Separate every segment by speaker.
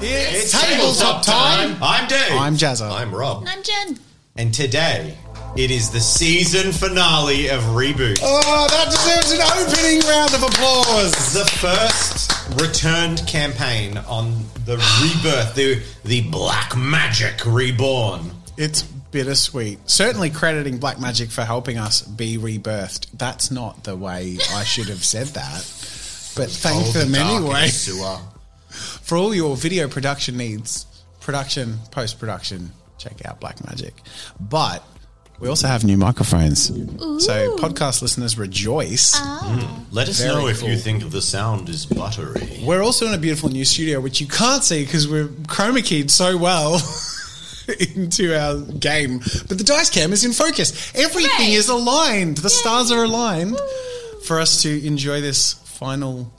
Speaker 1: It's tabletop time.
Speaker 2: I'm Dave.
Speaker 1: I'm Jazza.
Speaker 2: I'm Rob.
Speaker 3: I'm Jen.
Speaker 2: And today, it is the season finale of Reboot.
Speaker 1: Oh, that deserves an opening round of applause.
Speaker 2: The first returned campaign on the rebirth, the, the Black Magic Reborn.
Speaker 1: It's bittersweet. Certainly crediting Black Magic for helping us be rebirthed. That's not the way I should have said that. But thank
Speaker 2: Hold
Speaker 1: them
Speaker 2: the dark in
Speaker 1: anyway
Speaker 2: the sewer.
Speaker 1: for all your video production needs. Production, post production, check out Black Magic. But we also have new microphones. So podcast listeners rejoice.
Speaker 2: Let us
Speaker 1: Very
Speaker 2: know if
Speaker 1: cool.
Speaker 2: you think the sound is buttery.
Speaker 1: We're also in a beautiful new studio, which you can't see because we're chroma keyed so well into our game. But the dice cam is in focus. Everything
Speaker 3: Hooray.
Speaker 1: is aligned. The stars are aligned for us to enjoy this final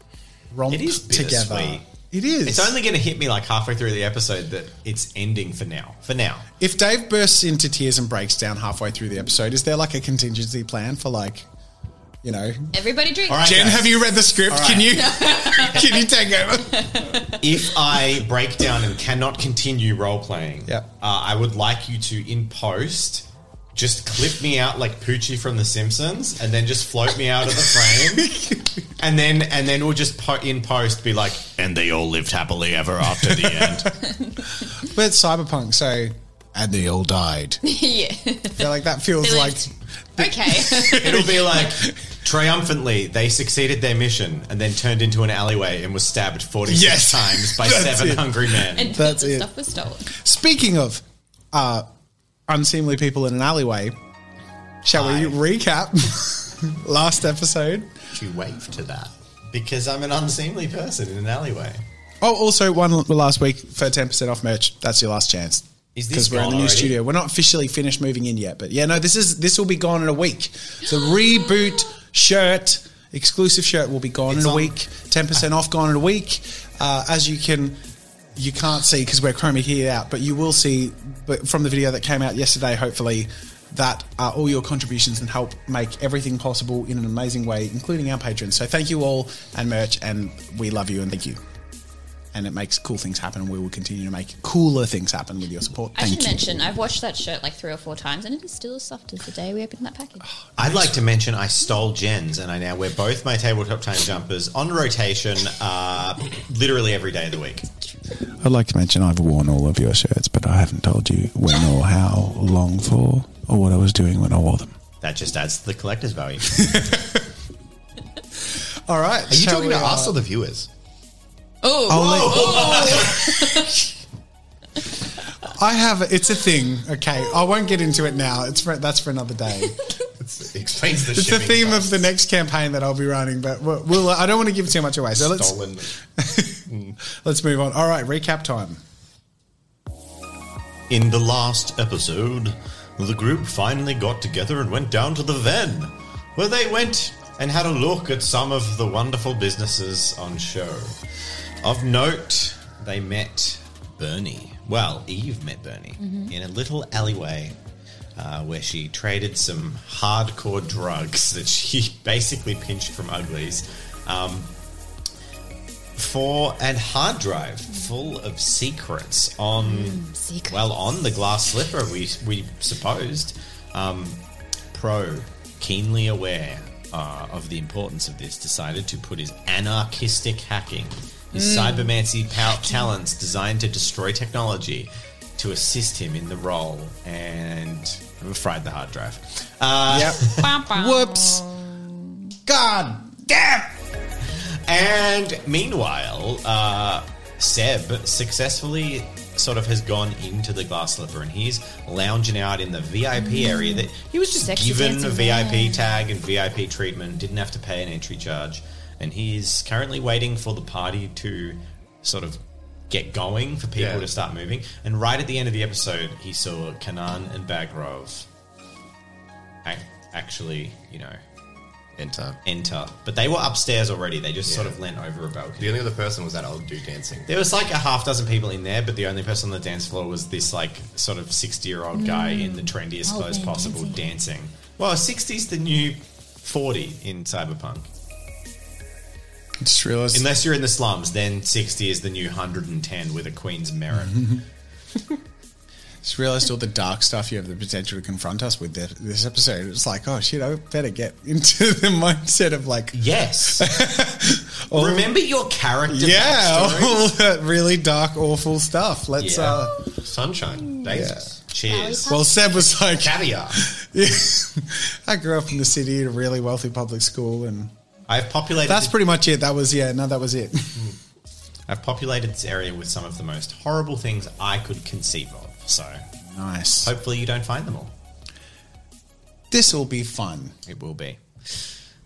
Speaker 1: romp
Speaker 2: It is
Speaker 1: together.
Speaker 2: bittersweet.
Speaker 1: It is.
Speaker 2: It's only going to hit me like halfway through the episode that it's ending for now. For now.
Speaker 1: if Dave bursts into tears and breaks down halfway through the episode, is there like a contingency plan for like, you know?
Speaker 3: Everybody drink.
Speaker 2: All right.
Speaker 1: Jen,
Speaker 2: guys.
Speaker 1: have you read the script?
Speaker 2: All right.
Speaker 1: Can you can you take over?
Speaker 2: if I break down and cannot continue role playing,
Speaker 1: Yeah.
Speaker 2: uh, I would like you to in post just clip me out like Poochie from The Simpsons, and then just float me out of the frame, and then and then we'll just po- in post be like, and they all lived happily ever after the end.
Speaker 1: But it's cyberpunk, so and they all died.
Speaker 3: yeah.
Speaker 1: Yeah, like that feels
Speaker 3: They
Speaker 1: like
Speaker 3: lived. Okay.
Speaker 2: It'll be like. Triumphantly, they succeeded their mission and then turned into an alleyway and was stabbed 46
Speaker 1: Yes.
Speaker 2: times by
Speaker 1: That's
Speaker 2: seven
Speaker 1: it.
Speaker 2: hungry men.
Speaker 3: and
Speaker 1: That's
Speaker 3: the
Speaker 1: it.
Speaker 3: stuff was stolen.
Speaker 1: Speaking of uh, unseemly people in an alleyway, shall we recap last episode?
Speaker 2: you wave to that? Because I'm an unseemly person in an alleyway.
Speaker 1: Oh, also one l- last week for ten percent off merch. That's your last chance.
Speaker 2: Is this
Speaker 1: Because we're in the
Speaker 2: gone
Speaker 1: new
Speaker 2: already?
Speaker 1: studio, we're not officially finished moving in yet, but yeah, no, this is this will be gone in a week. The reboot shirt, exclusive shirt, will be gone
Speaker 2: It's
Speaker 1: in a
Speaker 2: on-
Speaker 1: week. Ten percent off, gone in a week. Uh, as you can, you can't see because we're chroma keyed out, but you will see but from the video that came out yesterday. Hopefully, that are all your contributions and help make everything possible in an amazing way, including our patrons. So thank you all and merch, and we love you and thank you and it makes cool things happen. And we will continue to make cooler things happen with your support.
Speaker 3: I
Speaker 1: Thank
Speaker 3: should
Speaker 1: you.
Speaker 3: mention, I've watched that shirt like three or four times, and it is still as soft as the day we opened that package.
Speaker 2: I'd like to mention I stole Jen's and I now wear both my tabletop time jumpers on rotation uh, literally every day of the week.
Speaker 1: I'd like to mention I've worn all of your shirts, but I haven't told you when or how long for or what I was doing when I wore them.
Speaker 2: That just adds to the collector's value.
Speaker 1: All right.
Speaker 4: Are you talking to us or the viewers?
Speaker 3: Oh,
Speaker 1: I have. It's a thing. Okay, I won't get into it now. It's for, that's for another day.
Speaker 4: It explains the
Speaker 1: It's the theme of the next campaign that I'll be running, but we'll, we'll, I don't want to give too much away. So let's
Speaker 4: stolen.
Speaker 1: let's move on. All right, recap time.
Speaker 2: In the last episode, the group finally got together and went down to the Ven, where they went and had a look at some of the wonderful businesses on show. Of note, they met Bernie. Well, Eve met Bernie in a little alleyway uh, where she traded some hardcore drugs that she basically pinched from Uglies. Um, for a hard drive full of secrets on
Speaker 3: secrets.
Speaker 2: well on the glass slipper we we supposed um, pro keenly aware uh, of the importance of this decided to put his anarchistic hacking his cybermancy pow- talents designed to destroy technology to assist him in the role and fried the hard drive Uh,
Speaker 1: yep. Whoops. God damn.
Speaker 2: And meanwhile, uh, Seb successfully sort of has gone into the glass slipper and he's lounging out in the VIP area that Mm. he was just
Speaker 3: Sexy
Speaker 2: given a
Speaker 3: dancing
Speaker 2: VIP tag and VIP treatment, didn't have to pay an entry charge. And he's currently waiting for the party to sort of get going for people
Speaker 4: Yeah.
Speaker 2: to start moving. And right at the end of the episode, he saw Kanan and Bagrov ac- actually, you know,
Speaker 4: Enter.
Speaker 2: enter. But they were upstairs already. They just sort of leant over a balcony.
Speaker 4: The only other person was that old dude dancing.
Speaker 2: There was like a half dozen people in there, but the only person on the dance floor was this like sort of sixty-year-old guy in the trendiest
Speaker 3: Old
Speaker 2: clothes
Speaker 3: man
Speaker 2: possible
Speaker 3: dancing.
Speaker 2: dancing. Well, sixties the new forty in cyberpunk.
Speaker 1: Just realized.
Speaker 2: Unless you're in the slums, then 60 is the new 110 with a Queen's merit.
Speaker 1: Mm-hmm. Just realised all the dark stuff you have the potential to confront us with this, this episode. It's like, oh shit, I better get into the mindset of like,
Speaker 2: Yes. Remember your character
Speaker 1: yeah,
Speaker 2: backstory?
Speaker 1: all that really dark, awful stuff. Let's.
Speaker 2: Yeah.
Speaker 1: uh
Speaker 4: Sunshine.
Speaker 2: Daisies. Cheers.
Speaker 1: Well, Seb was like,
Speaker 4: Caviar.
Speaker 1: I grew up in the city at a really wealthy public school, and
Speaker 2: I've populated
Speaker 1: that's
Speaker 2: this,
Speaker 1: pretty much it. That was yeah, no, that was it.
Speaker 2: I've populated this area with some of the most horrible things I could conceive of. So
Speaker 1: nice.
Speaker 2: hopefully you don't find them all.
Speaker 1: This will be fun.
Speaker 2: It will be.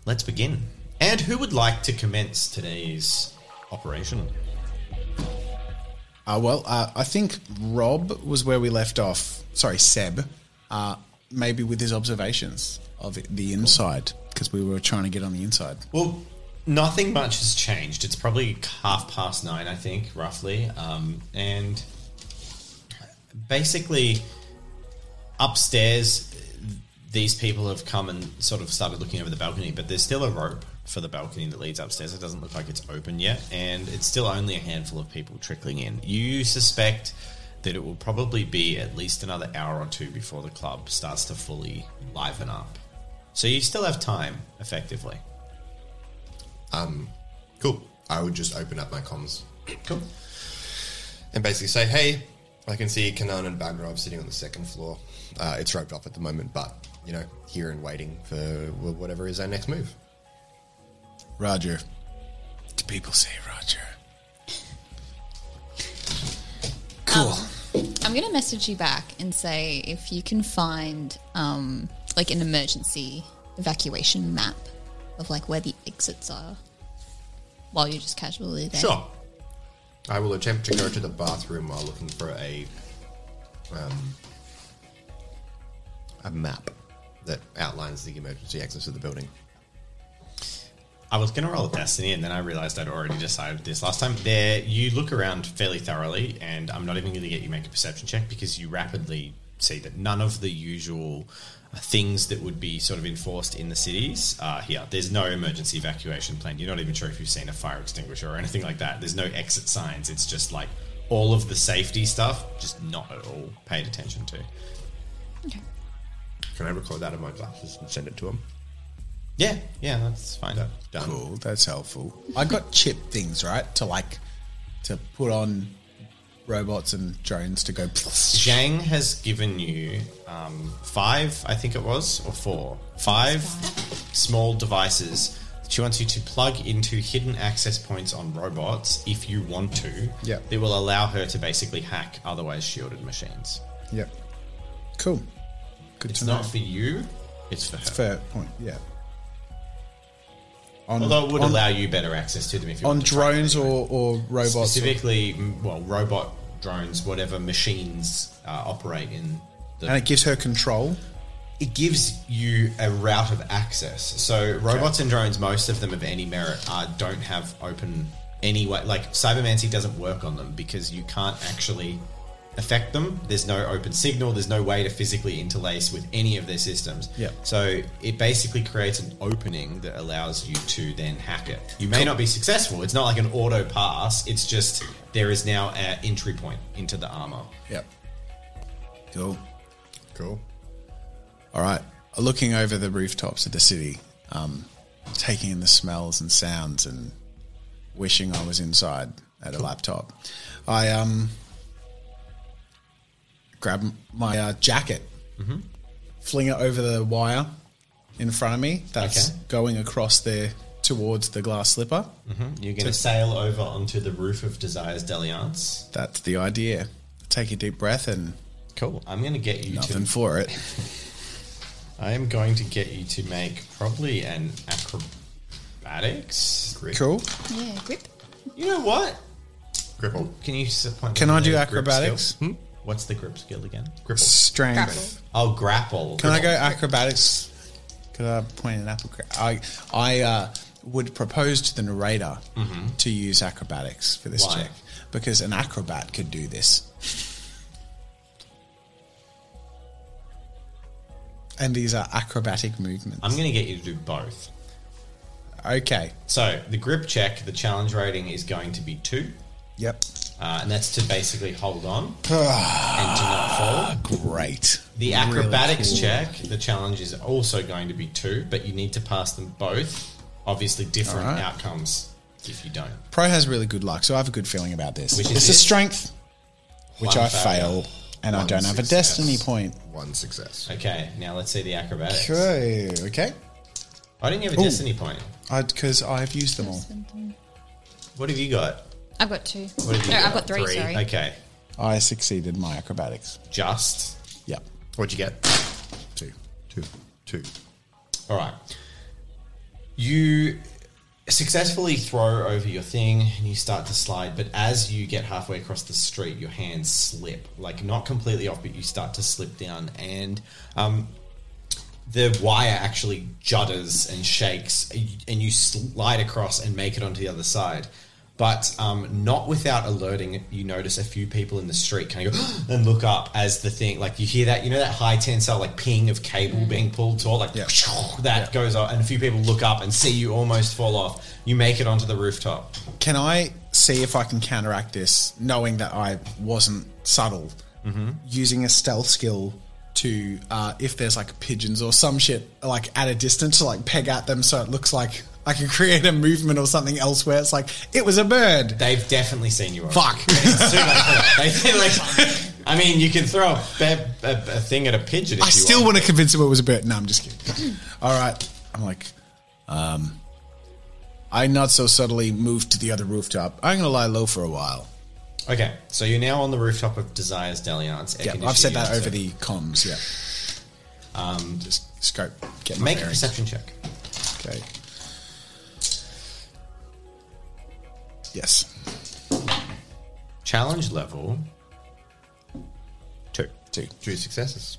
Speaker 2: Let's begin. And who would like to commence today's operation?
Speaker 1: Uh, well, uh, I think Rob was where we left off. Sorry, Seb. Uh, maybe with his observations of the inside, because we were trying to get on the inside.
Speaker 2: Well, nothing much has changed. It's probably half past nine, I think, roughly. Um, and basically, upstairs, these people have come and sort of started looking over the balcony, but there's still a rope for the balcony that leads upstairs. It doesn't look like it's open yet, and it's still only a handful of people trickling in. You suspect that it will probably be at least another hour or two before the club starts to fully liven up. So you still have time, effectively.
Speaker 4: Cool. I would just open up my comms
Speaker 2: Cool.
Speaker 4: and basically say, hey, I can see Kanan and Bagrov sitting on the second floor. Uh, it's roped off at the moment, but, you know, here and waiting for wh- whatever is our next move.
Speaker 1: Roger. Do people say Roger? Cool.
Speaker 2: Um,
Speaker 3: I'm going to message you back and say if you can find um, like an emergency evacuation map of like where the exits are while you're just casually there.
Speaker 4: Sure. I will attempt to go to the bathroom while looking for a um, a map that outlines the emergency exits of the building.
Speaker 2: I was going to roll a destiny, and then I realized I'd already decided this last time. There, you look around fairly thoroughly, and I'm not even going to get you make a perception check because you rapidly see that none of the usual uh, things that would be sort of enforced in the cities are here. There's no emergency evacuation plan. You're not even sure if you've seen a fire extinguisher or anything like that. There's no exit signs. It's just like all of the safety stuff, just not at all paid attention to.
Speaker 3: Okay.
Speaker 4: Can I record that in my glasses and send it to him?
Speaker 2: Yeah, yeah, that's fine.
Speaker 4: Done.
Speaker 1: Cool. That's helpful. I got chip things right to like to put on robots and drones to go.
Speaker 2: Zhang has given you um, five, I think it was, or four, five small devices that she wants you to plug into hidden access points on robots if you want to.
Speaker 1: Yep.
Speaker 2: That will allow her to basically hack otherwise shielded machines.
Speaker 1: Yep. Cool. Good
Speaker 2: It's
Speaker 1: to
Speaker 2: not
Speaker 1: know.
Speaker 2: for you, it's for her.
Speaker 1: Fair point. Yeah. On,
Speaker 2: Although it would
Speaker 1: on,
Speaker 2: allow you better access to them if you
Speaker 1: on
Speaker 2: want to try them
Speaker 1: drones
Speaker 2: anyway.
Speaker 1: or, or robots. or-
Speaker 2: specifically, mm, well, robot drones, whatever machines uh, operate in the
Speaker 1: and it gives her control.
Speaker 2: it gives you a route of access. So robots and drones, most of them of any merit, are, don't have open any way. Like cybermancy doesn't work on them because you can't actually affect them. There's no open signal. There's no way to physically interlace with any of their systems.
Speaker 1: Yeah.
Speaker 2: So it basically creates an opening that allows you to then hack it. You may not be successful. It's not like an auto pass. It's just there is now an entry point into the armor.
Speaker 1: Yep. Cool.
Speaker 4: Cool.
Speaker 1: All right. Looking over the rooftops of the city, um, taking in the smells and sounds, and wishing I was inside at a laptop. I um, grab m- my uh, jacket, fling it over the wire in front of me. That's
Speaker 2: Okay.
Speaker 1: going across there towards the glass slipper.
Speaker 2: You're going to sail over onto the roof of Desire's Deliance.
Speaker 1: That's the idea. Take a deep breath and
Speaker 2: Cool. I'm going to get you
Speaker 1: nothing
Speaker 2: to.
Speaker 1: for it.
Speaker 2: I am going to get you to make probably an acrobatics.
Speaker 4: Grip.
Speaker 1: Cool.
Speaker 3: Yeah, grip.
Speaker 2: You know what?
Speaker 4: Gripple.
Speaker 2: Can you s- point?
Speaker 1: Can
Speaker 2: me
Speaker 1: I
Speaker 2: the
Speaker 1: do
Speaker 2: grip skill? Hmm?
Speaker 1: acrobatics?
Speaker 2: What's the grip skill again?
Speaker 4: Gripple.
Speaker 3: Grapple.
Speaker 1: Strength.
Speaker 2: Oh, grapple.
Speaker 1: Can I go acrobatics? Could I point an apple? gra- I I uh, would propose to the narrator to use acrobatics for this
Speaker 2: Mm-hmm. Why?
Speaker 1: check because an acrobat could do this. And these are acrobatic movements.
Speaker 2: I'm going to get you to do both.
Speaker 1: Okay.
Speaker 2: So the grip check, the challenge rating is going to be two,
Speaker 1: Yep.
Speaker 2: uh, and that's to basically hold on and to not fall.
Speaker 1: Great.
Speaker 2: The acrobatics check, the challenge is also going to be two, but you need to pass them both. Obviously, different
Speaker 1: Alright.
Speaker 2: outcomes if you don't.
Speaker 1: Pro has really good luck, so I have a good feeling about this.
Speaker 2: Which is
Speaker 1: it's a
Speaker 2: it.
Speaker 1: strength, which
Speaker 2: One
Speaker 1: I
Speaker 2: failure.
Speaker 1: fail, and I
Speaker 4: One
Speaker 1: don't have a
Speaker 4: success.
Speaker 1: destiny point.
Speaker 4: One success.
Speaker 2: Okay, now let's see the acrobatics.
Speaker 1: Okay. Okay.
Speaker 2: I didn't have a
Speaker 1: Ooh.
Speaker 2: destiny point.
Speaker 1: Because Uh, I've used them all.
Speaker 2: What have you got?
Speaker 3: I've got two.
Speaker 2: What have you
Speaker 3: No, I've got three, sorry.
Speaker 2: Okay,
Speaker 1: I succeeded my acrobatics.
Speaker 2: just
Speaker 1: Yep.
Speaker 4: What'd you get?
Speaker 1: Two.
Speaker 4: Two. Two.
Speaker 2: All right. You successfully throw over your thing and you start to slide, but as you get halfway across the street, your hands slip. Like, not completely off, but you start to slip down. And um, the wire actually judders and shakes, and you slide across and make it onto the other side. But um, not without alerting, you notice a few people in the street kind of go and look up as the thing, like you hear that, you know, that high tensile, like ping of cable being pulled taut, like
Speaker 1: Mm. Yeah.
Speaker 2: that goes up, and a few people look up and see you almost fall off. You make it onto the rooftop.
Speaker 1: Can I see if I can counteract this, knowing that I wasn't subtle, using a stealth skill to, uh, if there's like pigeons or some shit, like at a distance, to like peg at them so it looks like I can create a movement or something elsewhere. It's like, it was a bird.
Speaker 2: They've definitely seen you. already.
Speaker 1: Fuck.
Speaker 2: It's too late for that. They- like, I mean, you can throw a, a, a thing at a pigeon. If
Speaker 1: I
Speaker 2: you
Speaker 1: still
Speaker 2: want.
Speaker 1: want to convince him it was a bird. No, I'm just kidding. All right. I'm like, um, I not so subtly moved to the other rooftop. I'm going to lie low for a while.
Speaker 2: Okay, so you're now on the rooftop of Desire's Dalliance. air
Speaker 1: Yeah, I've
Speaker 2: conditioning
Speaker 1: said that
Speaker 2: unit.
Speaker 1: over the comms. Yeah. Um, just scope. Get my
Speaker 2: Make a
Speaker 1: bearings.
Speaker 2: perception check.
Speaker 1: Okay. Yes.
Speaker 2: Challenge level.
Speaker 1: Two. Two.
Speaker 4: Two successes.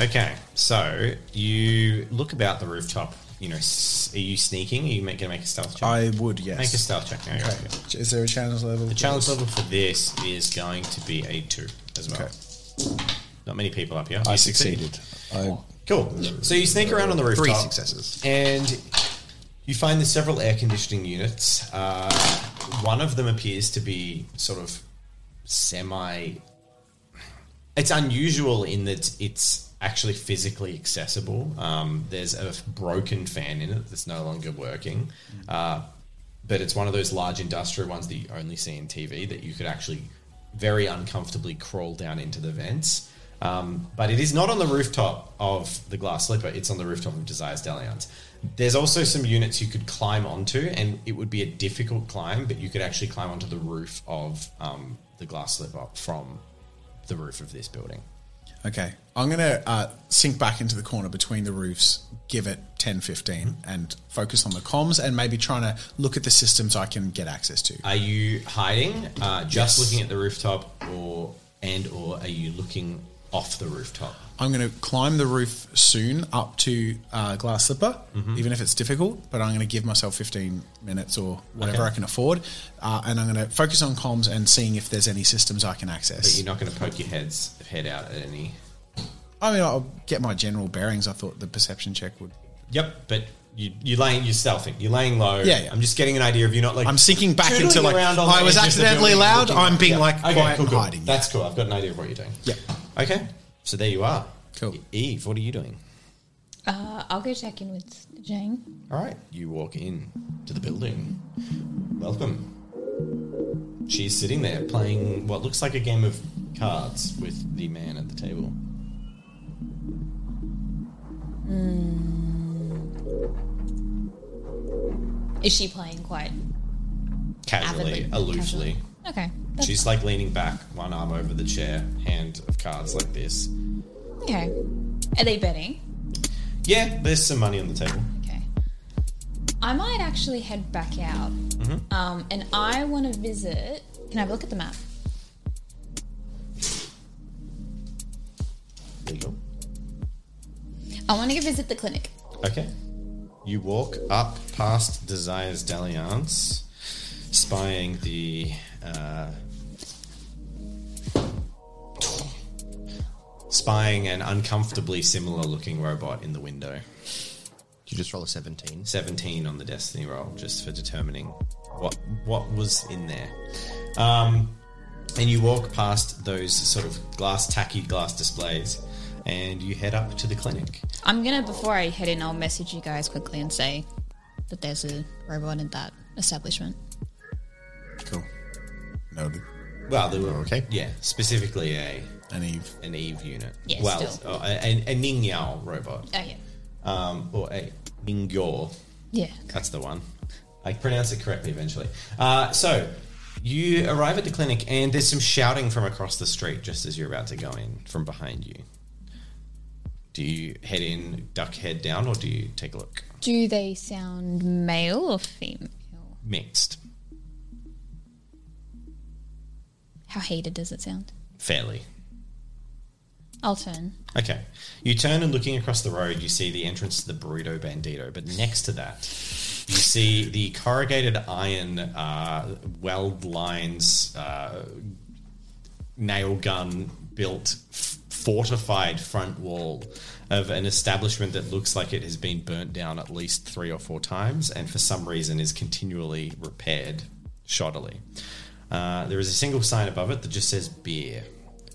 Speaker 2: Okay, so you look about the rooftop. You know, s- are you sneaking? Are you going to make a stealth check?
Speaker 1: I would, yes.
Speaker 2: make a stealth check now. you're up here.
Speaker 1: Okay. Is there a challenge level?
Speaker 2: The challenge level for this is going to be a two as well.
Speaker 1: Okay.
Speaker 2: Not many people up here.
Speaker 1: I
Speaker 2: You succeed.
Speaker 1: succeeded. I,
Speaker 2: Cool. So you sneak around on the rooftop.
Speaker 4: Three successes.
Speaker 2: And you find there's several air conditioning units. Uh, one of them appears to be sort of semi. It's unusual in that it's actually physically accessible. Um, there's a broken fan in it that's no longer working. Uh, but it's one of those large industrial ones that you only see in TV that you could actually very uncomfortably crawl down into the vents. Um, but it is not on the rooftop of the glass slipper, it's on the rooftop of Desire's Dalliance. There's also some units you could climb onto, and it would be a difficult climb, but you could actually climb onto the roof of um, the glass slipper from the roof of this building.
Speaker 1: Okay. I'm going to uh, sink back into the corner between the roofs, give it 10, 15,
Speaker 2: Mm-hmm.
Speaker 1: and focus on the comms and maybe trying to look at the systems I can get access to.
Speaker 2: Are you hiding, uh, just
Speaker 1: Yes.
Speaker 2: looking at the rooftop, or and or are you looking off the rooftop?
Speaker 1: I'm going to climb the roof soon up to uh, Glass Slipper,
Speaker 2: Mm-hmm.
Speaker 1: even if it's difficult, but I'm going to give myself 15 minutes or whatever
Speaker 2: Okay.
Speaker 1: I can afford. Uh, and I'm going to focus on comms and seeing if there's any systems I can
Speaker 2: But
Speaker 1: access.
Speaker 2: you're not going to poke your heads head out at any.
Speaker 1: I mean, I'll get my general bearings. I thought the perception check would.
Speaker 2: Yep, but you you're laying you're stealthing. You're laying low.
Speaker 1: Yeah, yeah.
Speaker 2: I'm just getting an idea of you're not like
Speaker 1: I'm sinking back
Speaker 2: tootling
Speaker 1: into like,
Speaker 2: around on the
Speaker 1: I was
Speaker 2: edge of the
Speaker 1: accidentally
Speaker 2: building,
Speaker 1: loud.
Speaker 2: looking-
Speaker 1: I'm being
Speaker 2: Yeah.
Speaker 1: like
Speaker 2: Okay,
Speaker 1: quiet
Speaker 2: cool,
Speaker 1: and
Speaker 2: cool.
Speaker 1: hiding.
Speaker 2: That's cool. I've got an idea of what you're doing.
Speaker 1: Yeah.
Speaker 2: Okay. So there you are.
Speaker 1: Cool.
Speaker 2: Eve, what are you doing?
Speaker 3: Uh, I'll go check in with Jane.
Speaker 2: All right. You walk in to the building. Welcome. She's sitting there playing what looks like a game of cards with the man at the table.
Speaker 3: Is she playing quite avidly?
Speaker 2: Casually, aloofly.
Speaker 3: Casually? Okay. That's
Speaker 2: She's like leaning back, one arm over the chair, hand of cards like this.
Speaker 3: okay. Are they betting?
Speaker 2: Yeah, there's some money on the table.
Speaker 3: Okay. I might actually head back out. Um, and I want to visit. Can I have a look at the map?
Speaker 2: Legal.
Speaker 3: I want to go visit the clinic.
Speaker 2: Okay. You walk up past Desire's dalliance, spying the. Uh, spying an uncomfortably similar looking robot in the window.
Speaker 4: You just roll a 17.
Speaker 2: 17 on the destiny roll just for determining what what was in there um, and you walk past those sort of glass tacky glass displays and you head up to the clinic
Speaker 3: I'm gonna before I head in, I'll message you guys quickly and say that there's a robot in that establishment.
Speaker 1: Cool. Noted.
Speaker 2: well there were
Speaker 4: Okay.
Speaker 2: yeah specifically a
Speaker 1: And Eve.
Speaker 2: an eve unit
Speaker 3: Yeah,
Speaker 2: well
Speaker 3: still.
Speaker 2: uh, a, a ningyao robot
Speaker 3: Oh yeah,
Speaker 2: um, or a ningyo
Speaker 3: yeah.
Speaker 2: That's the one. I pronounce it correctly eventually. Uh, so you arrive at the clinic, and there's some shouting from across the street just as you're about to go in from behind you. Do you head in, duck head down, or do you take a look?
Speaker 3: Do they sound male or female?
Speaker 2: Mixed,
Speaker 3: How hated does it sound?
Speaker 2: fairly.
Speaker 3: I'll turn.
Speaker 2: Okay. You turn and looking across the road, you see the entrance to the Burrito Bandito. But next to that, you see the corrugated iron uh, weld lines, uh, nail gun built, f- fortified front wall of an establishment that looks like it has been burnt down at least three or four times and for some reason is continually repaired shoddily. Uh, there is a single sign above it that just says beer.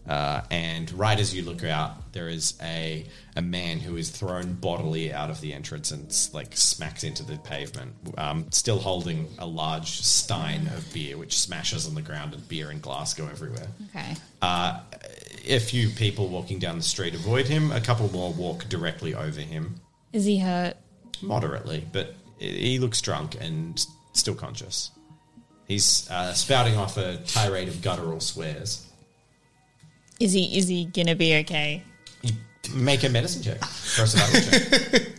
Speaker 2: Uh, and right as you look out, there is a a man who is thrown bodily out of the entrance and s- like smacks into the pavement, um, still holding a large stein of beer, which smashes on the ground and beer and glass go everywhere.
Speaker 3: Okay.
Speaker 2: A few people walking down the street avoid him. A couple more walk directly over him,
Speaker 3: Is he hurt?
Speaker 2: moderately, but he he looks drunk and still conscious. He's uh, spouting off a tirade of guttural swears.
Speaker 3: Is he is he gonna be okay?
Speaker 2: You make a medicine check for a survival check.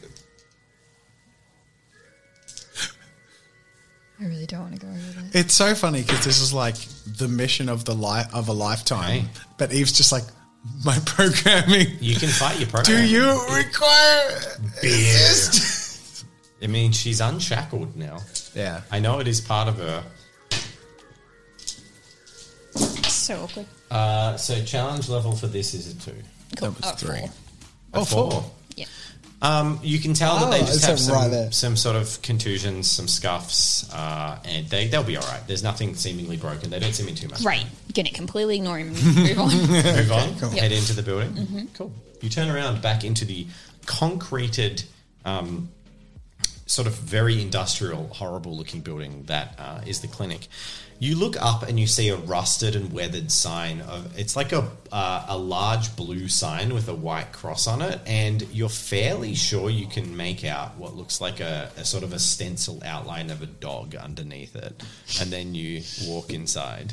Speaker 3: I really don't want to go over there.
Speaker 1: It's so funny because this is like the mission of the life of a lifetime.
Speaker 2: Hey.
Speaker 1: But Eve's just like, my programming.
Speaker 2: You can fight your program.
Speaker 1: Do you require assist?
Speaker 2: I mean, she's unshackled now.
Speaker 1: Yeah.
Speaker 2: I know it is part of her.
Speaker 3: So awkward.
Speaker 2: Uh, so challenge level for this is a two.
Speaker 3: Cool.
Speaker 1: That was three.
Speaker 3: four.
Speaker 2: A
Speaker 1: Oh, four.
Speaker 3: Yeah.
Speaker 2: Um, you can tell that they
Speaker 1: Oh,
Speaker 2: just
Speaker 1: it's
Speaker 2: have
Speaker 1: that
Speaker 2: some,
Speaker 1: right there.
Speaker 2: some sort of contusions, some scuffs, uh, and they, they'll be all right. There's nothing seemingly broken. They don't seem in too much.
Speaker 3: Right. Gonna completely ignore him and move on.
Speaker 2: Move on,
Speaker 1: cool.
Speaker 2: head into the building. Cool. You turn around back into the concreted, um, sort of very industrial, horrible looking building that uh, is the clinic. You look up and you see a rusted and weathered sign of it's like a uh, a large blue sign with a white cross on it, and you're fairly sure you can make out what looks like a, a sort of a stencil outline of a dog underneath it, and then you walk inside.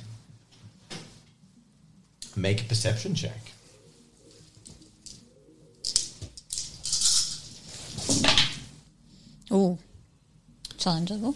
Speaker 2: Make a perception check.
Speaker 3: Ooh. Challenge level.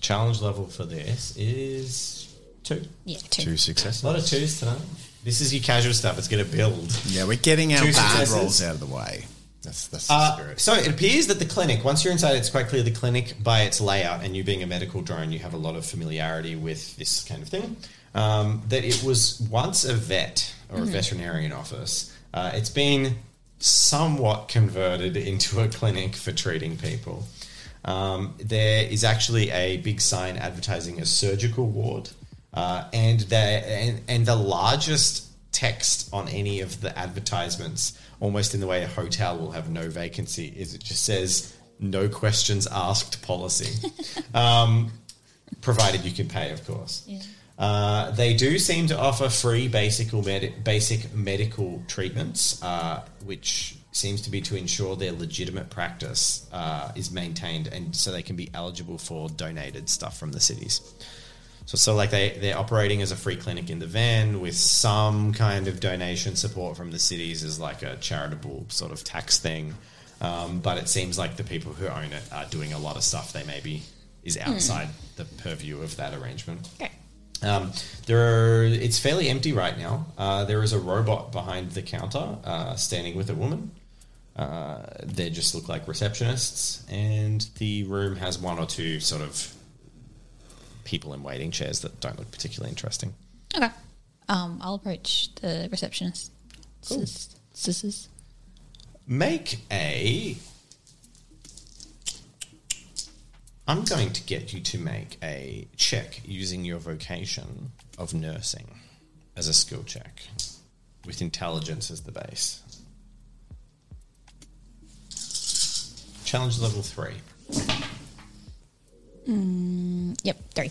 Speaker 2: Challenge level for this is two.
Speaker 3: Yeah. Two.
Speaker 4: Two
Speaker 2: A lot
Speaker 4: successes.
Speaker 2: of twos tonight. This is your casual stuff. It's going to build.
Speaker 1: Yeah, we're getting our
Speaker 2: Two
Speaker 1: bad
Speaker 2: successes.
Speaker 1: rolls out of the way.
Speaker 4: That's, that's the
Speaker 2: Uh,
Speaker 4: spirit.
Speaker 2: so it appears that the clinic, once you're inside, it's quite clear the clinic, by its layout, and you being a medical drone, you have a lot of familiarity with this kind of thing. Um, that it was once a vet or a veterinarian office. Uh, it's been somewhat converted into a clinic for treating people. Um, there is actually a big sign advertising a surgical ward, uh, and the and, and the largest text on any of the advertisements, almost in the way a hotel will have no vacancy, is it just says no questions asked policy, um, provided you can pay, of course.
Speaker 3: Yeah.
Speaker 2: Uh, they do seem to offer free basic, or med- basic medical treatments, uh, which seems to be to ensure their legitimate practice uh, is maintained and so they can be eligible for donated stuff from the cities. So, so like they, they're operating as a free clinic in the van with some kind of donation support from the cities as like a charitable sort of tax thing. Um, but it seems like the people who own it are doing a lot of stuff they maybe is outside the purview of that arrangement.
Speaker 3: Okay.
Speaker 2: Um, there are, it's fairly empty right now. Uh, there is a robot behind the counter uh, standing with a woman. Uh, they just look like receptionists, and the room has one or two sort of people in waiting chairs that don't look particularly interesting.
Speaker 3: Okay. Um, I'll approach the receptionist.
Speaker 2: Cool.
Speaker 3: Sis- Sisters.
Speaker 2: Make a I'm going to get you to make a check using your vocation of nursing as a skill check with intelligence as the base. Challenge level three.
Speaker 3: Yep, three.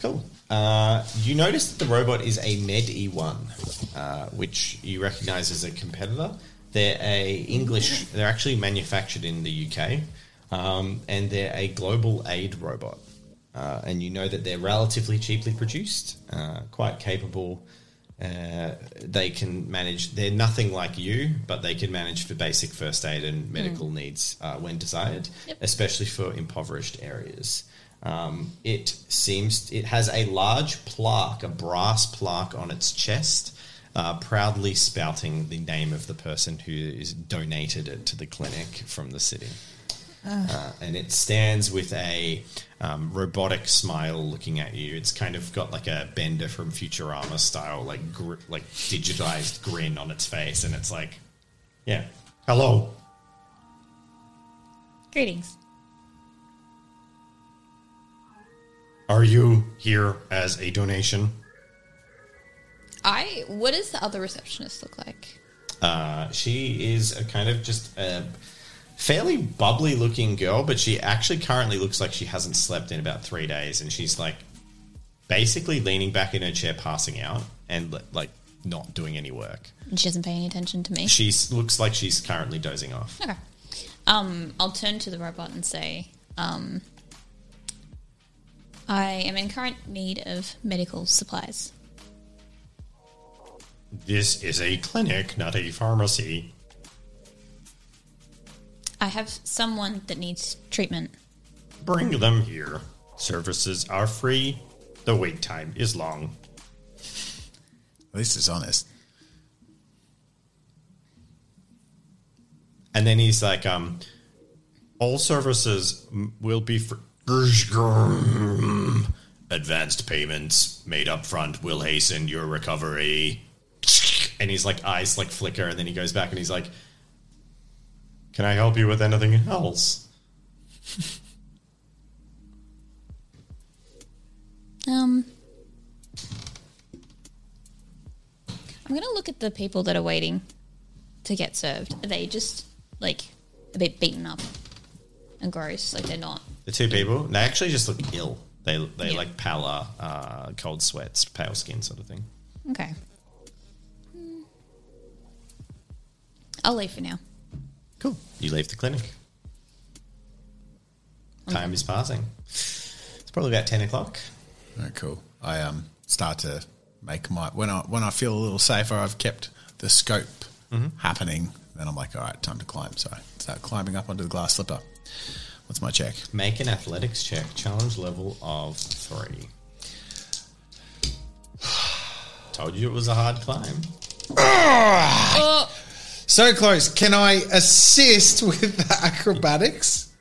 Speaker 2: Cool. Uh, you notice that the robot is a Med E1, uh, which you recognise as a competitor. They're a English. They're actually manufactured in the UK, um, and they're a global aid robot. Uh, and you know that they're relatively cheaply produced, uh, quite capable. Uh, they can manage. They're nothing like you, but they can manage for basic first aid and medical needs uh, when desired,
Speaker 3: Yep.
Speaker 2: especially for impoverished areas. Um, it seems it has a large plaque, a brass plaque on its chest, uh, proudly spouting the name of the person who is donated it to the clinic from the city. Uh, and it stands with a um, robotic smile looking at you. It's kind of got like a Bender from Futurama style, like gr- like digitized grin on its face, and it's like, yeah, hello.
Speaker 3: Greetings.
Speaker 2: Are you here as a donation?
Speaker 3: I. What does the other receptionist look like?
Speaker 2: Uh, she is a kind of just a fairly bubbly looking girl, but she actually currently looks like she hasn't slept in about three days, and she's like basically leaning back in her chair, passing out, and li- like not doing any work.
Speaker 3: And she doesn't pay any attention to me.
Speaker 2: She s- looks like she's currently dozing off.
Speaker 3: Okay. Um, I'll turn to the robot and say, um, I am in current need of medical supplies.
Speaker 2: This is a clinic, not a pharmacy.
Speaker 3: I have someone that needs treatment.
Speaker 2: Bring them here. Services are free. The wait time is long.
Speaker 1: At least it's honest.
Speaker 2: And then he's like, um, all services m- will be for advanced payments made up front will hasten your recovery. And he's like, eyes like flicker, and then he goes back and he's like, Can I help you with anything else?
Speaker 3: Um, I'm gonna look at the people that are waiting to get served. Are they just like a bit beaten up and gross? Like they're not.
Speaker 2: The two people, they actually just look ill. They they
Speaker 3: Yeah.
Speaker 2: like pallor, uh, cold sweats, pale skin, sort of thing.
Speaker 3: Okay. Hmm. I'll leave for now.
Speaker 2: Cool. You leave the clinic. Time is passing. It's probably about ten o'clock.
Speaker 1: All right, cool. I um start to make my when I when I feel a little safer. I've kept the scope Mm-hmm. happening. Then I'm like, all right, time to climb. So I start climbing up onto the glass slipper. What's my check?
Speaker 2: Make an athletics check, challenge level of three. Told you it was a hard climb.
Speaker 3: Oh,
Speaker 1: So close. Can I assist with the acrobatics?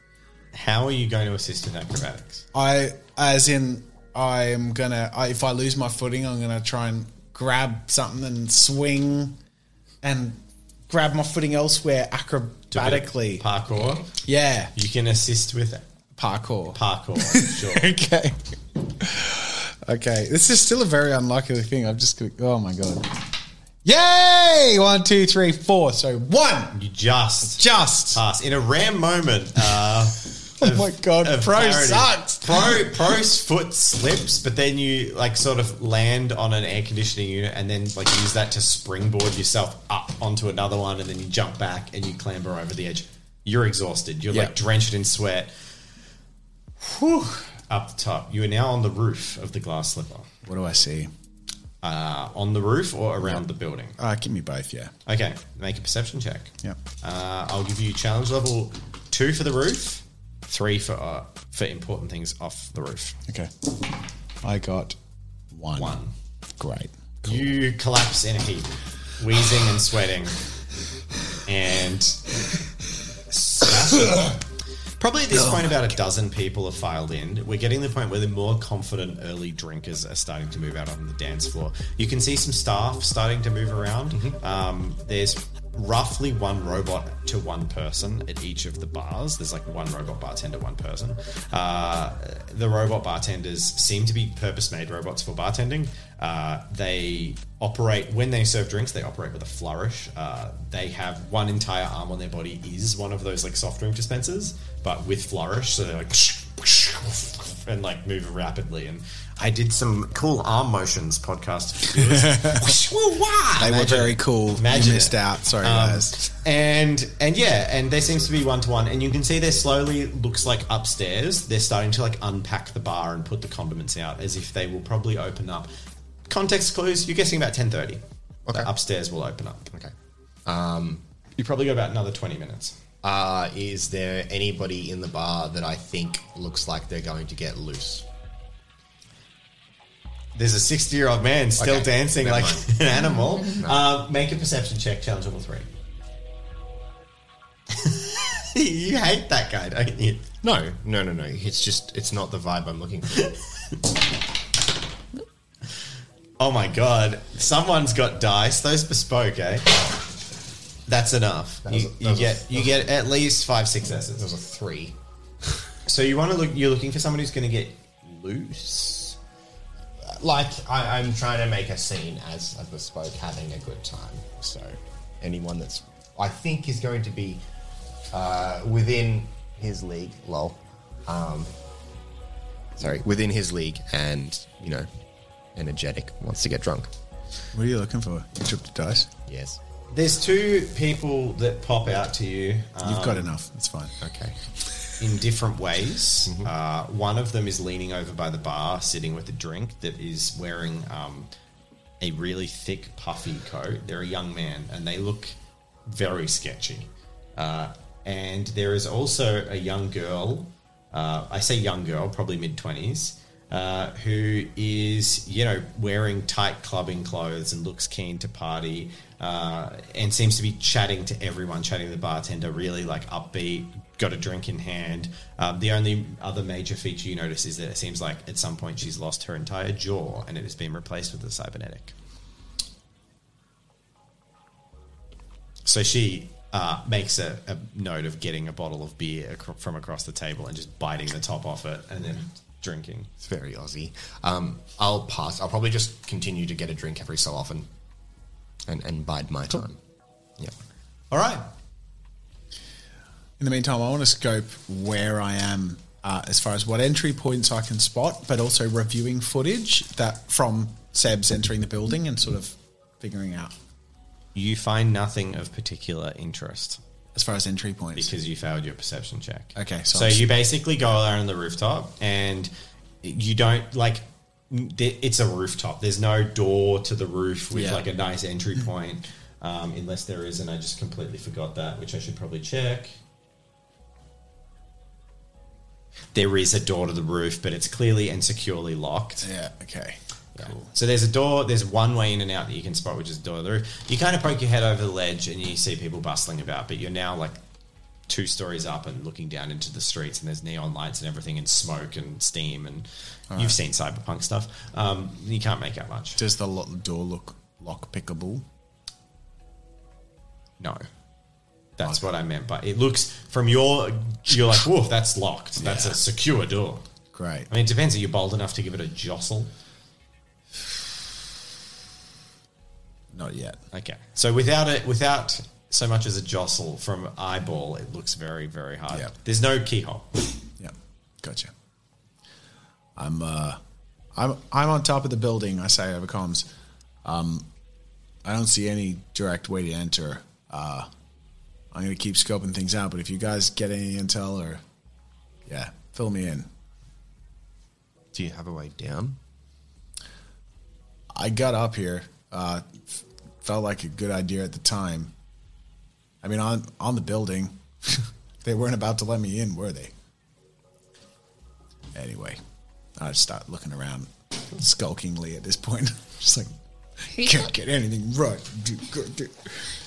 Speaker 2: How are you going to assist with acrobatics?
Speaker 1: I as in I'm gonna. I, if I lose my footing, I'm gonna try and grab something and swing, and grab my footing elsewhere
Speaker 2: Do a bit of
Speaker 1: acrobatically.
Speaker 2: parkour.
Speaker 1: yeah,
Speaker 2: You can assist with
Speaker 1: parkour.
Speaker 2: parkour. Sure.
Speaker 1: okay. Okay. This is still a very unlucky thing. I'm just going to. Oh my God. Yay! One, two, three, four. So one.
Speaker 2: you just
Speaker 1: Just.
Speaker 2: pass in a ram moment. Uh,
Speaker 1: Oh my God.
Speaker 2: of
Speaker 1: Pro
Speaker 2: clarity.
Speaker 1: sucks.
Speaker 2: Pro pro's foot slips, but then you like sort of land on an air conditioning unit and then like use that to springboard yourself up onto another one, and then you jump back and you clamber over the edge. You're exhausted. You're
Speaker 1: Yeah.
Speaker 2: like drenched in sweat. Whew. Up the top. You are now on the roof of the glass slipper.
Speaker 1: What do I see?
Speaker 2: Uh, on the roof or around the building.
Speaker 1: Uh, give me both. Yeah.
Speaker 2: Okay, make a perception check.
Speaker 1: Yep.
Speaker 2: Uh, I'll give you challenge level two for the roof, three for uh, for important things off the roof.
Speaker 1: Okay. I got one.
Speaker 2: One.
Speaker 1: Great.
Speaker 2: You collapse in a heap, wheezing and sweating, and probably at this point about a dozen people have filed in. We're getting to the point where the more confident early drinkers are starting to move out on the dance floor. You can see some staff starting to move around. Um, there's roughly one robot to one person at each of the bars. There's like one robot bartender, one person. Uh, the robot bartenders seem to be purpose made robots for bartending. Uh, they operate, when they serve drinks, they operate with a flourish. Uh, they have one entire arm on their body, is one of those like soft drink dispensers, but with flourish. So they're like. and like move rapidly. And I did some cool arm motions podcast. viewers. Woo, wah!
Speaker 1: They were
Speaker 2: Imagine-
Speaker 1: very cool.
Speaker 2: Imagine
Speaker 1: you missed
Speaker 2: it.
Speaker 1: out. Sorry,
Speaker 2: Um,
Speaker 1: guys.
Speaker 2: and and yeah, and there seems to be one to one, and you can see they're slowly looks like upstairs. They're starting to like unpack the bar and put the condiments out as if they will probably open up. Context clues: You're guessing about ten thirty.
Speaker 4: Okay.
Speaker 2: The upstairs will open up.
Speaker 4: Okay.
Speaker 2: You probably got about another twenty minutes.
Speaker 4: Uh, is there anybody in the bar that I think looks like they're going to get loose?
Speaker 2: There's a sixty year old man still
Speaker 4: Okay,
Speaker 2: dancing
Speaker 4: never
Speaker 2: like
Speaker 4: mind.
Speaker 2: an animal. Uh, make a perception check. Challenge level three. you hate that guy, don't you?
Speaker 4: No, no, no, no. It's just it's not the vibe I'm looking for.
Speaker 2: Oh my god. Someone's got dice. Those bespoke, eh? That's enough.
Speaker 4: was
Speaker 2: you
Speaker 4: a- that
Speaker 2: you
Speaker 4: was a-
Speaker 2: get you get at least five
Speaker 4: There was
Speaker 2: successes.
Speaker 4: a three.
Speaker 2: So you want to look? You're looking for someone who's going to get loose.
Speaker 4: Like I, I'm trying to make a scene as a bespoke having a good time. So anyone that's I think is going to be uh, within his league. Lol. Um, sorry, within his league, and you know, energetic wants to get drunk.
Speaker 1: What are you looking for? You took the dice.
Speaker 4: Yes.
Speaker 2: There's two people that pop out to you. Um,
Speaker 1: You've got enough. It's fine.
Speaker 4: Okay.
Speaker 2: in different ways.
Speaker 4: Mm-hmm.
Speaker 2: Uh, one of them is leaning over by the bar, sitting with a drink that is wearing um, a really thick, puffy coat. They're a young man and they look very sketchy. Uh, and there is also a young girl, uh, I say young girl, probably mid 20s. Uh, who is you know wearing tight clubbing clothes and looks keen to party uh, and seems to be chatting to everyone, chatting to the bartender, really like upbeat, got a drink in hand. Um, the only other major feature you notice is that it seems like at some point she's lost her entire jaw and it has been replaced with a cybernetic. So she uh, makes a, a note of getting a bottle of beer acro- from across the table and just biting the top off it and then drinking.
Speaker 4: It's very Aussie. Um, I'll pass. I'll probably just continue to get a drink every so often, and and bide my time. Yeah.
Speaker 2: All right.
Speaker 1: In the meantime, I want to scope where I am uh, as far as what entry points I can spot, but also reviewing footage that from Seb's entering the building and sort of figuring out
Speaker 2: You find nothing of particular interest.
Speaker 1: as far as entry points.
Speaker 2: because you failed your perception check.
Speaker 1: Okay, so
Speaker 2: so,
Speaker 1: I'm-
Speaker 2: you basically go around the rooftop and you don't like. n- th- It's a rooftop. There's no door to the roof with
Speaker 1: Yeah.
Speaker 2: like a nice entry point, um, unless there is, and I just completely forgot that, which I should probably check. There is a door to the roof, but it's clearly and securely locked.
Speaker 1: yeah, okay. Cool.
Speaker 2: So there's a door. There's one way in and out that you can spot, which is the door of the roof. You kind of poke your head over the ledge and you see people bustling about, but you're now like two stories up and looking down into the streets, and there's neon lights and everything, and smoke and steam, and you've seen cyberpunk stuff. Um, you can't make out much.
Speaker 1: Does the lo- door look lock pickable?
Speaker 2: No. That's what I meant. But it looks from your you're like, whoa, that's locked. That's a secure door.
Speaker 1: Great.
Speaker 2: I mean, it depends. Are you bold enough to give it a jostle?
Speaker 1: Not yet.
Speaker 2: Okay. So without it, without so much as a jostle from eyeball, it looks very, very hard.
Speaker 1: Yeah.
Speaker 2: There's no keyhole.
Speaker 1: Yeah, gotcha. I'm uh, I'm I'm on top of the building. I say over comms. Um, I don't see any direct way to enter. Uh, I'm gonna keep scoping things out, but if you guys get any intel or, yeah, fill me in.
Speaker 4: Do you have a way down?
Speaker 1: I got up here. Uh, f- felt like a good idea at the time. I mean, on on the building, they weren't about to let me in, were they? Anyway, I start looking around skulkingly at this point. Just like
Speaker 3: Who's
Speaker 1: can't
Speaker 3: got,
Speaker 1: get anything right. Do- go- do-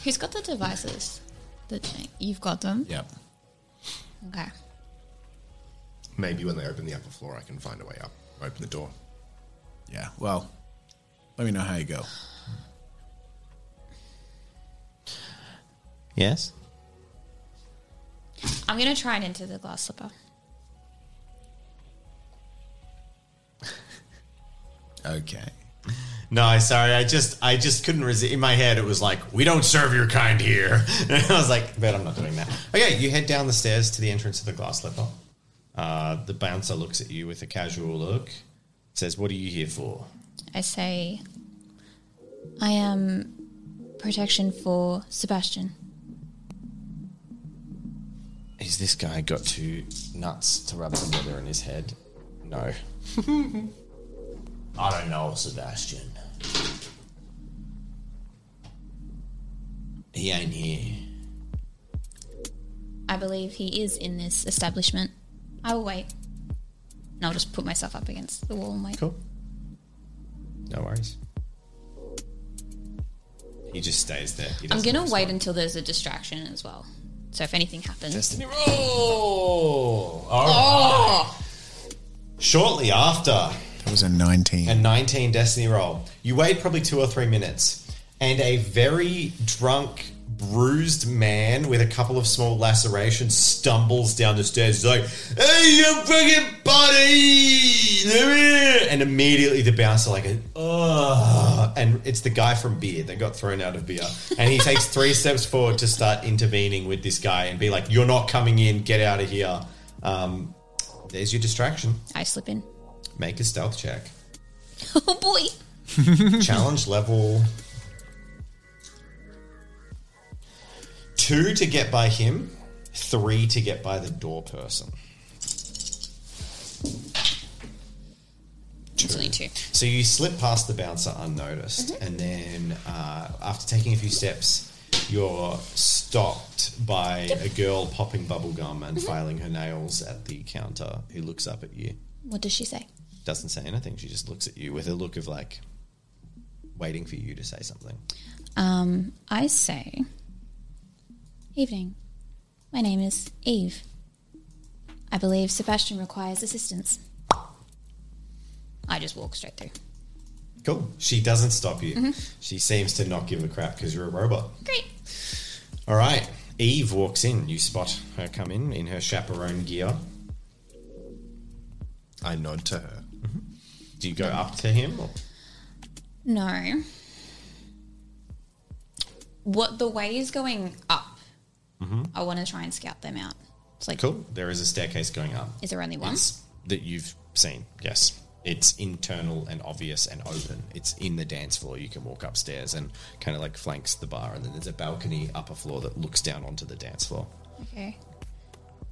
Speaker 3: who's got the devices? That you've got them.
Speaker 1: Yep.
Speaker 3: Okay.
Speaker 4: Maybe when they open the upper floor, I can find a way up. Open the door.
Speaker 1: Yeah. Well, let me know how you go.
Speaker 2: Yes.
Speaker 5: I'm gonna try and enter the glass slipper.
Speaker 1: Okay.
Speaker 2: No, sorry. I just, I just couldn't resist. In my head, it was like, "We don't serve your kind here." And I was like, "Bet I'm not doing that." Okay, you head down the stairs to the entrance of the glass slipper. Uh, the bouncer looks at you with a casual look. Says, "What are you here for?"
Speaker 5: I say, I am protection for Sebastian.
Speaker 2: Is this guy got two nuts to rub together in his head? No. I don't know, Sebastian. He ain't here.
Speaker 5: I believe he is in this establishment. I will wait. And I'll just put myself up against the wall and wait.
Speaker 2: Cool. No worries. He just stays there. He
Speaker 5: I'm
Speaker 2: doesn't
Speaker 5: gonna wait
Speaker 2: respond.
Speaker 5: until there's a distraction as well. So if anything happens,
Speaker 2: Destiny roll. All right. Shortly after,
Speaker 1: That was a 19.
Speaker 2: a 19 destiny roll. You wait probably two or three minutes, and a very drunk, bruised man with a couple of small lacerations stumbles down the stairs. He's like, "Hey, you fucking buddy!" Come here!" And immediately the bouncer like, "Ugh!" And it's the guy from Beer that got thrown out of Beer, and he takes three steps forward to start intervening with this guy and be like, "You're not coming in. Get out of here." Um, there's your distraction.
Speaker 5: I slip in.
Speaker 2: Make a stealth check.
Speaker 5: oh boy!
Speaker 2: Challenge level two to get by him, three to get by the door person.
Speaker 5: It's only two.
Speaker 2: So you slip past the bouncer unnoticed, and then uh, after taking a few steps, you're stopped by a girl popping bubblegum and filing her nails at the counter who looks up at you.
Speaker 5: What does she say?
Speaker 2: Doesn't say anything, she just looks at you with a look of like waiting for you to say something.
Speaker 5: Um, I say, Evening. My name is Eve. I believe Sebastian requires assistance. I just walk straight through.
Speaker 2: Cool. She doesn't stop you.
Speaker 5: Mm-hmm.
Speaker 2: She seems to not give a crap because you're a robot.
Speaker 5: Great.
Speaker 2: All right. Eve walks in. You spot her come in in her chaperone gear.
Speaker 6: I nod to her.
Speaker 2: Do you go up to him? Or?
Speaker 5: No. What the way is going up, I want to try and scout them out. It's like,
Speaker 2: Cool. There is a staircase going up.
Speaker 5: is there only one?
Speaker 2: It's that you've seen. Yes. It's internal and obvious and open. It's in the dance floor. You can walk upstairs and kind of like flanks the bar. And then there's a balcony upper floor that looks down onto the dance floor.
Speaker 5: Okay.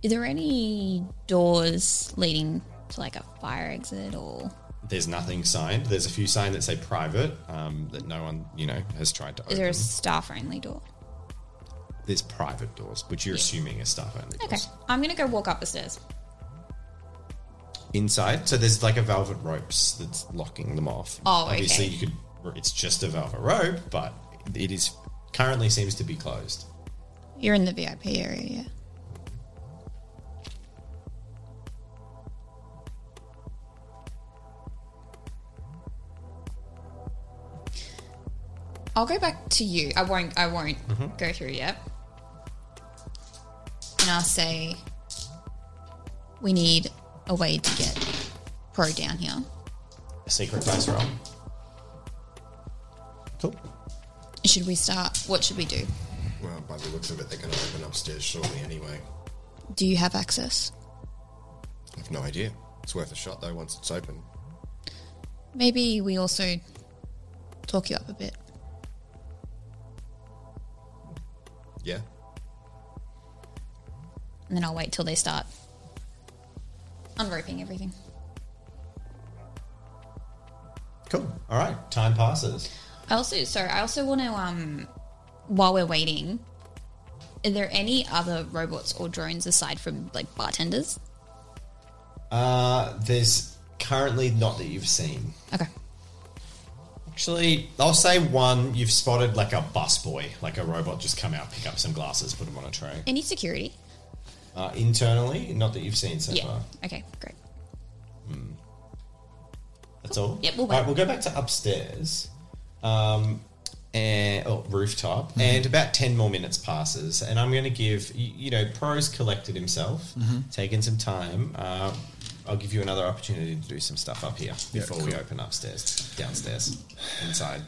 Speaker 5: Are there any doors leading to like a fire exit or
Speaker 2: There's nothing signed. There's a few signed that say private um, that no one, you know, has tried to open.
Speaker 5: is there a staff only door?
Speaker 2: there's private doors, which you're assuming are staff only doors.
Speaker 5: Okay. I'm going to go walk up the stairs.
Speaker 2: Inside, so there's like a velvet ropes that's locking them off.
Speaker 5: Oh, okay.
Speaker 2: obviously you could. It's just a velvet rope, but it is currently seems to be closed.
Speaker 7: You're in the VIP area, yeah.
Speaker 5: I'll go back to you. I won't. I won't go through yet.
Speaker 7: And I'll say, we need a way to get Pro down here.
Speaker 2: A secret dice roll. Cool.
Speaker 7: Should we start? What should we do?
Speaker 6: Well, by the looks of it, they're going to open upstairs shortly anyway.
Speaker 7: Do you have access?
Speaker 6: I've no idea. It's worth a shot though once it's open.
Speaker 7: Maybe we also talk you up a bit.
Speaker 6: Yeah.
Speaker 5: And then I'll wait till they start unroping everything.
Speaker 2: Cool. All right. Time passes.
Speaker 5: I also, sorry, I also want to, um, while we're waiting, are there any other robots or drones aside from like bartenders?
Speaker 2: Uh, there's currently not that you've seen.
Speaker 5: Okay.
Speaker 2: Actually, I'll say one. You've spotted like a busboy, like a robot, just come out, pick up some glasses, put them on a tray.
Speaker 5: Any security?
Speaker 2: Uh, internally, not that you've seen so
Speaker 5: Yeah.
Speaker 2: far.
Speaker 5: Okay, great.
Speaker 2: That's all.
Speaker 5: Yep, we'll wait.
Speaker 2: All right, we'll go back to upstairs. Um, and oh, rooftop, and about ten more minutes passes, and I'm going to give you, you know Pro's collected himself, taken some time. Uh, I'll give you another opportunity to do some stuff up here
Speaker 1: Yeah,
Speaker 2: before we open upstairs, downstairs, inside.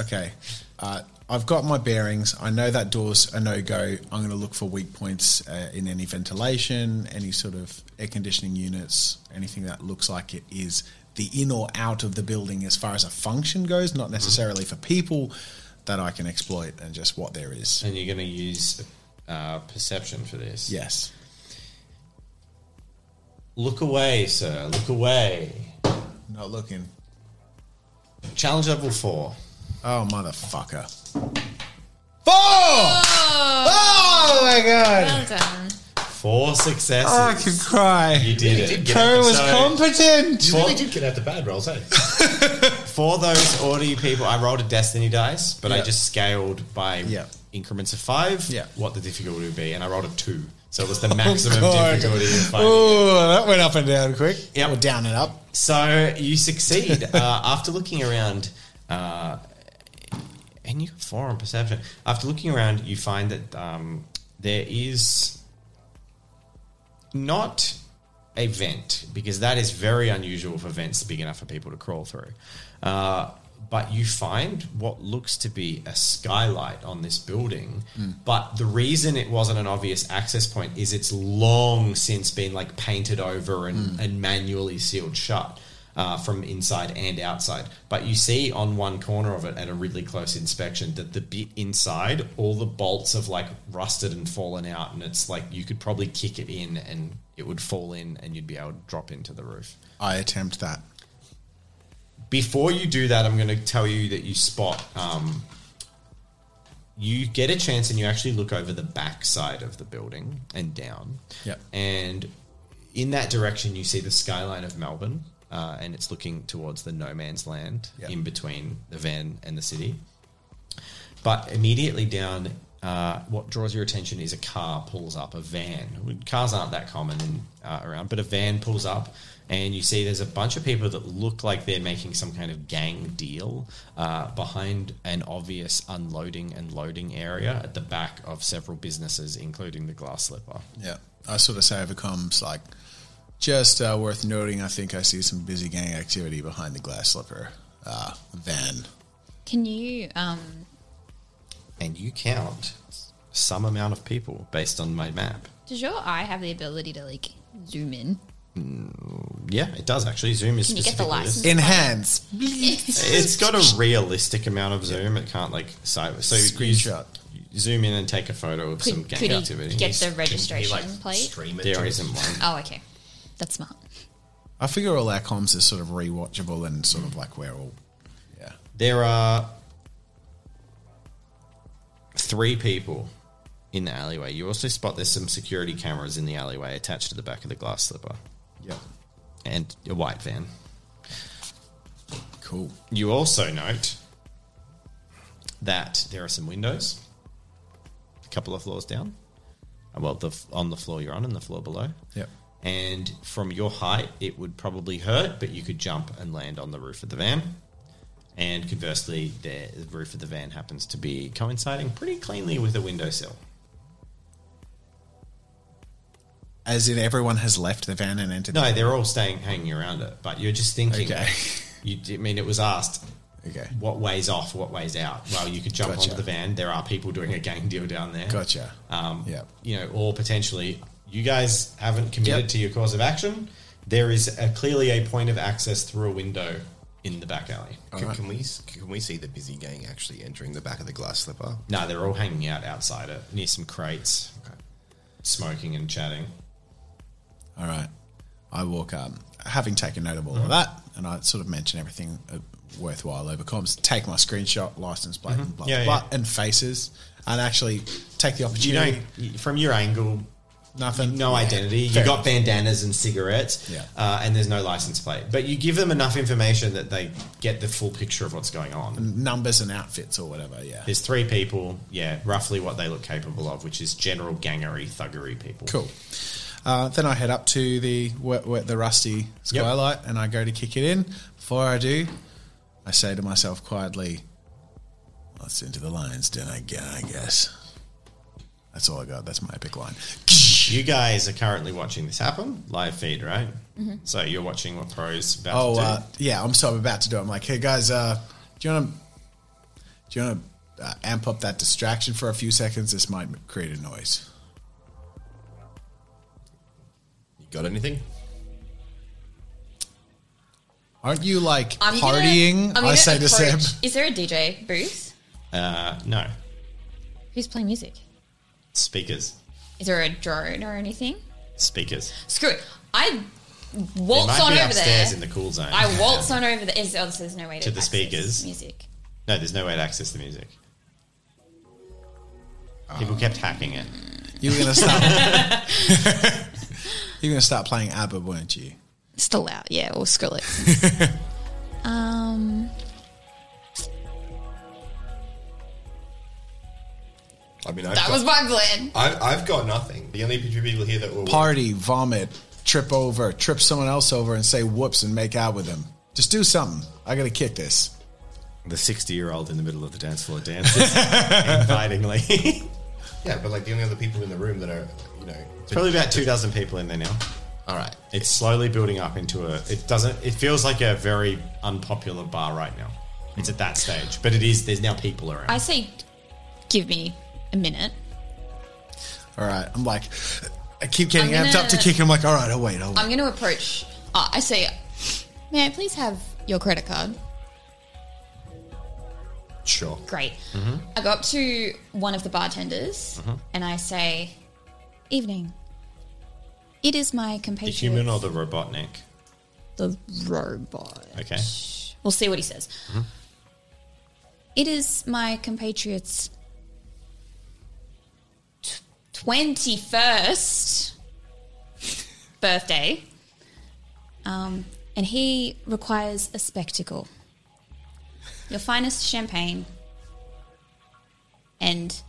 Speaker 1: Okay. Uh, I've got my bearings. I know that door's a no go. I'm going to look for weak points uh, in any ventilation, any sort of air conditioning units, anything that looks like it is the in or out of the building as far as a function goes, not necessarily for people that I can exploit and just what there is.
Speaker 2: And you're going to use uh, perception for this.
Speaker 1: Yes.
Speaker 2: Look away, sir. Look away.
Speaker 1: Not looking.
Speaker 2: Challenge level four.
Speaker 1: Oh, motherfucker. Four! Oh my god!
Speaker 8: Well done.
Speaker 2: Four successes.
Speaker 1: I could cry.
Speaker 2: you did
Speaker 4: did
Speaker 2: it.
Speaker 4: get
Speaker 1: Kerr was
Speaker 2: So-
Speaker 1: competent!
Speaker 4: You really did get out the bad rolls, eh?
Speaker 2: For those audio people, I rolled a destiny dice, but I
Speaker 1: Yeah.
Speaker 2: just scaled by
Speaker 1: Yeah.
Speaker 2: increments of five
Speaker 1: Yeah. Oh,
Speaker 2: what the difficulty would be, and I rolled a two. So it was the maximum
Speaker 1: God.
Speaker 2: difficulty in finding it.
Speaker 1: Oh, that went up and down quick.
Speaker 2: Yep.
Speaker 1: Or down and up.
Speaker 2: So you succeed uh, after looking around, uh, and you got four on perception. After looking around, you find that um, there is not a vent because that is very unusual for vents big enough for people to crawl through. Uh, but you find what looks to be a skylight on this building. But the reason it wasn't an obvious access point is it's long since been like painted over and, and manually sealed shut. Uh, from inside and outside, but you see on one corner of it at a really close inspection that the bit inside, all the bolts have like rusted and fallen out, and it's like you could probably kick it in and it would fall in and you'd be able to drop into the roof.
Speaker 1: I attempt that.
Speaker 2: Before you do that, I'm going to tell you that you spot. Um, you get a chance and you actually look over the back side of the building and down.
Speaker 1: Yep.
Speaker 2: And in that direction, you see the skyline of Melbourne uh, and it's looking towards the no man's land
Speaker 1: Yep.
Speaker 2: in between the van and the city. But immediately down, uh, what draws your attention is a car pulls up, a van. Cars aren't that common in, uh, around, but a van pulls up, and you see there's a bunch of people that look like they're making some kind of gang deal uh, behind an obvious unloading and loading area at the back of several businesses, including the glass slipper.
Speaker 1: Yeah. I sort of say over comms, like, just uh, worth noting, I think I see some busy gang activity behind the glass slipper uh, van.
Speaker 8: Can you? Um,
Speaker 2: And you count some amount of people based on my map.
Speaker 8: does your eye have the ability to like zoom in?
Speaker 2: Yeah, it does actually. Zoom is
Speaker 8: Can you get the
Speaker 2: specifically this.
Speaker 8: license?
Speaker 1: Enhance.
Speaker 2: It's got a realistic amount of zoom. It can't like sideways. So you z-
Speaker 1: Screenshot.
Speaker 2: zoom in and take a photo of some
Speaker 8: Could,
Speaker 2: gang
Speaker 8: could
Speaker 2: activity.
Speaker 8: he get
Speaker 4: Can
Speaker 8: the
Speaker 4: he,
Speaker 8: registration
Speaker 4: like,
Speaker 8: plate?
Speaker 4: Stream it to
Speaker 2: there
Speaker 4: us?
Speaker 2: isn't one.
Speaker 8: Oh, okay, that's smart.
Speaker 1: I figure all our comms is sort of rewatchable and sort of like we're all. Yeah.
Speaker 2: There are three people in the alleyway. You also spot there's some security cameras in the alleyway attached to the back of the glass slipper
Speaker 1: Yeah.
Speaker 2: and a white van.
Speaker 1: Cool.
Speaker 2: You also note that there are some windows a couple of floors down. Uh, Well, the f- on the floor you're on and the floor below.
Speaker 1: Yep.
Speaker 2: And from your height, it would probably hurt, but you could jump and land on the roof of the van. And conversely, the the roof of the van happens to be coinciding pretty cleanly with a windowsill.
Speaker 1: As in, everyone has left the van and entered.
Speaker 2: No, they're all staying hanging around it, but you're just thinking.
Speaker 1: Okay.
Speaker 2: You, I mean, it was asked
Speaker 1: The- okay.
Speaker 2: what ways off, what ways out. Well, you could jump
Speaker 1: Gotcha.
Speaker 2: onto the van. There are people doing a gang deal down there.
Speaker 1: Gotcha.
Speaker 2: Um,
Speaker 1: Yeah.
Speaker 2: You know, or potentially you guys haven't committed
Speaker 1: Yep.
Speaker 2: to your cause of action. There is a, clearly a point of access through a window in the back alley.
Speaker 1: All
Speaker 4: Can,
Speaker 1: right.
Speaker 4: can we s- can we see the busy gang actually entering the back of the glass slipper?
Speaker 2: No, they're all hanging out outside it near some crates, smoking and chatting.
Speaker 1: All right. I walk up, having taken note of all
Speaker 2: Mm-hmm.
Speaker 1: of that, and I sort of mention everything uh, worthwhile over comms. Take my screenshot, license plate, and blah,
Speaker 2: Mm-hmm. Yeah,
Speaker 1: blah,
Speaker 2: yeah.
Speaker 1: blah, and faces, and actually take the
Speaker 2: You
Speaker 1: opportunity.
Speaker 2: don't, from your angle,
Speaker 1: nothing.
Speaker 2: no identity. You
Speaker 1: Fair
Speaker 2: got bandanas and cigarettes,
Speaker 1: Yeah.
Speaker 2: uh, and there's no license plate. But you give them enough information that they get the full picture of what's going on.
Speaker 1: numbers and outfits or whatever. Yeah.
Speaker 2: There's three people, yeah, roughly what they look capable of, which is general gangery, thuggery people.
Speaker 1: Cool. Uh, then I head up to the where, where the rusty skylight and I go to kick it in. Before I do, I say to myself quietly, Let's into the lion's den again, I guess. That's all I got. That's my epic line.
Speaker 2: You guys are currently watching this happen live feed, right? So you're watching what Pro's about
Speaker 1: Oh,
Speaker 2: to do.
Speaker 1: uh, yeah, I'm so I'm about to do it. I'm like, hey guys, uh, do you want to do you want to uh, amp up that distraction for a few seconds? This might create a noise.
Speaker 2: you got anything?
Speaker 1: Aren't you like
Speaker 5: I'm gonna-
Speaker 1: partying?
Speaker 5: I'm gonna
Speaker 1: I say to Sam.
Speaker 5: approach- Is there a DJ booth?
Speaker 2: Uh, no.
Speaker 5: Who's playing music?
Speaker 2: Speakers.
Speaker 5: Is there a drone or anything?
Speaker 2: Speakers.
Speaker 5: Screw it. I
Speaker 2: It
Speaker 5: waltz
Speaker 2: might
Speaker 5: on
Speaker 2: be
Speaker 5: over there.
Speaker 2: upstairs in the cool zone.
Speaker 5: I waltz on over there. Is, oh, so there's no way to,
Speaker 2: To the
Speaker 5: access
Speaker 2: speakers.
Speaker 5: Music.
Speaker 2: No, there's no way to access the music. People kept hacking it.
Speaker 1: You were gonna start. you were gonna start playing ABBA, weren't you?
Speaker 3: Still out, yeah, or scroll it. um,
Speaker 4: I mean, I've
Speaker 5: That was
Speaker 4: got,
Speaker 5: my plan.
Speaker 4: I've, I've got nothing. The only two people here that will
Speaker 1: Party, vomit, trip over, trip someone else over, and say whoops and make out with them. Just do something. I gotta kick this.
Speaker 2: The 60 year old in the middle of the dance floor dances invitingly. There's
Speaker 4: Yeah, but like the only other people in the room that are, you know,
Speaker 2: probably about two dozen people in there now.
Speaker 4: all right.
Speaker 2: It's slowly building up into a. It doesn't. It feels like a very unpopular bar right now. It's at that stage, but it is. There's now people around.
Speaker 5: I say, give me a minute.
Speaker 1: All right, I'm like, I keep getting
Speaker 5: I'm
Speaker 1: amped up to
Speaker 5: gonna-
Speaker 1: kick. I'm like, all right, I'll wait. I'll wait.
Speaker 5: I'm going to approach. ah, I say,
Speaker 3: may I please have your credit card?
Speaker 4: Sure.
Speaker 5: great. I go up to one of the bartenders and I say,
Speaker 3: Evening. It is my
Speaker 2: the
Speaker 3: compatriot.
Speaker 2: human or the robotnik?
Speaker 3: the robot.
Speaker 2: Okay.
Speaker 5: we'll see what he says.
Speaker 3: It is my compatriot's
Speaker 5: 21st birthday.
Speaker 3: um, and he requires a spectacle. Your finest champagne and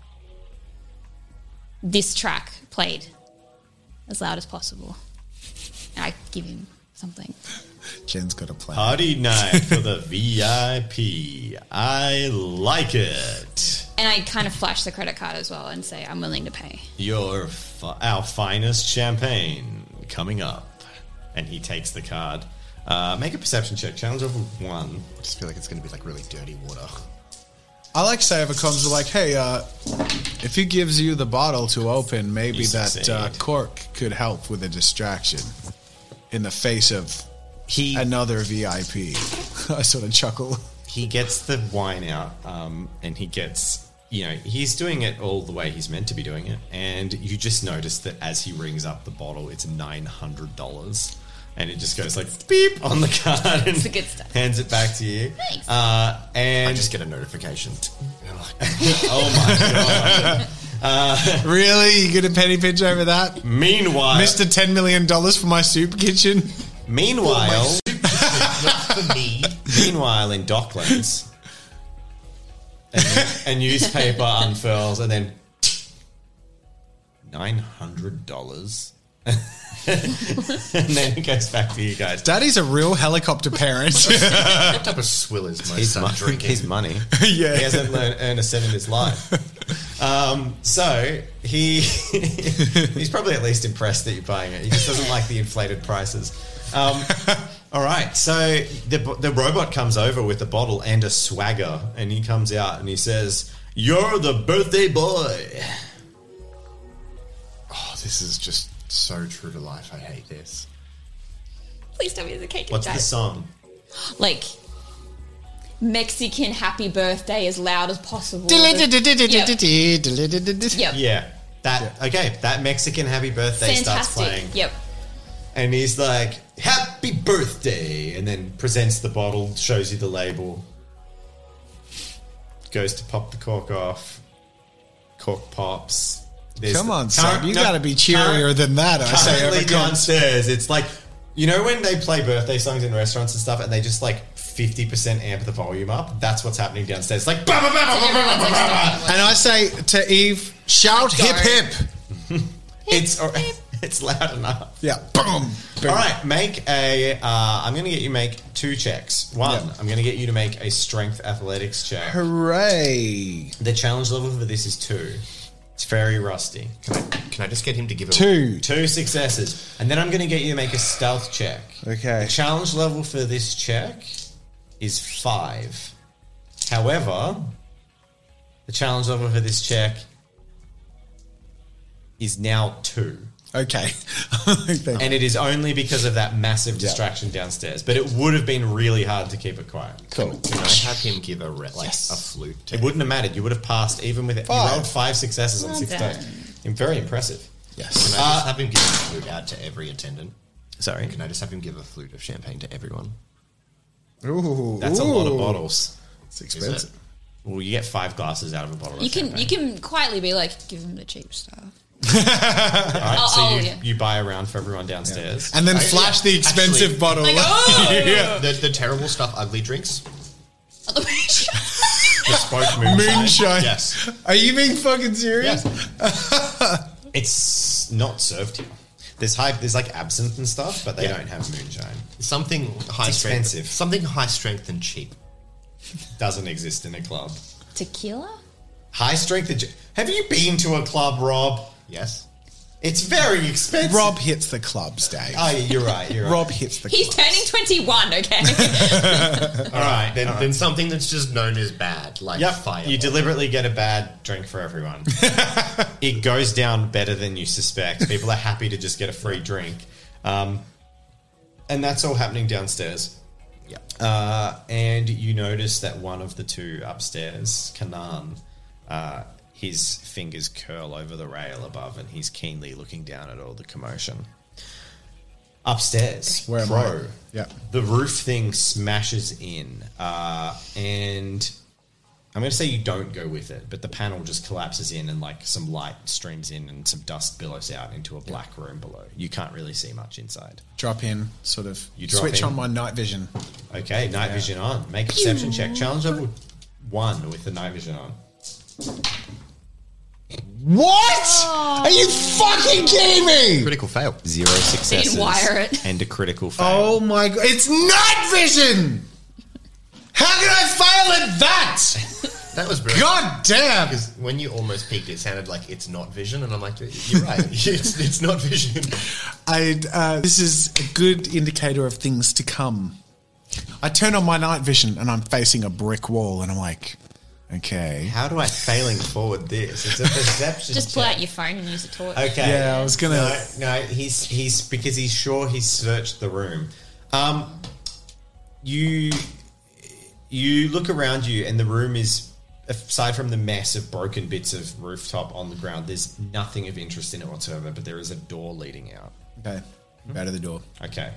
Speaker 5: This track played.
Speaker 3: as loud as possible. And I give him something.
Speaker 1: Jen's got a plan.
Speaker 2: Party night for the VIP. I like it.
Speaker 5: And I kind of flash the credit card as well and say, I'm willing to pay.
Speaker 2: Your f- our finest champagne coming up, and he takes the card. Uh, make a perception check. Challenge level one.
Speaker 4: I just feel like it's going to be like really dirty water.
Speaker 1: I like say if it comes to like, hey, uh, if he gives you the bottle to open, maybe
Speaker 2: You
Speaker 1: that
Speaker 2: succeed.
Speaker 1: uh, cork could help with a distraction in the face of
Speaker 2: He
Speaker 1: another VIP. I sort of chuckle.
Speaker 2: he gets the wine out um, and he gets you know he's doing it all the way he's meant to be doing it and you just notice that as he rings up the bottle it's $900 and it just goes like beep on the card and
Speaker 5: the good stuff.
Speaker 2: hands it back to you Thanks. Uh, and
Speaker 4: I just get a notification. And I'm like,
Speaker 2: oh my
Speaker 1: really, you get a penny pinch over that?
Speaker 2: meanwhile
Speaker 1: Mister ten million dollars for my soup kitchen.
Speaker 2: meanwhile
Speaker 4: for me,
Speaker 2: Meanwhile, in Docklands, a, a newspaper unfurls and then nine hundred dollars, and then it goes back to you guys.
Speaker 1: Daddy's a real helicopter parent.
Speaker 4: that was Swillers, my
Speaker 2: His,
Speaker 4: son
Speaker 2: mo-
Speaker 4: drinking.
Speaker 2: his money.
Speaker 1: Yeah.
Speaker 2: he hasn't learned, earned a cent in his life. Um, so he he's probably at least impressed that you're buying it. He just doesn't like the inflated prices. Um, all right, so the the robot comes over with a bottle and a swagger, and he comes out and he says, "You're the birthday boy."
Speaker 4: oh, this is just so true to life. I hate this.
Speaker 5: Please tell me there's a cake
Speaker 2: What's the
Speaker 5: inside.
Speaker 2: song?
Speaker 5: Like, Mexican happy birthday as loud as possible. Yep.
Speaker 2: Yeah, that okay. That Mexican happy birthday starts
Speaker 5: Fantastic.
Speaker 2: playing.
Speaker 5: Yep.
Speaker 2: and he's like, "Happy birthday!" and then presents the bottle, shows you the label, goes to pop the cork off, cork pops. There's
Speaker 1: Come
Speaker 2: the-
Speaker 1: on, son,
Speaker 2: Current-
Speaker 1: you
Speaker 2: no,
Speaker 1: got to be cheerier
Speaker 2: current-
Speaker 1: than that. I say
Speaker 2: currently
Speaker 1: every concert.
Speaker 2: downstairs, it's like you know when they play birthday songs in restaurants and stuff, and they just like fifty percent amp the volume up. That's what's happening downstairs. It's like, bah, bah, bah, bah, bah, bah, bah, bah, bah.
Speaker 1: And I say to Eve, shout hip hip.
Speaker 2: it's or, It's loud enough.
Speaker 1: Yeah. Boom. Boom.
Speaker 2: All right, make a. Uh, I'm going to get you make two checks. One,
Speaker 1: Yeah.
Speaker 2: I'm going to get you to make a strength athletics check.
Speaker 1: Hooray.
Speaker 2: The challenge level for this is two. It's very rusty.
Speaker 4: Can I, can I just get him to give it
Speaker 1: Two.
Speaker 2: Two successes, and then I'm going to get you to make a stealth check.
Speaker 1: Okay.
Speaker 2: The challenge level for this check is five. However, the challenge level for this check is now two,
Speaker 1: Okay.
Speaker 2: and it is only because of that massive distraction downstairs. But it would have been really hard to keep it quiet.
Speaker 1: cool.
Speaker 4: Can I have him give a re- like
Speaker 2: Yes.
Speaker 4: a flute? To
Speaker 2: It wouldn't have mattered. You would have passed even with it. You
Speaker 1: Five.
Speaker 2: rolled five successes on
Speaker 5: Well
Speaker 2: six
Speaker 5: done.
Speaker 2: dice. Very impressive.
Speaker 1: Yes.
Speaker 4: Can I just have him give a flute out to every attendant?
Speaker 2: Sorry,
Speaker 4: Can I just have him give a flute of champagne to everyone?
Speaker 1: Ooh.
Speaker 2: that's a lot of bottles.
Speaker 1: It's
Speaker 4: Is it?
Speaker 1: expensive.
Speaker 2: Well, you get five glasses out of a bottle.
Speaker 3: You
Speaker 2: of
Speaker 3: can
Speaker 2: champagne.
Speaker 3: you can quietly be like, give him the cheap stuff.
Speaker 2: All right,
Speaker 3: Oh,
Speaker 2: so
Speaker 3: oh,
Speaker 2: you,
Speaker 3: yeah.
Speaker 2: you buy a round for everyone downstairs.
Speaker 1: And then flash the expensive
Speaker 4: Actually-
Speaker 1: bottle.
Speaker 3: Like, oh,
Speaker 1: yeah.
Speaker 4: The, the terrible stuff, ugly drinks.
Speaker 3: Otherwise-
Speaker 2: Bespoke
Speaker 1: Moonshine.
Speaker 4: Yes.
Speaker 1: Are you being fucking serious?
Speaker 4: Yes.
Speaker 2: It's not served here. There's high, there's like absinthe and stuff, but they
Speaker 4: Yeah.
Speaker 2: don't have moonshine.
Speaker 4: Something high
Speaker 2: It's
Speaker 4: strength.
Speaker 2: expensive.
Speaker 4: Something high strength and cheap.
Speaker 2: Doesn't exist in a club.
Speaker 5: Tequila?
Speaker 2: High strength. ag- Have you been to a club, Rob?
Speaker 4: Yes.
Speaker 2: It's very expensive.
Speaker 1: Rob hits the clubs, Dave.
Speaker 2: oh, yeah, you're right. You're right.
Speaker 1: Rob hits the
Speaker 5: He's
Speaker 1: clubs.
Speaker 5: turning 21, okay?
Speaker 2: All right,
Speaker 4: Then,
Speaker 2: all right.
Speaker 4: then something that's just known as bad, like
Speaker 2: Yep.
Speaker 4: fire.
Speaker 2: You deliberately get a bad drink for everyone. it goes down better than you suspect. People are happy to just get a free drink. Um, and that's all happening downstairs.
Speaker 4: Yeah.
Speaker 2: Uh, and you notice that one of the two upstairs, Kanan, uh, his fingers curl over the rail above and he's keenly looking down at all the commotion. Upstairs,
Speaker 1: Where am
Speaker 2: pro.
Speaker 1: I? Yeah.
Speaker 2: The roof thing smashes in, uh, and I'm going to say you don't go with it, but the panel just collapses in, and like some light streams in, and some dust billows out into a black room below. You can't really see much inside.
Speaker 1: Drop in, sort of.
Speaker 2: You drop
Speaker 1: switch
Speaker 2: in.
Speaker 1: on my night vision.
Speaker 2: Okay, night vision on. Make a perception check. Challenge level one with the night vision on.
Speaker 1: What? Are you fucking kidding me?
Speaker 4: Critical fail.
Speaker 2: Zero successes.
Speaker 5: wire it.
Speaker 2: And a critical fail.
Speaker 1: Oh my god! It's night vision. How can I fail at that?
Speaker 4: That was brilliant.
Speaker 1: God damn!
Speaker 4: Because when you almost peaked, it sounded like it's not vision, and I'm like, you're right. it's, it's not vision.
Speaker 1: I, uh, this is a good indicator of things to come. I turn on my night vision and I'm facing a brick wall, and I'm like, okay.
Speaker 2: How do I failing forward this? It's a perception
Speaker 5: Just pull
Speaker 2: check.
Speaker 5: out your phone and use a torch.
Speaker 2: Okay.
Speaker 1: Yeah, I was gonna-
Speaker 2: No, no, he's he's because he's sure he's searched the room. Um, you you look around you, and the room is aside from the mess of broken bits of rooftop on the ground. There's nothing of interest in it whatsoever. But there is a door leading out.
Speaker 1: Okay, go to the door
Speaker 2: Okay.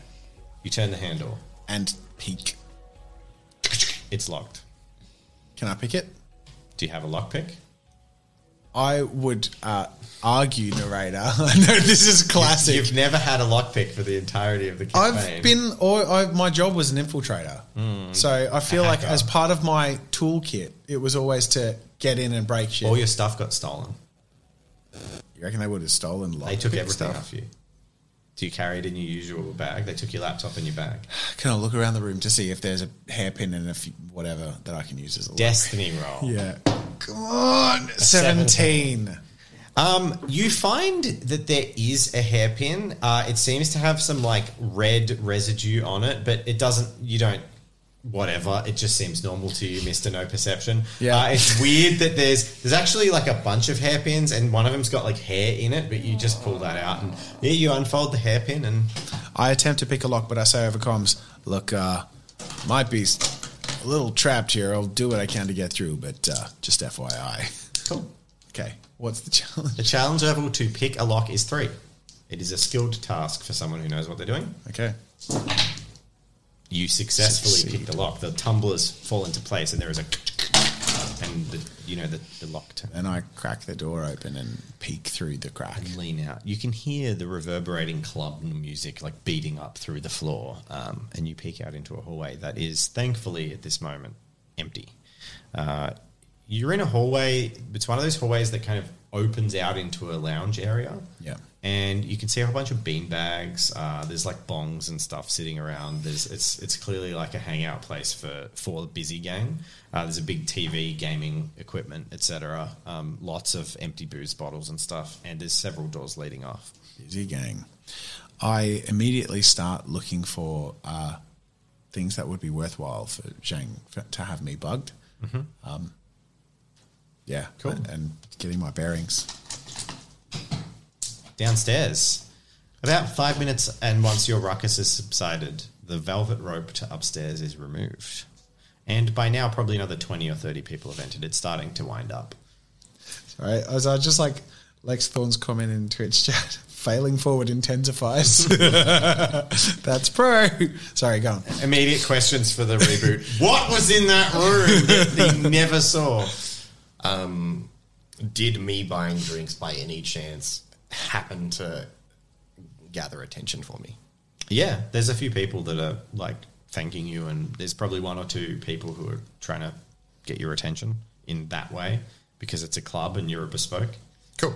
Speaker 2: You turn the handle.
Speaker 1: and peek.
Speaker 2: It's locked.
Speaker 1: Can I pick it?
Speaker 2: Do you have a lockpick?
Speaker 1: I would uh, argue, narrator. I know this is classic.
Speaker 2: You've never had a lockpick for the entirety of the campaign.
Speaker 1: I've been, or I, my job was an infiltrator. So I feel like
Speaker 2: Hmm. hacker.
Speaker 1: as part of my toolkit, it was always to get in and break shit.
Speaker 2: All your stuff got stolen.
Speaker 1: you reckon they would have stolen?
Speaker 2: They
Speaker 1: Like,
Speaker 2: took everything off you. Do you carry it in your usual bag? They took your laptop in your bag.
Speaker 1: Can I look around the room to see if there's a hairpin and a few, whatever that I can use as a
Speaker 2: Destiny roll.
Speaker 1: Yeah. Come on, seventeen.
Speaker 2: Um, you find that there is a hairpin. Uh, it seems to have some like red residue on it, but it doesn't. You don't. Whatever. It just seems normal to you, Mister No Perception.
Speaker 1: Yeah.
Speaker 2: Uh, it's weird that there's there's actually like a bunch of hairpins, and one of them's got like hair in it, but you just pull that out and yeah, you unfold the hairpin and
Speaker 1: I attempt to pick a lock, but I say over comms, "Look, uh, might be a little trapped here. I'll do what I can to get through, but uh, just FYI."
Speaker 2: cool.
Speaker 1: Okay, what's the challenge?
Speaker 2: The challenge level to pick a lock is three. It is a skilled task for someone who knows what they're doing.
Speaker 1: Okay.
Speaker 2: You successfully
Speaker 1: Succeed.
Speaker 2: pick the lock. The tumblers fall into place, and there is a and the, you know the, the lock turn
Speaker 1: And I crack the door open and peek through the crack.
Speaker 2: and lean out. You can hear the reverberating club music like beating up through the floor, um, and you peek out into a hallway that is thankfully at this moment empty. Uh, you're in a hallway. It's one of those hallways that kind of opens out into a lounge area.
Speaker 1: Yeah.
Speaker 2: and you can see a whole bunch of beanbags. Uh, there's like bongs and stuff sitting around. There's it's it's clearly like a hangout place for for the busy gang. Uh, there's a big TV, gaming equipment, etc. Um, lots of empty booze bottles and stuff, and there's several doors leading off.
Speaker 1: Busy gang. I immediately start looking for uh, things that would be worthwhile for Zhang for, to have me bugged. Um, yeah,
Speaker 2: Mm-hmm. Cool.
Speaker 1: And, and getting my bearings.
Speaker 2: downstairs. About five minutes, and once your ruckus has subsided, the velvet rope to upstairs is removed. And by now, probably another 20 or 30 people have entered. It's starting to wind up.
Speaker 1: All right, as I just like Lex Thorne's comment in Twitch chat, failing forward intensifies. That's pro. Sorry, go on.
Speaker 2: Immediate questions for the reboot. what was in that room that they never saw?
Speaker 6: Did me buying drinks by any chance happen to gather attention for me?
Speaker 2: Yeah, there's a few people that are like thanking you, and there's probably one or two people who are trying to get your attention in that way because it's a club and you're a bespoke.
Speaker 6: Cool.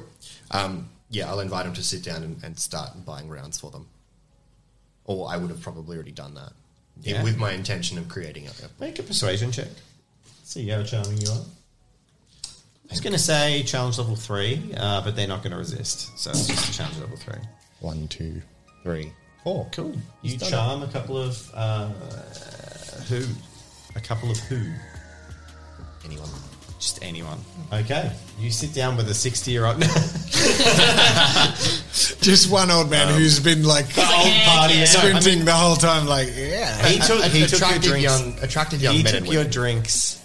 Speaker 6: Um, yeah, I'll invite him to sit down and, and start buying rounds for them. Or I would have probably already done that
Speaker 2: Yeah.
Speaker 6: with my intention of creating a- a
Speaker 2: Make a persuasion check. See how charming you are. I was going to say challenge level three, uh, but they're not going to resist. So it's just a challenge level three.
Speaker 6: One, two, three, four.
Speaker 2: Oh, Cool. You
Speaker 6: He's done
Speaker 2: charm a couple of uh, who? A couple of who?
Speaker 6: Anyone?
Speaker 2: Just anyone. Okay. You sit down with a sixty-year-old
Speaker 1: Just one old
Speaker 2: Um,
Speaker 1: man who's been like
Speaker 2: party. No, I mean,
Speaker 1: sprinting the whole time, like, yeah.
Speaker 2: he took he took your
Speaker 6: attractive
Speaker 2: drinks.
Speaker 6: Uh, young, attractive young
Speaker 2: he
Speaker 6: men
Speaker 2: took
Speaker 6: and
Speaker 2: your
Speaker 6: women.
Speaker 2: drinks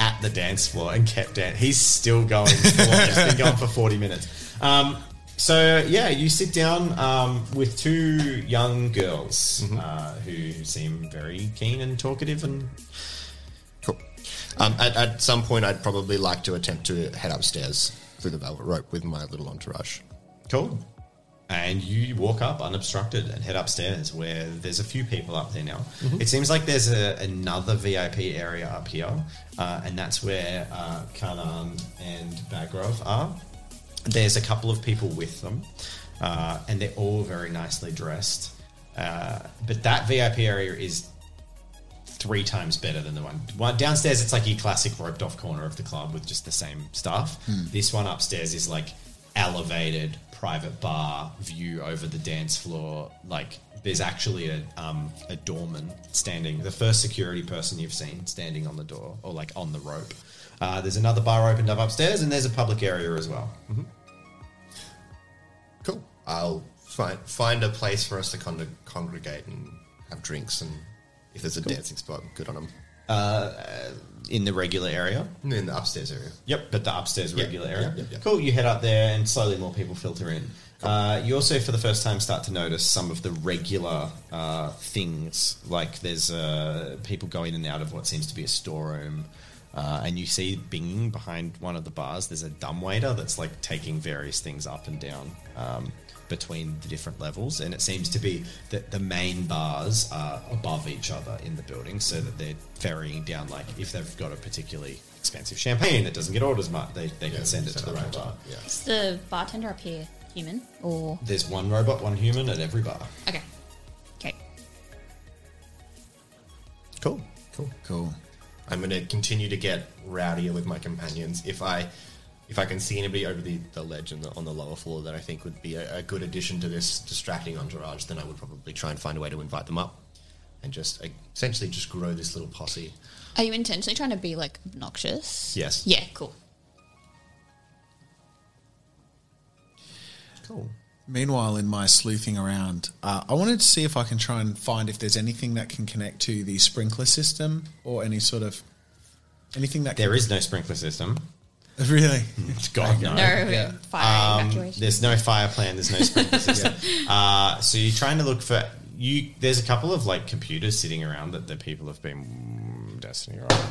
Speaker 2: at the dance floor and kept dancing. He's still going. For, he's been going for forty minutes. Um, so yeah, you sit down um, with two young girls
Speaker 6: Mm-hmm.
Speaker 2: uh, who seem very keen and talkative, and
Speaker 6: Cool. Um, at, at some point, I'd probably like to attempt to head upstairs through the velvet rope with my little entourage.
Speaker 2: cool. And you walk up unobstructed and head upstairs, where there's a few people up there now. It seems like there's a, another VIP area up here, uh, and that's where uh, Kanan and Bagrov are. there's a couple of people with them, uh, and they're all very nicely dressed. Uh, but that VIP area is three times better than the one. one downstairs. It's like your classic roped off corner of the club with just the same stuff. This one upstairs is like elevated private bar view over the dance floor. Like there's actually a um, a doorman standing, the first security person you've seen standing on the door or like on the rope. Uh, there's another bar opened up upstairs, and there's a public area as well.
Speaker 6: Cool. I'll find find a place for us to con- congregate and have drinks, and if there's a dancing spot, good on them.
Speaker 2: in the regular area.
Speaker 6: In the upstairs area.
Speaker 2: Yep, but the upstairs
Speaker 6: Yeah,
Speaker 2: regular area.
Speaker 6: yeah, yeah, yeah.
Speaker 2: Cool. You head up there, and slowly more people filter in. Uh, you also, for the first time, start to notice some of the regular uh, things. Like there's uh, people go in and out of what seems to be a storeroom, uh, and you see binging behind one of the bars. There's a dumbwaiter that's like taking various things up and down. Um, between the different levels, and it seems to be that the main bars are above each other in the building, so that they're ferrying down. Like if they've got a particularly expensive champagne that doesn't get ordered as much, they, they can send it to the right bar.
Speaker 6: Yeah.
Speaker 5: Is the bartender up here human or
Speaker 2: There's one robot, one human at every bar.
Speaker 5: okay? Okay.
Speaker 6: Cool. Cool.
Speaker 1: Cool.
Speaker 6: I'm going to continue to get rowdier with my companions. If I if I can see anybody over the, the ledge on the, on the lower floor that I think would be a, a good addition to this distracting entourage, then I would probably try and find a way to invite them up and just uh, essentially just grow this little posse.
Speaker 9: Are you intentionally trying to be like obnoxious?
Speaker 6: Yes.
Speaker 9: Yeah, cool.
Speaker 2: Cool.
Speaker 1: Meanwhile, in my sleuthing around, uh, I wanted to see if I can try and find if there's anything that can connect to the sprinkler system or any sort of anything that
Speaker 2: There is no sprinkler system.
Speaker 1: can really.
Speaker 2: God no.
Speaker 5: No fire evacuation.
Speaker 2: Um, There's no fire plan. There's no sprinkler system. uh, so you're trying to look for you. There's a couple of like computers sitting around that the people have been mm, Destiny right.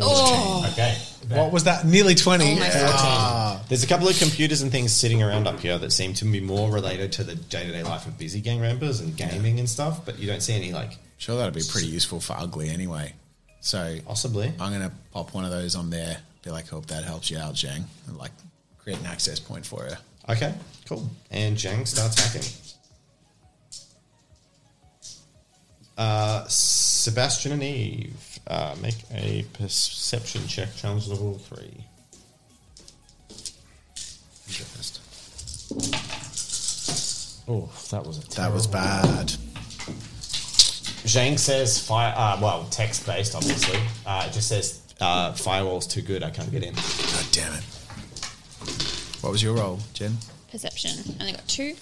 Speaker 9: Oh.
Speaker 2: Okay.
Speaker 1: What was that? Nearly twenty.
Speaker 9: my
Speaker 1: Yeah.
Speaker 2: There's a couple of computers and things sitting around up here that seem to be more related to the day to day life of busy gang members and gaming and stuff, but you don't see any like
Speaker 1: Sure, that'd be pretty useful for ugly anyway. So
Speaker 2: possibly.
Speaker 1: I'm gonna pop one of those on there. Be like, hope that helps you out, Zhang, and like create an access point for her.
Speaker 2: Okay, cool. And Jang starts hacking. Uh, Sebastian and Eve, uh, make a perception check, challenge level three. You go first. Oh, that was a
Speaker 1: That was bad.
Speaker 2: Zhang says fire. Uh, well, text based, obviously. Uh, it just says uh, firewall's too good. I can't get in.
Speaker 1: God damn it. What was your role, Jen?
Speaker 5: Perception. Only got two.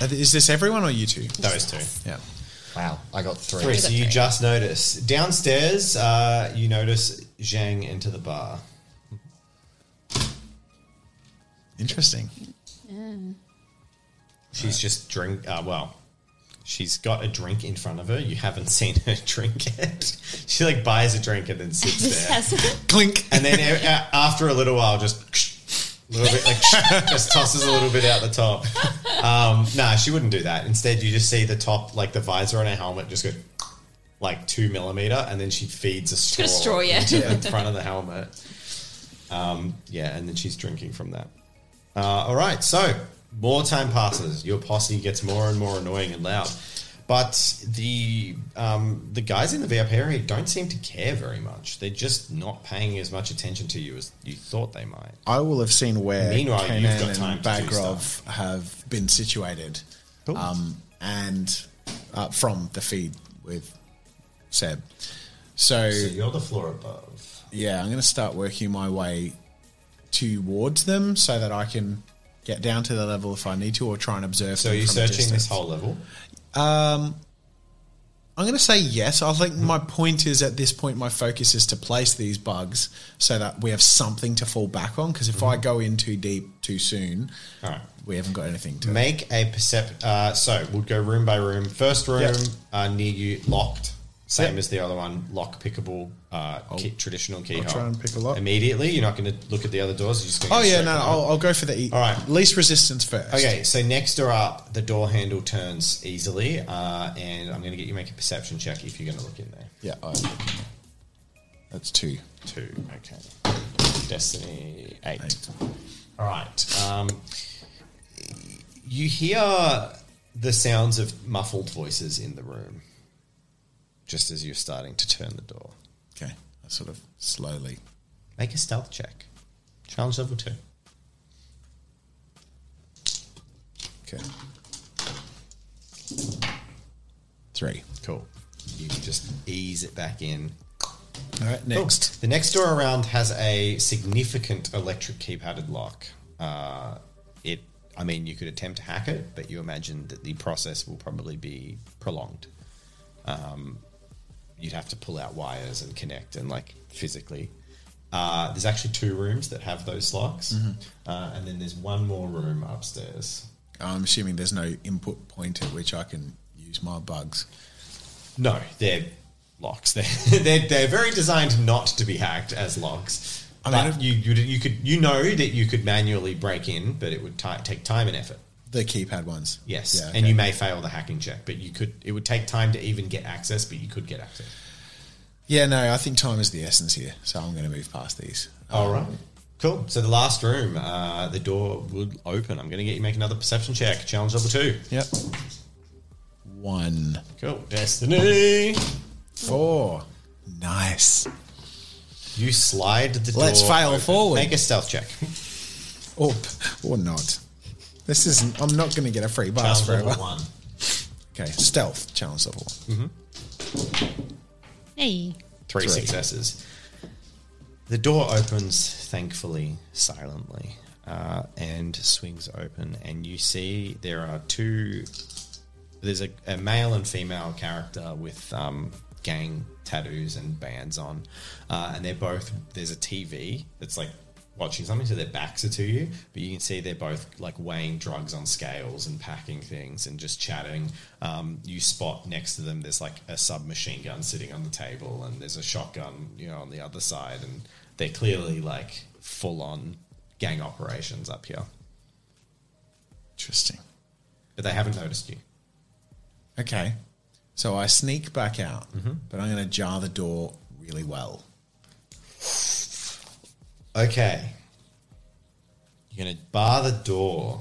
Speaker 1: Uh, Is this everyone or you two?
Speaker 2: Those two.
Speaker 1: Yeah.
Speaker 4: Wow, I got three.
Speaker 2: Three. So you just notice downstairs. Uh, you notice Zhang enter the bar.
Speaker 1: Interesting.
Speaker 2: She's just drink. Uh, well, she's got a drink in front of her. You haven't seen her drink it. she like buys a drink and then sits there.
Speaker 1: Clink.
Speaker 2: and then a- a- after a little while, just a little bit like just tosses a little bit out the top. Um, nah, she wouldn't do that. Instead, you just see the top, like the visor on her helmet, just go like two millimeter, and then she feeds a straw,
Speaker 5: a straw, yeah.
Speaker 2: into the front of the helmet. Um, yeah, and then she's drinking from that. Uh, all right, so more time passes. Your posse gets more and more annoying and loud. But the um, the guys in the VIP area don't seem to care very much. They're just not paying as much attention to you as you thought they might.
Speaker 1: I will have seen where
Speaker 2: Meanwhile,
Speaker 1: Kenan
Speaker 2: you've got time
Speaker 1: and
Speaker 2: to do
Speaker 1: Bagrov have been situated, um, and uh, from the feed with Seb. So
Speaker 2: you're the floor above.
Speaker 1: yeah, I'm going to start working my way towards them so that I can get down to the level if I need to, or try and observe.
Speaker 2: So
Speaker 1: them
Speaker 2: you're
Speaker 1: from a
Speaker 2: searching this
Speaker 1: distance.
Speaker 2: whole level.
Speaker 1: I'm going to say yes. I think my point is at this point, my focus is to place these bugs so that we have something to fall back on. Because if I go in too deep too soon,
Speaker 2: Mm-hmm. All right.
Speaker 1: we haven't got anything to.
Speaker 2: Make a percept. Uh, so we'll go room by room. First room
Speaker 1: Yep.
Speaker 2: uh, near you, locked. Same
Speaker 1: Yep.
Speaker 2: as the other one, lock pickable, uh, key, traditional keyhole.
Speaker 1: try and pick a lock.
Speaker 2: immediately. You're not going to look at the other doors. You're just going.
Speaker 1: Oh yeah, no, no I'll, I'll go for the e-
Speaker 2: All right.
Speaker 1: least resistance first.
Speaker 2: Okay, so next door up, the door handle turns easily, uh, and I'm going to get you to make a perception check if you're going to look in there.
Speaker 1: yeah, I- that's two.
Speaker 2: Two. Okay. Destiny eight.
Speaker 1: Eight.
Speaker 2: All right. Um, you hear the sounds of muffled voices in the room, just as you're starting to turn the door.
Speaker 1: Okay, I sort of slowly.
Speaker 2: Make a stealth check. Challenge level two.
Speaker 1: Okay, three.
Speaker 2: Cool. You can just ease it back in.
Speaker 1: All right,
Speaker 2: Cool.
Speaker 1: next.
Speaker 2: The next door around has a significant electric keypadded lock. Uh, it, I mean, you could attempt to hack it, but you imagine that the process will probably be prolonged. Um, you'd have to pull out wires and connect and like physically. Uh, there's actually two rooms that have those locks, uh, and then there's one more room upstairs.
Speaker 1: I'm assuming there's no input point at which I can use my bugs.
Speaker 2: No, they're locks. They're, they're they're very designed not to be hacked as locks.
Speaker 1: I mean,
Speaker 2: but you, you you could you know that you could manually break in, but it would ti take time and effort.
Speaker 1: The keypad ones.
Speaker 2: Yes,
Speaker 1: Yeah,
Speaker 2: and
Speaker 1: okay.
Speaker 2: you may fail the hacking check, but you could. It would take time to even get access, but you could get access.
Speaker 1: Yeah, no, I think time is the essence here, so I'm going to move past these.
Speaker 2: All right, cool. So the last room, uh, the door would open. I'm going to get you make another perception check. Challenge level two.
Speaker 1: Yep. One,
Speaker 2: Cool. Destiny.
Speaker 1: four. Nice.
Speaker 2: You slide the door.
Speaker 1: Let's fail
Speaker 2: open.
Speaker 1: forward.
Speaker 2: Make a stealth check.
Speaker 1: Or, Oh, or not. This isn't, I'm not going to get a free pass
Speaker 2: Challenge
Speaker 1: forever.
Speaker 2: level one.
Speaker 1: Okay, stealth, challenge level one.
Speaker 3: Hey.
Speaker 2: three
Speaker 1: Three.
Speaker 2: successes. The door opens, thankfully, silently, uh, and swings open, and you see there are two. There's a, a male and female character with um, gang tattoos and bands on, uh, and they're both. There's a TV that's like watching something, so their backs are to you, but you can see they're both like weighing drugs on scales and packing things and just chatting. Um, you spot next to them there's like a submachine gun sitting on the table, and there's a shotgun, you know, on the other side, and they're clearly like full on gang operations up here,
Speaker 1: Interesting.
Speaker 2: but they haven't noticed you.
Speaker 1: Okay, so I sneak back out, but I'm going to jar the door really well.
Speaker 2: Okay. You're going to bar the door.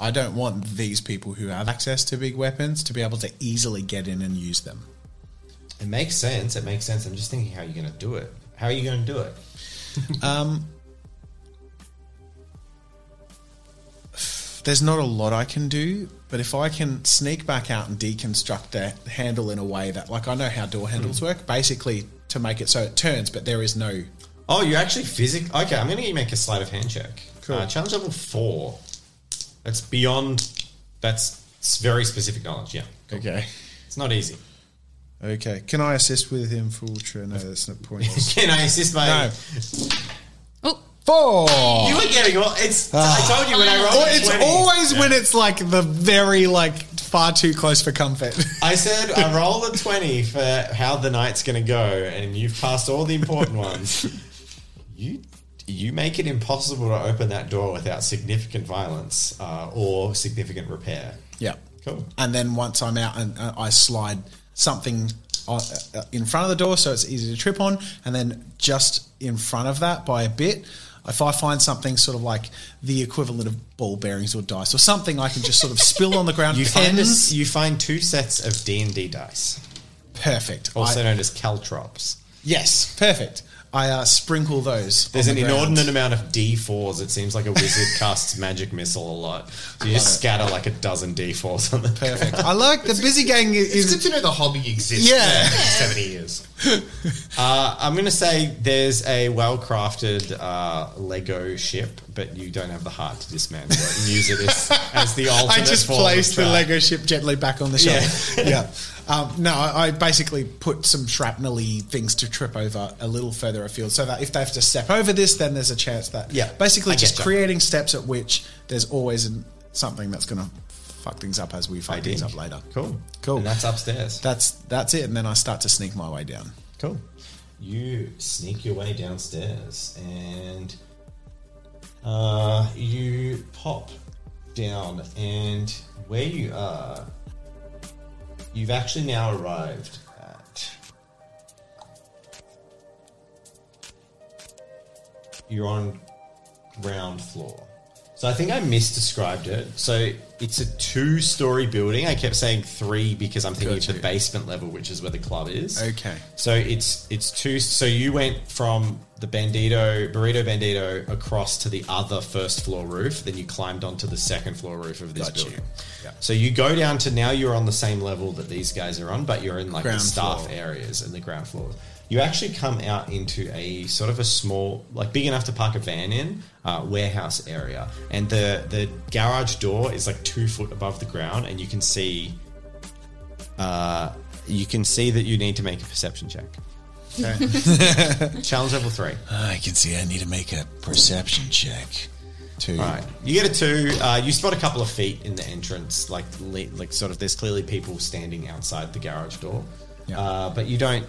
Speaker 1: I don't want these people who have access to big weapons to be able to easily get in and use them.
Speaker 2: It makes sense. It makes sense. I'm just thinking how you're going to do it. How are you going to do it?
Speaker 1: There's not a lot I can do, but if I can sneak back out and deconstruct the handle in a way that, like, I know how door handles work, basically to make it so it turns, but there is no.
Speaker 2: Oh, you actually physic. Okay, I'm going to make a sleight of hand check.
Speaker 1: Cool.
Speaker 2: Uh, challenge level four. That's beyond. That's it's very specific knowledge. Yeah,
Speaker 1: Okay.
Speaker 2: it's not easy.
Speaker 1: Okay. Can I assist with infiltration? No, that's not pointless.
Speaker 2: Can I assist my?
Speaker 1: No.
Speaker 8: Oh,
Speaker 1: Four.
Speaker 2: You were getting all. It's. I told you when I rolled.
Speaker 1: Oh,
Speaker 2: a
Speaker 1: it's
Speaker 2: 20.
Speaker 1: always
Speaker 2: Yeah.
Speaker 1: when it's like the very like far too close for comfort.
Speaker 2: I said I rolled a twenty for how the night's going to go, and you've passed all the important ones. You you make it impossible to open that door without significant violence uh, or significant repair.
Speaker 1: yeah.
Speaker 2: Cool.
Speaker 1: And then once I'm out and uh, I slide something on, uh, in front of the door so it's easy to trip on, and then just in front of that by a bit. If I find something sort of like the equivalent of ball bearings or dice or something, I can just sort of spill on the ground.
Speaker 2: You find a,
Speaker 1: Pens.
Speaker 2: you find two sets of D and D dice,
Speaker 1: perfect.
Speaker 2: also
Speaker 1: I-
Speaker 2: known as caltrops.
Speaker 1: yes, perfect. I uh, sprinkle those.
Speaker 2: There's
Speaker 1: on
Speaker 2: an
Speaker 1: the ground.
Speaker 2: inordinate amount of D fours. It seems like a wizard casts magic missile a lot. So you just scatter like a dozen D fours on the
Speaker 1: Perfect. I like the busy gang is,
Speaker 4: It's good to know the hobby exists.
Speaker 1: Yeah.
Speaker 4: for 70 years.
Speaker 2: Uh, I'm going to say there's a well crafted uh, Lego ship, but you don't have the heart to dismantle it and use it as, as the alternate.
Speaker 1: I just
Speaker 2: form of
Speaker 1: placed the
Speaker 2: trap.
Speaker 1: Lego ship gently back on the shelf. Yeah. Um, no, I, I basically put some shrapnelly things to trip over a little further afield, so that if they have to step over this, then there's a chance that.
Speaker 2: Yeah,
Speaker 1: Basically,
Speaker 2: I
Speaker 1: just
Speaker 2: getcha.
Speaker 1: creating steps at which there's always an, something that's going to fuck things up as we fuck
Speaker 2: I
Speaker 1: things
Speaker 2: dig.
Speaker 1: up later.
Speaker 2: Cool.
Speaker 1: Cool.
Speaker 2: And that's upstairs.
Speaker 1: That's that's it, and then I start to sneak my way down.
Speaker 2: Cool. You sneak your way downstairs and uh, you pop down, and where you are, you've actually now arrived at. You're on ground floor. So I think I misdescribed it. So it's a two story building. I kept saying three because I'm thinking of the
Speaker 1: Gotcha.
Speaker 2: basement level, which is where the club is.
Speaker 1: Okay.
Speaker 2: So it's it's two. So you went from the Bandito Burrito Bandito across to the other first floor roof. Then you climbed onto the second floor roof of this
Speaker 1: Got you.
Speaker 2: building.
Speaker 1: Yeah.
Speaker 2: So you go down to now you're on the same level that these guys are on, but you're in like
Speaker 1: Ground
Speaker 2: the staff
Speaker 1: floor.
Speaker 2: areas and the ground floors. You actually come out into a sort of a small, like big enough to park a van in, uh, warehouse area, and the the garage door is like two foot above the ground, and you can see, uh, you can see that you need to make a perception check. Challenge level three.
Speaker 1: Ah, I can see I need to make a perception check. To
Speaker 2: All right. You get a two. Uh, you spot a couple of feet in the entrance, like le- like sort of. There's clearly people standing outside the garage door,
Speaker 1: Yeah.
Speaker 2: uh, but you don't.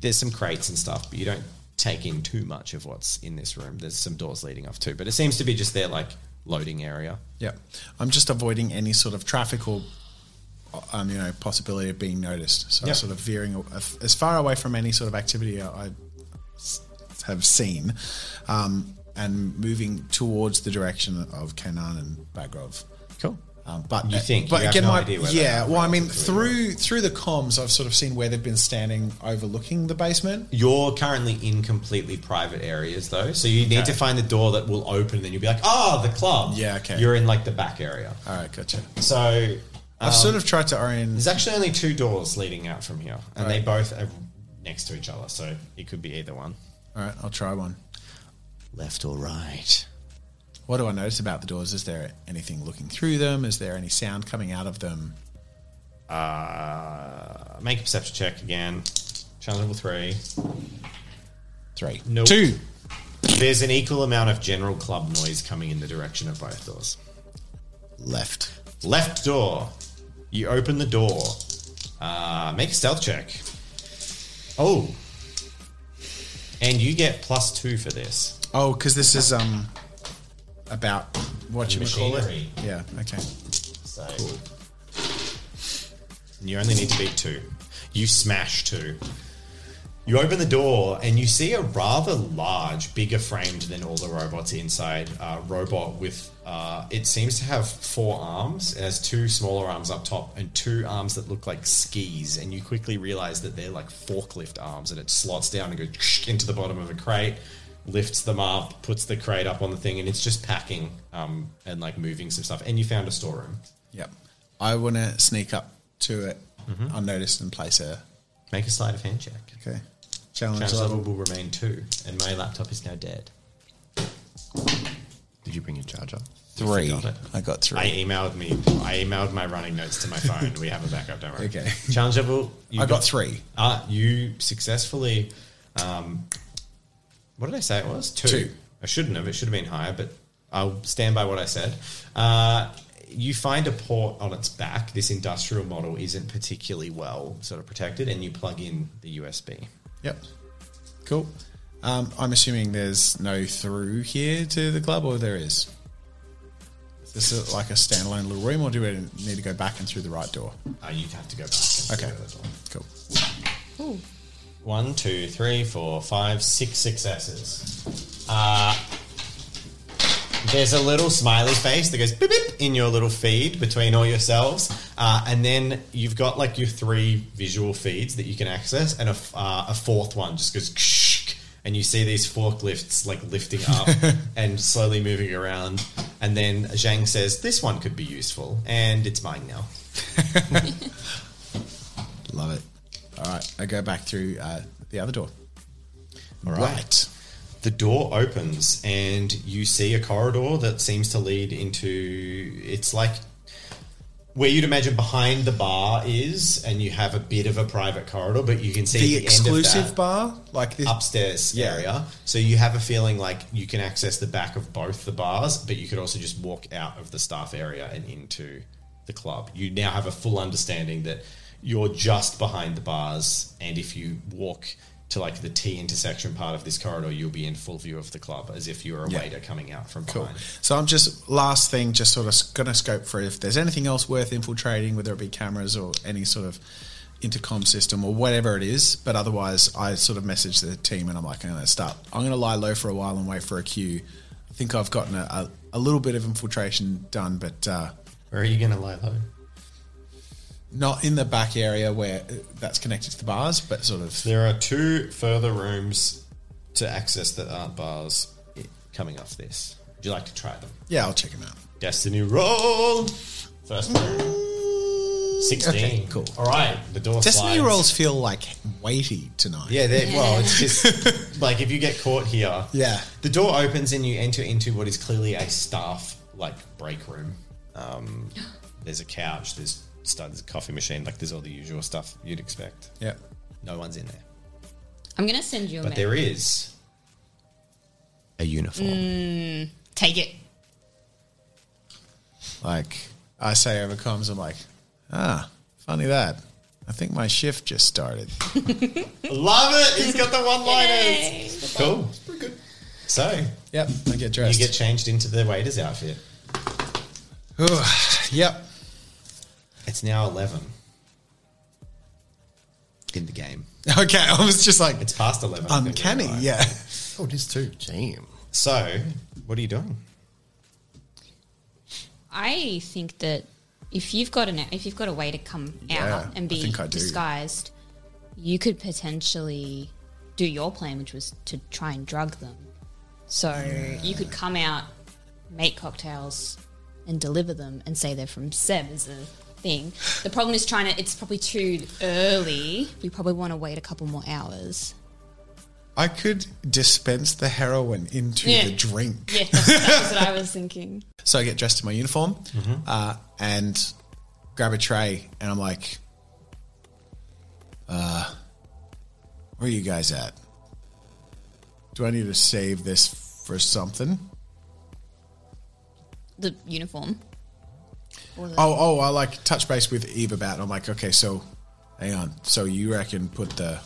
Speaker 2: There's some crates and stuff, but you don't take in too much of what's in this room. There's some doors leading off too, but it seems to be just their like loading area.
Speaker 1: Yeah, I'm just avoiding any sort of traffic or, um, you know, possibility of being noticed. So I'm
Speaker 2: Yep.
Speaker 1: sort of veering a- as far away from any sort of activity I I s- have seen, um, and moving towards the direction of Kanan and Bagrov.
Speaker 2: Cool.
Speaker 1: Um, but
Speaker 2: You think,
Speaker 1: but
Speaker 2: you have
Speaker 1: again,
Speaker 2: no
Speaker 1: my
Speaker 2: idea where they
Speaker 1: yeah.
Speaker 2: are
Speaker 1: Well, I mean,
Speaker 2: relative to
Speaker 1: through through the comms, I've sort of seen where they've been standing, overlooking the basement.
Speaker 2: You're currently in completely private areas though, so you need
Speaker 1: Okay.
Speaker 2: to find the door that will open. Then you'll be like, "Ah, the club."
Speaker 1: Yeah, okay.
Speaker 2: You're in like the back area,
Speaker 1: All right, gotcha.
Speaker 2: so. Um,
Speaker 1: I've sort of tried to orient.
Speaker 2: There's actually only two doors leading out from here, and they
Speaker 1: Right.
Speaker 2: both are next to each other, so it could be either one.
Speaker 1: All right, I'll try one.
Speaker 2: Left or right?
Speaker 1: What do I notice about the doors? Is there anything looking through them? Is there any sound coming out of them?
Speaker 2: Uh, make a perception check again. Challenge level three.
Speaker 1: Three.
Speaker 2: Nope.
Speaker 1: Two.
Speaker 2: There's an equal amount of general club noise coming in the direction of both doors.
Speaker 1: Left.
Speaker 2: Left door. You open the door. Uh, make a stealth check. Oh. And you get plus two for this.
Speaker 1: Oh, because this is um about what you would call it.
Speaker 2: Machinery.
Speaker 1: Yeah. Okay.
Speaker 2: So you only need to beat two. You smash two. You open the door and you see a rather large, bigger framed than all the robots inside uh, robot with, uh, it seems to have four arms. It has two smaller arms up top and two arms that look like skis. And you quickly realize that they're like forklift arms and it slots down and goes into the bottom of a crate, lifts them up, puts the crate up on the thing, and it's just packing um, and like moving some stuff. And you found a storeroom.
Speaker 1: Yep. I want to sneak up to it Mm-hmm. unnoticed and place a.
Speaker 2: Make a sleight of hand check.
Speaker 1: Okay. Challenge,
Speaker 2: Challenge
Speaker 1: level.
Speaker 2: level will remain two, and my laptop is now dead.
Speaker 4: Did you bring your charger?
Speaker 1: Three.
Speaker 2: Forgot it.
Speaker 1: I got three.
Speaker 2: I emailed me. I emailed my running notes to my phone. We have a backup. Don't worry.
Speaker 1: Okay.
Speaker 2: Challenge level. You
Speaker 1: I got three.
Speaker 2: Uh, you successfully. Um, what did I say it was? Two.
Speaker 1: Two.
Speaker 2: I shouldn't have. It should have been higher, but I'll stand by what I said. Uh, you find a port on its back. This industrial model isn't particularly well sort of protected, and you plug in the USB.
Speaker 1: Yep. Cool. Um, I'm assuming there's no through here to the club, or there is. Is this a, like a standalone little room, or do we need to go back and through the right door?
Speaker 2: Uh, you'd have to go back. and
Speaker 1: Okay.
Speaker 2: figure that out.
Speaker 1: Cool.
Speaker 2: One, two, three, four, five, six successes. Uh, there's a little smiley face that goes beep, beep in your little feed between all yourselves. Uh, and then you've got like your three visual feeds that you can access, and a, f- uh, a fourth one just goes ksh, and you see these forklifts like lifting up and slowly moving around. And then Zhang says, This one could be useful, and it's mine now.
Speaker 1: Love it. All right. I go back through uh, the other door.
Speaker 2: All right.
Speaker 1: Right.
Speaker 2: The door opens and you see a corridor that seems to lead into it's like where you'd imagine behind the bar is, and you have a bit of a private corridor, but you can see
Speaker 1: The
Speaker 2: the, end
Speaker 1: exclusive
Speaker 2: of that
Speaker 1: bar, like this.
Speaker 2: upstairs
Speaker 1: Yeah.
Speaker 2: area. So you have a feeling like you can access the back of both the bars, but you could also just walk out of the staff area and into the club. You now have a full understanding that you're just behind the bars, and if you walk to like the T intersection part of this corridor, you'll be in full view of the club as if you were a
Speaker 1: Yeah.
Speaker 2: waiter coming out from
Speaker 1: Cool.
Speaker 2: behind.
Speaker 1: So I'm just last thing, just sort of going to scope for if there's anything else worth infiltrating, whether it be cameras or any sort of intercom system or whatever it is. But otherwise, I sort of message the team and I'm like, I'm going to start. I'm going to lie low for a while and wait for a cue. I think I've gotten a, a, a little bit of infiltration done, but uh,
Speaker 2: Where are you going to lie low?
Speaker 1: not in the back area where uh, that's connected to the bars, but sort of
Speaker 2: There are two further rooms to access that aren't bars i- coming off this. Would you like to try them?
Speaker 1: yeah, I'll check them out.
Speaker 2: Destiny roll. First roll. 16.
Speaker 1: Okay, cool.
Speaker 2: All right. The door
Speaker 1: Destiny
Speaker 2: slides.
Speaker 1: rolls feel like weighty tonight.
Speaker 2: Yeah, they well, it's just like if you get caught here.
Speaker 1: Yeah.
Speaker 2: The door opens and you enter into what is clearly a staff like break room. Um, there's a couch, there's, there's a coffee machine, like there's all the usual stuff you'd expect.
Speaker 1: Yeah.
Speaker 2: No one's in there.
Speaker 5: I'm gonna send you a
Speaker 2: But
Speaker 5: mail.
Speaker 2: there is a uniform.
Speaker 6: Mm.
Speaker 5: Take it.
Speaker 1: Like I say over comms, I'm like, ah, funny that. I think my shift just started.
Speaker 2: Love it! He's got the one liners. Cool. Pretty good. So
Speaker 1: Yep, I get
Speaker 2: you
Speaker 1: dressed.
Speaker 2: get changed into the waiter's outfit.
Speaker 1: Ooh, yep.
Speaker 2: It's now 11 in the game.
Speaker 1: Okay, I was just like,
Speaker 2: It's past 11. I think,
Speaker 1: uncanny.
Speaker 2: right?
Speaker 1: Yeah.
Speaker 4: Oh, it is too. Damn.
Speaker 2: So, what are you doing?
Speaker 5: I think that if you've got an if you've got a way to come
Speaker 1: Yeah,
Speaker 5: out and
Speaker 1: I
Speaker 5: be
Speaker 1: think I do.
Speaker 5: disguised, you could potentially do your plan, which was to try and drug them. So you could come out, make cocktails, and deliver them, and say they're from Seb as a thing. The problem is trying to. It's probably too early. We probably want to wait a couple more hours.
Speaker 1: I could dispense the heroin into
Speaker 5: Yeah.
Speaker 1: the drink.
Speaker 5: Yeah, that's, that's what I was thinking.
Speaker 1: So I get dressed in my uniform
Speaker 2: Mm-hmm.
Speaker 1: uh, and grab a tray, and I'm like, uh, where are you guys at? Do I need to save this for something?
Speaker 5: The uniform. Or the-
Speaker 1: Oh, oh, I like touch base with Eve about. It. I'm like, okay, so hang on. So you reckon put the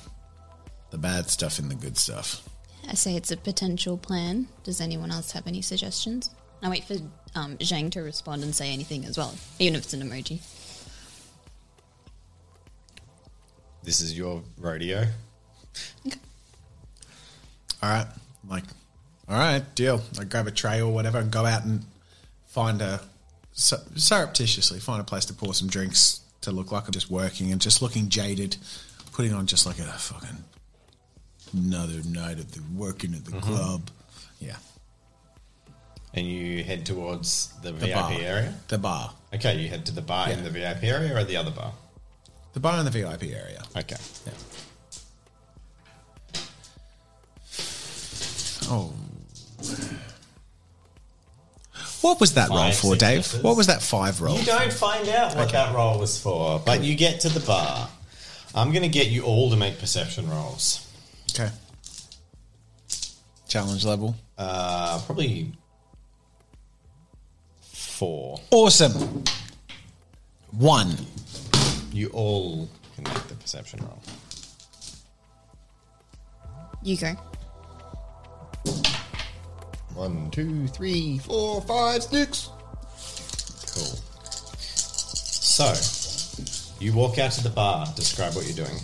Speaker 1: the bad stuff in the good stuff?
Speaker 5: I say it's a potential plan. Does anyone else have any suggestions? I wait for um, Zhang to respond and say anything as well, even if it's an emoji.
Speaker 2: This is your rodeo.
Speaker 1: All right. I'm like, all right, deal. I grab a tray or whatever and go out and find a sur- surreptitiously find a place to pour some drinks to look like I'm just working and just looking jaded, putting on just like a fucking another night of the working at the club. Yeah,
Speaker 2: And you head towards the,
Speaker 1: the
Speaker 2: VIP
Speaker 1: bar
Speaker 2: area.
Speaker 1: The bar,
Speaker 2: Okay, you head to the bar in
Speaker 1: Yeah.
Speaker 2: the VIP area or the other bar?
Speaker 1: the bar in the VIP area.
Speaker 2: Okay.
Speaker 1: Yeah. Oh. What was that roll
Speaker 2: Five
Speaker 1: for, Dave?
Speaker 2: successes.
Speaker 1: What was that five roll?
Speaker 2: You don't find out what that roll was for, but you get to the bar. I'm going to get you all to make perception rolls.
Speaker 1: Okay. Challenge level.
Speaker 2: Uh, probably four.
Speaker 1: Awesome. One.
Speaker 2: You all can make the perception roll.
Speaker 5: You go.
Speaker 4: One, two, three, four, five, six.
Speaker 2: Cool. So, you walk out to the bar. Describe what you're doing.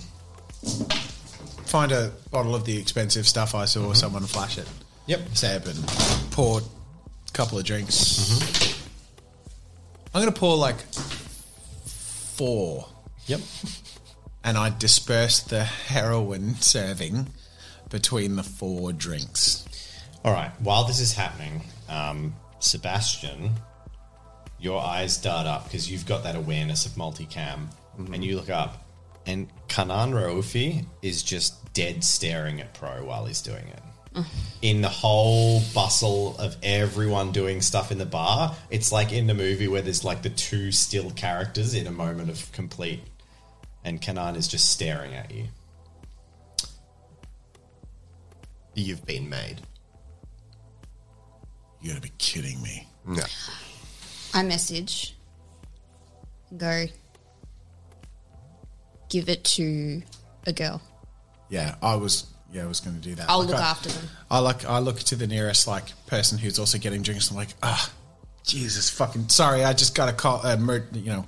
Speaker 1: Find a bottle of the expensive stuff I saw someone flash it.
Speaker 2: Yep.
Speaker 1: Seb and pour a couple of drinks. Mm-hmm. I'm going to pour like four
Speaker 2: Yep.
Speaker 1: and I disperse the heroin serving between the four drinks.
Speaker 2: All right. While this is happening, um, Sebastian, your eyes dart up because you've got that awareness of multicam, and you look up, and Kanan Raufi is just dead staring at Pro while he's doing it. In the whole bustle of everyone doing stuff in the bar, it's like in the movie where there's like the two still characters in a moment of complete, and Kanan is just staring at you.
Speaker 4: You've been made.
Speaker 1: You gotta be kidding me.
Speaker 4: No.
Speaker 5: I message. Go. Give it to a girl.
Speaker 1: Yeah, I was. Yeah, I was going to do that.
Speaker 5: I'll
Speaker 1: Like,
Speaker 5: look
Speaker 1: I-
Speaker 5: after them.
Speaker 1: I like. I look to the nearest like person who's also getting drinks. And I'm like, ah, Jesus fucking sorry. I just got a call. Uh, mur- you know,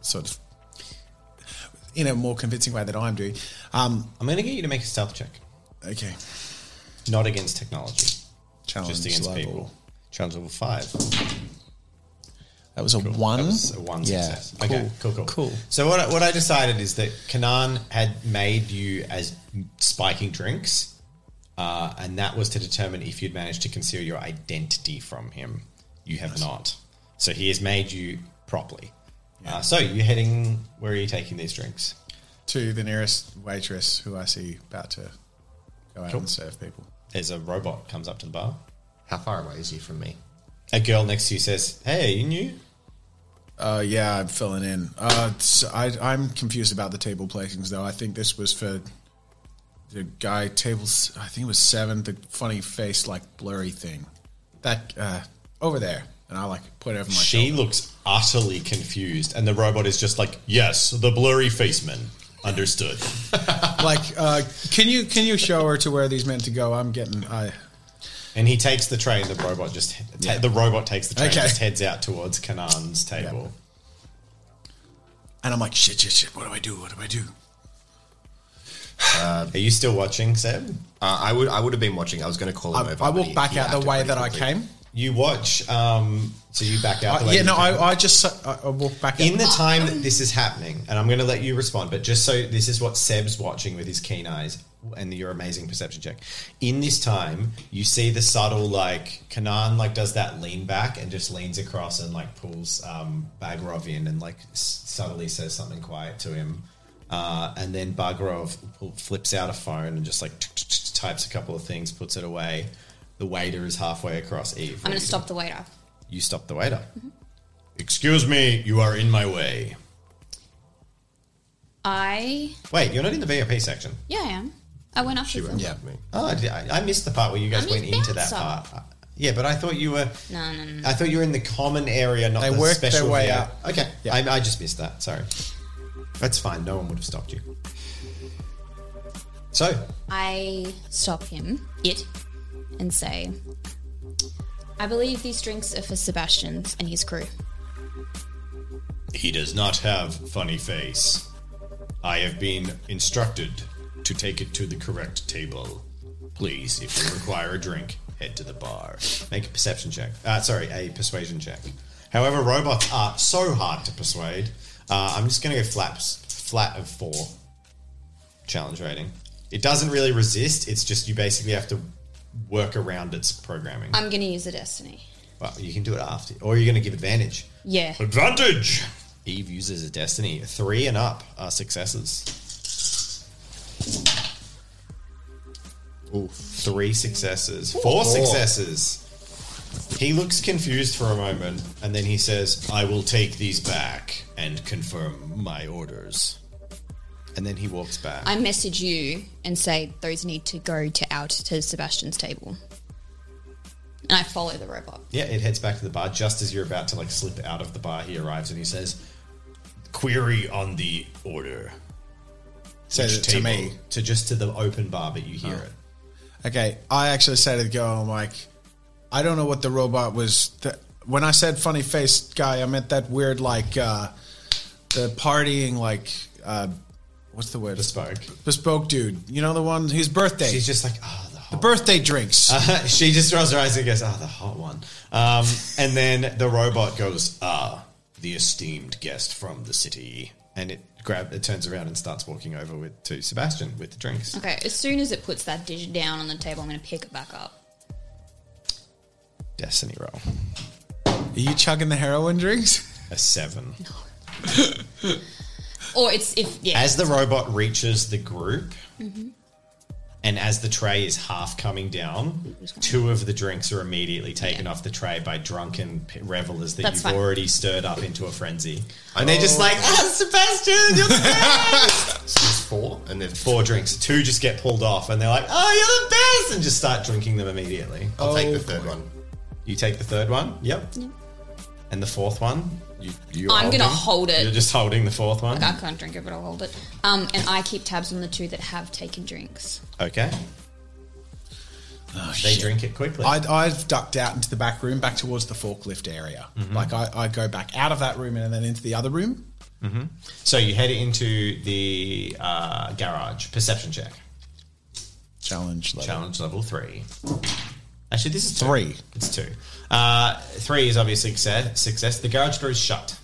Speaker 1: sort of in a more convincing way that I'm doing. Um,
Speaker 2: I'm going to get you to make a stealth check,
Speaker 1: okay,
Speaker 2: not against technology.
Speaker 1: challenge
Speaker 2: just against
Speaker 1: level.
Speaker 2: people. Challenge level five.
Speaker 1: That was a one.
Speaker 2: That was a one
Speaker 1: Yeah.
Speaker 2: success. Okay, cool, cool,
Speaker 1: Cool.
Speaker 2: So what I, what I decided is that Kanan had made you as spiking drinks, uh, and that was to determine if you'd managed to conceal your identity from him. You have not. So he has made you properly. Uh, so you're heading. Where are you taking these drinks?
Speaker 1: To the nearest waitress who I see about to go out
Speaker 2: Cool.
Speaker 1: and serve people.
Speaker 2: There's a robot comes up to the bar.
Speaker 4: How far away is he from me?
Speaker 2: A girl next to you says, "Hey, you new?"
Speaker 1: Uh, yeah, I'm filling in. Uh, it's- I, am confused about the table placings, though. I think this was for the guy tables. I think it was seven. The funny face, like blurry thing, that uh, over there. And I like put it over my
Speaker 2: She
Speaker 1: shoulder.
Speaker 2: looks utterly confused, and the robot is just like, "Yes, the blurry face man." Understood.
Speaker 1: like, uh, can you can you show her to where these meant to go? I'm getting. I
Speaker 2: And he takes the tray, and the robot just ta-
Speaker 1: Yeah.
Speaker 2: the robot takes the tray,
Speaker 1: Okay.
Speaker 2: and just heads out towards Kanan's table.
Speaker 1: and I'm like shit, shit, shit. What do I do? What do I do?
Speaker 2: Are you still watching, Seb?
Speaker 4: Uh, I would I would have been watching. I was going to call
Speaker 1: I,
Speaker 4: him over.
Speaker 1: I
Speaker 4: but
Speaker 1: walk
Speaker 4: he-
Speaker 1: back
Speaker 4: he
Speaker 1: out the
Speaker 4: acted
Speaker 1: way
Speaker 4: pretty
Speaker 1: that I
Speaker 4: quickly.
Speaker 1: came.
Speaker 2: You watch. Um, so you back out. The
Speaker 1: I,
Speaker 2: way
Speaker 1: yeah,
Speaker 2: you
Speaker 1: no,
Speaker 2: came.
Speaker 1: I, I just uh, I, I walk back out.
Speaker 2: In the time that this is happening, and I'm going to let you respond, but just so this is what Seb's watching with his keen eyes and your amazing perception check. In this time, you see the subtle like Kanan like does that lean back and just leans across and like pulls um, Bagrov in and like s- subtly says something quiet to him, uh, and then Bagrov pull- flips out a phone and just like types a couple of things, puts it away. The waiter is halfway across Eve.
Speaker 5: I'm
Speaker 2: What do
Speaker 5: going
Speaker 2: you
Speaker 5: to
Speaker 2: do?
Speaker 5: stop the waiter.
Speaker 2: You stop the waiter. Excuse me, you are in my way.
Speaker 5: I.
Speaker 2: Wait, you're not in the VIP section.
Speaker 5: Yeah, I am. I went up
Speaker 4: She
Speaker 5: with
Speaker 4: went
Speaker 5: them.
Speaker 4: yeah. me.
Speaker 2: Oh, I, did- I I missed the part where you guys
Speaker 5: I'm
Speaker 2: went
Speaker 5: in
Speaker 2: into that
Speaker 5: bouncer.
Speaker 2: part. Yeah, but I thought you were.
Speaker 5: No, no, no.
Speaker 2: I thought you were in the common area, not
Speaker 1: They
Speaker 2: the
Speaker 1: worked their
Speaker 2: special
Speaker 1: way
Speaker 2: VIP.
Speaker 1: up.
Speaker 2: Okay,
Speaker 1: Yeah.
Speaker 2: I, I just missed that. Sorry. That's fine. No one would have stopped you. So,
Speaker 5: I stop him, it, and say, I believe these drinks are for Sebastian's and his crew.
Speaker 2: he does not have funny face. I have been instructed to take it to the correct table. Please, if you require a drink, head to the bar. Make a perception check. Uh, sorry, a persuasion check. However, robots are so hard to persuade. Uh, I'm just going to go flat, flat of four challenge rating. It doesn't really resist. It's just you basically have to work around its programming.
Speaker 5: I'm going to use a destiny.
Speaker 2: Well, you can do it after, or you're going to give advantage.
Speaker 5: Yeah.
Speaker 2: Advantage. Eve uses a destiny. Three and up are successes. Ooh, three successes. Four successes. He looks confused for a moment, and then he says, "I will take these back and confirm my orders." And then he walks back.
Speaker 3: I message you and say those need to go to out to Sebastian's table. And I follow the robot.
Speaker 2: Yeah, it heads back to the bar just as you're about to like slip out of the bar. He arrives and he says, "Query on the order."
Speaker 1: Says
Speaker 2: Which
Speaker 1: it to
Speaker 2: table?
Speaker 1: me. Oh.
Speaker 2: to just to the open bar, but you hear it.
Speaker 1: Okay, I actually say to the girl, I'm like, I don't know what the robot was. Th- when I said funny faced guy, I meant that weird, like, uh, the partying, like, uh, what's the word?
Speaker 2: Bespoke.
Speaker 1: Bespoke dude. You know the one whose birthday?
Speaker 2: She's Uh. just like, "Oh, the hot."
Speaker 1: birthday drinks.
Speaker 2: she just rolls her eyes and goes, "Ah, the hot one." Um, and then the robot goes, "Ah, the esteemed guest from the city," and it grab it turns around and starts walking over with to Sebastian with the drinks.
Speaker 5: Okay, as soon as it puts that dish down on the table, I'm going to pick it back up.
Speaker 2: Destiny roll
Speaker 1: Are you chugging the heroin drinks?
Speaker 2: a seven.
Speaker 5: Or it's if yeah,
Speaker 2: As the robot reaches the group,
Speaker 5: Mm-hmm.
Speaker 2: and as the tray is half coming down, two of the drinks are immediately taken off the tray by drunken p- revelers that
Speaker 5: That's
Speaker 2: you've
Speaker 5: fine.
Speaker 2: already stirred up into a frenzy. And they're just like, ah, Sebastian, you're
Speaker 4: It's four, and then
Speaker 2: Four drinks. Two just get pulled off, and they're like, oh, you're the best, and just start drinking them immediately.
Speaker 4: I'll take the third one.
Speaker 2: You take the third one? Yep. And the fourth one? You, you're
Speaker 5: I'm going to
Speaker 2: holding?
Speaker 5: hold
Speaker 2: You're
Speaker 5: it.
Speaker 2: just holding the fourth one?
Speaker 5: I can't drink it, but I'll hold it. Um, and I keep tabs on the two that have taken drinks.
Speaker 2: Okay. they drink it quickly.
Speaker 1: I, I've ducked out into the back room, back towards the forklift area. Like, I, I go back out of that room and then into the other room.
Speaker 2: So you head into the uh, garage. Perception check.
Speaker 1: Challenge level.
Speaker 2: Challenge level three. Actually, this is two.
Speaker 1: Three.
Speaker 2: It's two. Uh, three is obviously success. Success. The garage door is shut.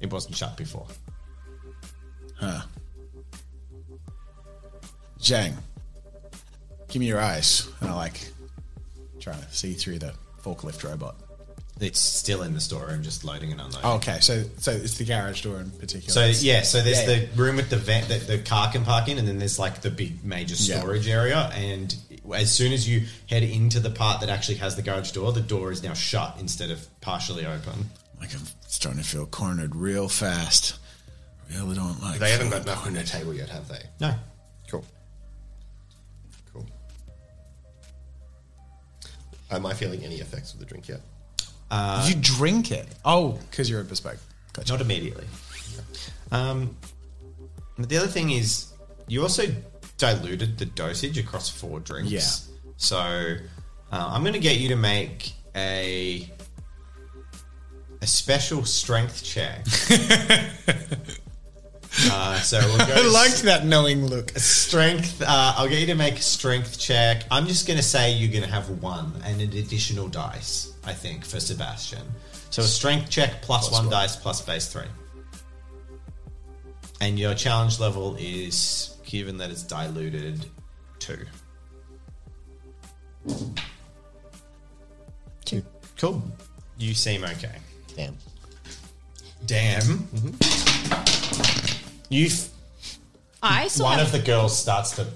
Speaker 2: It wasn't shut before.
Speaker 1: Jang, give me your eyes. And I like trying to see through the forklift robot.
Speaker 2: It's still in the storeroom, just loading and unloading.
Speaker 1: Oh, okay, so so it's the garage door in particular.
Speaker 2: So yeah, so there's
Speaker 1: Yeah,
Speaker 2: the room with the vent that the car can park in, and then there's like the big major
Speaker 1: Yeah.
Speaker 2: storage area. And as soon as you head into the part that actually has the garage door, the door is now shut instead of partially open.
Speaker 1: like I'm starting to feel cornered real fast. Really don't like.
Speaker 4: They haven't got
Speaker 1: feeling
Speaker 4: enough on their table yet, have they?
Speaker 2: No,
Speaker 4: Cool. Cool. Am I feeling any effects of the drink yet?
Speaker 1: cornered. you drink it. Oh, because you're a bespoke. Gotcha.
Speaker 2: not immediately. Um, but the other thing is, you also diluted the dosage across four drinks.
Speaker 1: Yeah.
Speaker 2: So uh, I'm going to get you to make a a special strength check. uh, so we'll go.
Speaker 1: I liked that knowing look.
Speaker 2: strength. Uh, I'll get you to make a strength check. I'm just going to say you're going to have one and an additional dice. I think for Sebastian. So a strength check plus, plus one, dice plus base three. And your challenge level is, given that it's diluted, two.
Speaker 3: Two.
Speaker 2: Cool. You seem okay.
Speaker 4: Damn.
Speaker 2: Damn. You f-
Speaker 5: I still
Speaker 2: one
Speaker 5: have
Speaker 2: of the girls starts to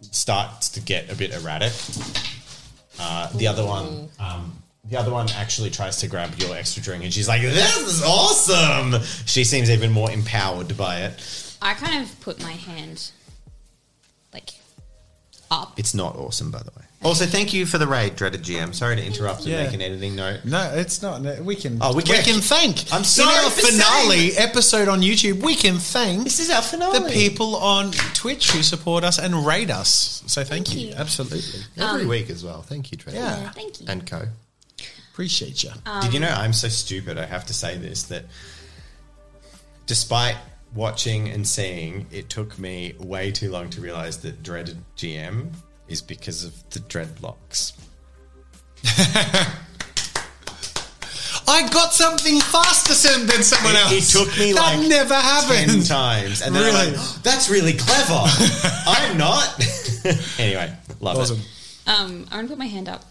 Speaker 2: starts to get a bit erratic. Uh, the other one, um, the other one actually tries to grab your extra drink, and she's like, "This is awesome." She seems even more empowered by it.
Speaker 5: I kind of put my hand like up.
Speaker 2: It's not awesome, by the way. Also, thank you for the raid, dreaded GM. Sorry to interrupt and
Speaker 1: Yeah.
Speaker 2: make an editing note.
Speaker 1: No, it's not. No, We can.
Speaker 2: Oh, we can-
Speaker 1: thank.
Speaker 2: I'm sorry
Speaker 1: In our
Speaker 2: for
Speaker 1: finale episode on YouTube, we can thank
Speaker 2: This is our finale.
Speaker 1: the people on Twitch who support us and rate us. So thank, you.
Speaker 5: you.
Speaker 1: absolutely.
Speaker 4: Every week as well. Thank you, Trevor.
Speaker 1: Yeah.
Speaker 5: Um, Thank you.
Speaker 4: And co.
Speaker 1: Appreciate you.
Speaker 2: Did you know I'm so stupid? I have to say this that despite watching and seeing, it took me way too long to realize that dreaded GM is because of the dreadlocks.
Speaker 1: I got something faster Sim, than someone
Speaker 2: It-
Speaker 1: else.
Speaker 2: it took me
Speaker 1: that
Speaker 2: like
Speaker 1: never
Speaker 2: Ten
Speaker 1: happened.
Speaker 2: times, and then I'm
Speaker 1: Really?
Speaker 2: like, "Oh, that's really clever. I'm not. anyway, love
Speaker 1: Awesome.
Speaker 2: it.
Speaker 5: Um, I'm gonna put my hand up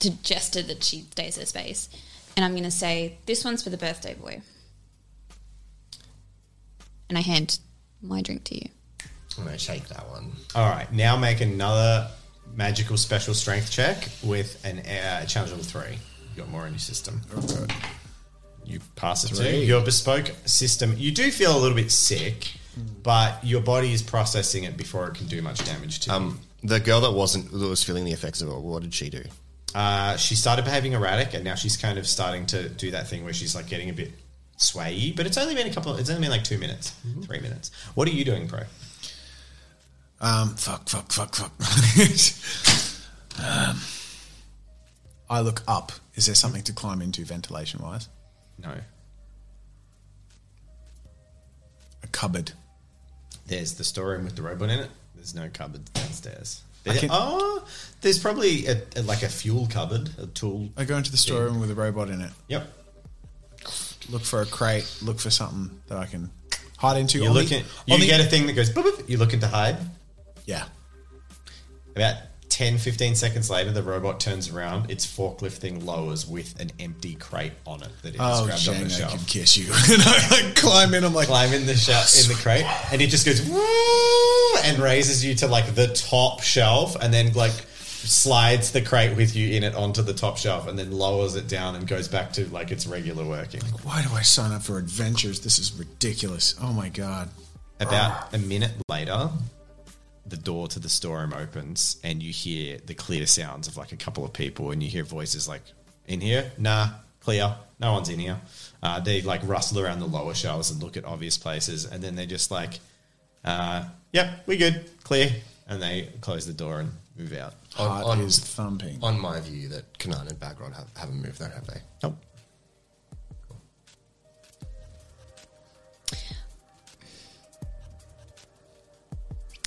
Speaker 5: to gesture that she stays her space, and I'm gonna say, "This one's for the birthday boy." And I hand my drink to you.
Speaker 4: I'm gonna shake that one.
Speaker 2: All right, now make another magical special strength check with an uh, challenge level three. You got more in your system. You pass it to
Speaker 1: Three.
Speaker 2: your bespoke system. You do feel a little bit sick, but your body is processing it before it can do much damage to you.
Speaker 6: Um, the girl that wasn't that was feeling the effects of it. What did she do?
Speaker 2: Uh, she started behaving erratic, and now she's kind of starting to do that thing where she's like getting a bit swayy. But it's only been a couple. It's only been like two minutes, three minutes. What are you doing, bro?
Speaker 1: Um, fuck, fuck, fuck, fuck. Um, I look up. Is there something to climb into ventilation wise?
Speaker 2: No,
Speaker 1: A cupboard.
Speaker 2: there's the storeroom with the robot in it. There's no cupboard downstairs.
Speaker 1: I
Speaker 2: There-
Speaker 1: can-
Speaker 2: oh, there's probably a, a- like a fuel cupboard, a tool.
Speaker 1: I go into the storeroom with a robot in it.
Speaker 2: Yep.
Speaker 1: Look for a crate. Look for something that I can hide into.
Speaker 2: You
Speaker 1: On
Speaker 2: look
Speaker 1: the-
Speaker 2: at
Speaker 1: on
Speaker 2: you
Speaker 1: the-
Speaker 2: get a thing that goes. Boop, boop, you look in to hide.
Speaker 1: yeah.
Speaker 2: About 10, 15 seconds later, the robot turns around. Its forklift thing lowers with an empty crate on it that it has
Speaker 1: Oh,
Speaker 2: grabbed
Speaker 1: Jane,
Speaker 2: on the
Speaker 1: I
Speaker 2: shelf.
Speaker 1: can kiss you. and I like climb in. I'm like,
Speaker 2: climb in the shelf in the crate, and it just goes "Woo!" and raises you to like the top shelf, and then like slides the crate with you in it onto the top shelf, and then lowers it down and goes back to like its regular working.
Speaker 1: why do I sign up for adventures? This is ridiculous. Oh my god.
Speaker 2: About a minute later, the door to the storeroom opens, and you hear the clear sounds of like a couple of people, and you hear voices like, "In here? Nah, clear. No one's in here." Uh, they like rustle around the lower shelves and look at obvious places, and then they're just like, uh, "Yep, we good, clear," and they close the door and move out.
Speaker 6: On-
Speaker 1: Heart
Speaker 6: on-
Speaker 1: is thumping.
Speaker 6: On my view, that Kanan and Bagron have, haven't moved though, have they?
Speaker 2: Nope.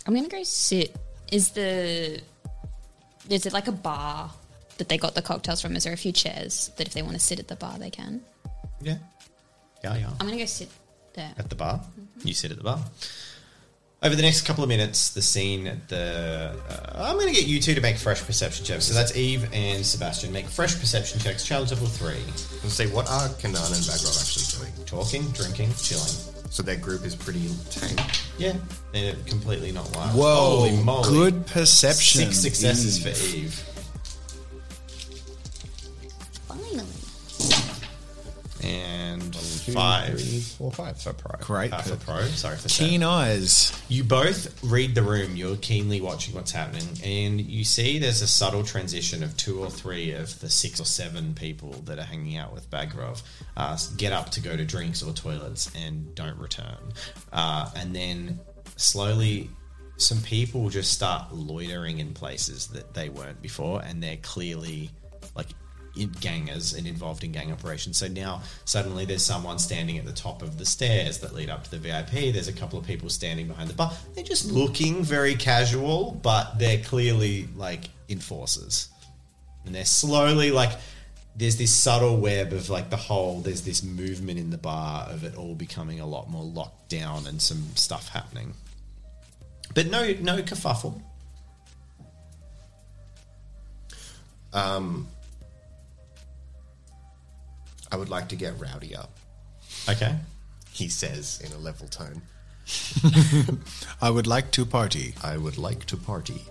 Speaker 5: I'm gonna go sit. Is the is it like a bar that they got the cocktails from? Is there a few chairs that if they want to sit at the bar they can?
Speaker 2: Yeah, yeah, yeah.
Speaker 5: I'm gonna go sit there.
Speaker 2: at the bar. You sit at the bar. Over the next couple of minutes, the scene at the. Uh, I'm going to get you two to make fresh perception checks. So that's Eve and Sebastian. Make fresh perception checks. Challenge level three.
Speaker 6: Let's see what are Kanan and Bagron actually doing.
Speaker 2: Talking, drinking, chilling.
Speaker 6: So their group is pretty tame.
Speaker 2: Yeah, they're completely not wild.
Speaker 1: Whoa.
Speaker 2: Holy moly.
Speaker 1: Good perception.
Speaker 2: Six successes
Speaker 1: Eve.
Speaker 2: for Eve.
Speaker 5: Finally.
Speaker 2: And five.
Speaker 4: Three, four, five.
Speaker 2: For pro.
Speaker 1: Great.
Speaker 2: Uh, for pro. Sorry for Sam.
Speaker 1: Keen eyes.
Speaker 2: You both read the room. You're keenly watching what's happening, and you see there's a subtle transition of two or three of the six or seven people that are hanging out with Bagrov uh, get up to go to drinks or toilets and don't return. Uh, and then slowly, some people just start loitering in places that they weren't before, and they're clearly like in gangers and involved in gang operations. So now suddenly there's someone standing at the top of the stairs that lead up to the VIP. There's a couple of people standing behind the bar. They're just looking very casual, but they're clearly like enforcers. And they're slowly like there's this subtle web of like the whole there's this movement in the bar of it all becoming a lot more locked down and some stuff happening. But no no kerfuffle.
Speaker 6: I would like to get rowdy up.
Speaker 2: Okay.
Speaker 6: He says in a level tone.
Speaker 1: I would like to party.
Speaker 6: I would like to party.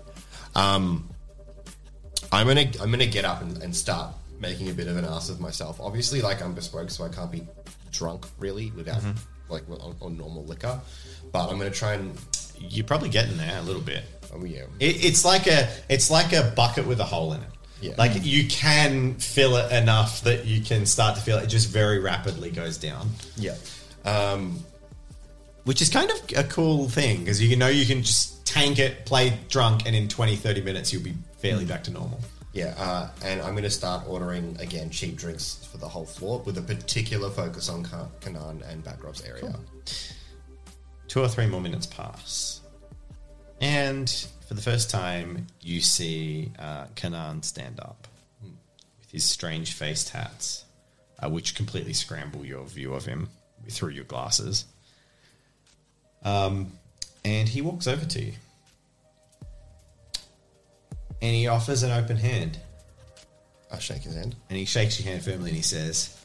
Speaker 6: Um, I'm gonna I'm gonna get up and, and start making a bit of an ass of myself. Obviously, like I'm bespoke, so I can't be drunk really without like on, on normal liquor. But I'm gonna try and
Speaker 2: You're probably getting there a little bit.
Speaker 6: oh yeah,
Speaker 2: It, it's like a it's like a bucket with a hole in it.
Speaker 6: Yeah.
Speaker 2: Like you can fill it enough that you can start to feel it. It just very rapidly goes down,
Speaker 6: yeah.
Speaker 2: which is kind of a cool thing because you know you can just tank it, play drunk, and in 20, 30 minutes you'll be fairly back to normal.
Speaker 6: Yeah, uh, and I'm going to start ordering again cheap drinks for the whole floor with a particular focus on Ka- Kanan and Bagrov's area.
Speaker 2: Two or three more minutes pass. And for the first time, you see uh, Kanan stand up with his strange faced hats, uh, which completely scramble your view of him through your glasses. Um, and he walks over to you. And he offers an open hand.
Speaker 6: I Uh, shake his hand.
Speaker 2: And he shakes your hand firmly and he says,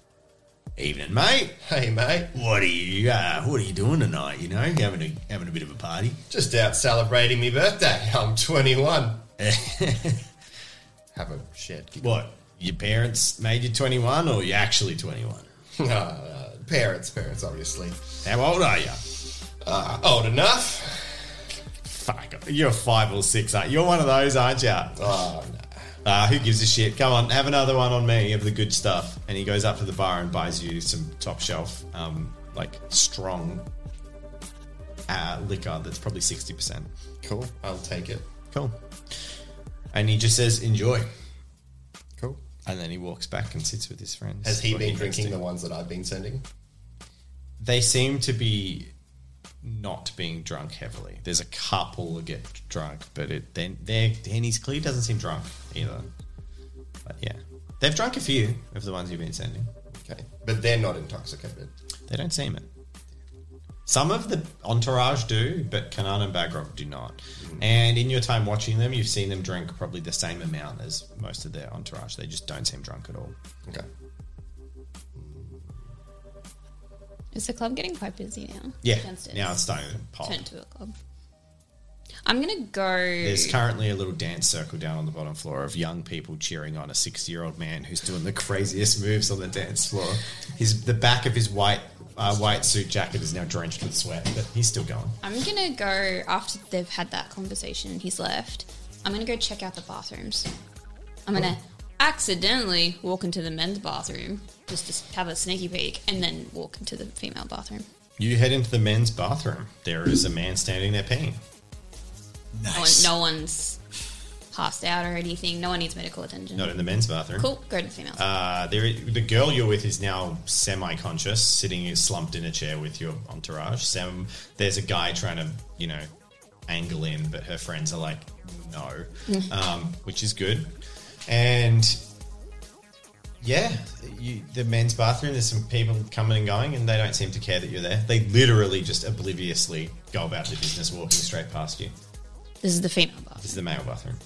Speaker 2: Evening, mate.
Speaker 6: Hey, mate.
Speaker 2: What are you? Uh, what are you doing tonight? You know, having a having a bit of a party.
Speaker 6: Just out celebrating my birthday. I'm 21. Have a shared giggle.
Speaker 2: What? Your parents made you twenty one, or you actually twenty one?
Speaker 6: Uh, parents, parents, obviously.
Speaker 2: How old are you?
Speaker 6: Uh, old enough.
Speaker 2: Fuck, you're five or six. Aren't you? You're one of those, aren't you?
Speaker 6: Oh, no.
Speaker 2: Uh, who gives a shit? Come on, have another one on me of the good stuff. And he goes up to the bar and buys you some top shelf, um, like strong uh, liquor that's probably sixty percent.
Speaker 6: Cool. I'll take it.
Speaker 2: Cool. And he just says, "Enjoy."
Speaker 6: Cool.
Speaker 2: And then he walks back and sits with his friends.
Speaker 6: Has he
Speaker 2: Or
Speaker 6: been
Speaker 2: goes
Speaker 6: drinking
Speaker 2: to-
Speaker 6: the ones that I've been sending?
Speaker 2: they seem to be not being drunk heavily. There's a couple that get drunk, but it then they and he's clearly doesn't seem drunk either. But yeah, they've drunk a few of the ones you've been sending.
Speaker 6: Okay. But they're not intoxicated.
Speaker 2: They don't seem it. Some of the entourage do, but Kanan and Bagrov do not. And in your time watching them, you've seen them drink probably the same amount as most of their entourage. They just don't seem drunk at all.
Speaker 6: Okay.
Speaker 8: Is the club getting quite busy now?
Speaker 2: Yeah,
Speaker 8: Downstairs.
Speaker 2: now it's starting to pop.
Speaker 8: Turn to a club.
Speaker 5: I'm gonna go.
Speaker 2: There's currently a little dance circle down on the bottom floor of young people cheering on a 60 year old man who's doing the craziest moves on the dance floor. His the back of his white uh, white suit jacket is now drenched with sweat, but he's still going.
Speaker 8: I'm gonna go after they've had that conversation and he's left. I'm gonna go check out the bathrooms.
Speaker 5: I'm gonna accidentally walk into the men's bathroom just to s- have a sneaky peek, and then
Speaker 8: Walk into the female bathroom.
Speaker 2: You head into the men's bathroom. There is a man standing there peeing.
Speaker 5: no, one, no one's passed out or anything. No one needs medical attention.
Speaker 2: Not in the men's bathroom.
Speaker 5: Cool, go to the female.
Speaker 2: Uh, there, the girl you're with is now semi-conscious, sitting slumped in a chair with your entourage. Sam, there's a guy trying to, you know, angle in, but her friends are like, no, um, which is good. And yeah, you, the men's bathroom. There's some people coming and going, and they don't seem to care that you're there. They literally just obliviously go about their business, walking straight past you.
Speaker 5: this is the female bathroom.
Speaker 2: This is the male bathroom.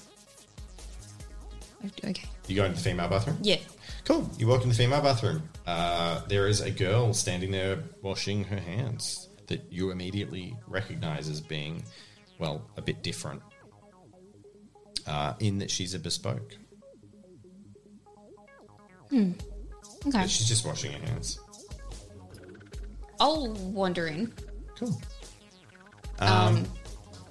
Speaker 8: Okay.
Speaker 2: You go into the female bathroom.
Speaker 5: Yeah,
Speaker 2: Cool. You walk in the female bathroom. Uh, there is a girl standing there washing her hands that you immediately recognize as being, well, a bit different. Uh, in that she's a bespoke.
Speaker 5: okay.
Speaker 2: But she's just washing her hands.
Speaker 5: I'll wander in.
Speaker 2: Cool. Um,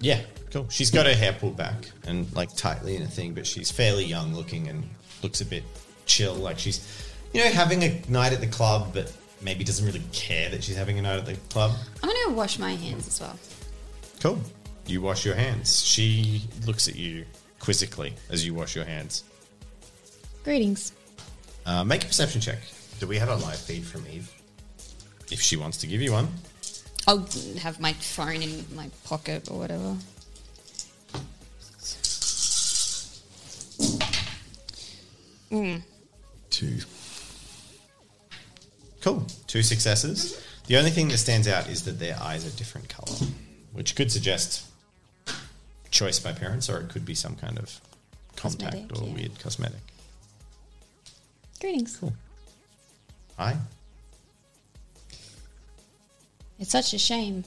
Speaker 2: yeah, cool. She's got her hair pulled back and like tightly in a thing, but she's fairly young looking and looks a bit chill. Like she's, you know, having a night at the club, but maybe doesn't really care that she's having a night at the club.
Speaker 5: I'm gonna go wash my hands as well.
Speaker 2: Cool. You wash your hands. She looks at you quizzically as you wash your hands.
Speaker 8: Greetings.
Speaker 2: Uh, make a perception check
Speaker 6: Do we have a live feed from Eve?
Speaker 2: if she wants to give you one.
Speaker 5: I'll have my phone in my pocket or whatever.
Speaker 2: Two. Cool. Two successes. The only thing that stands out is that their eyes are different color, which could suggest choice by parents, or it could be some kind of contact
Speaker 8: Cosmetic,
Speaker 2: or
Speaker 8: yeah.
Speaker 2: weird cosmetic.
Speaker 8: Greetings.
Speaker 2: Hi.
Speaker 8: It's such a shame.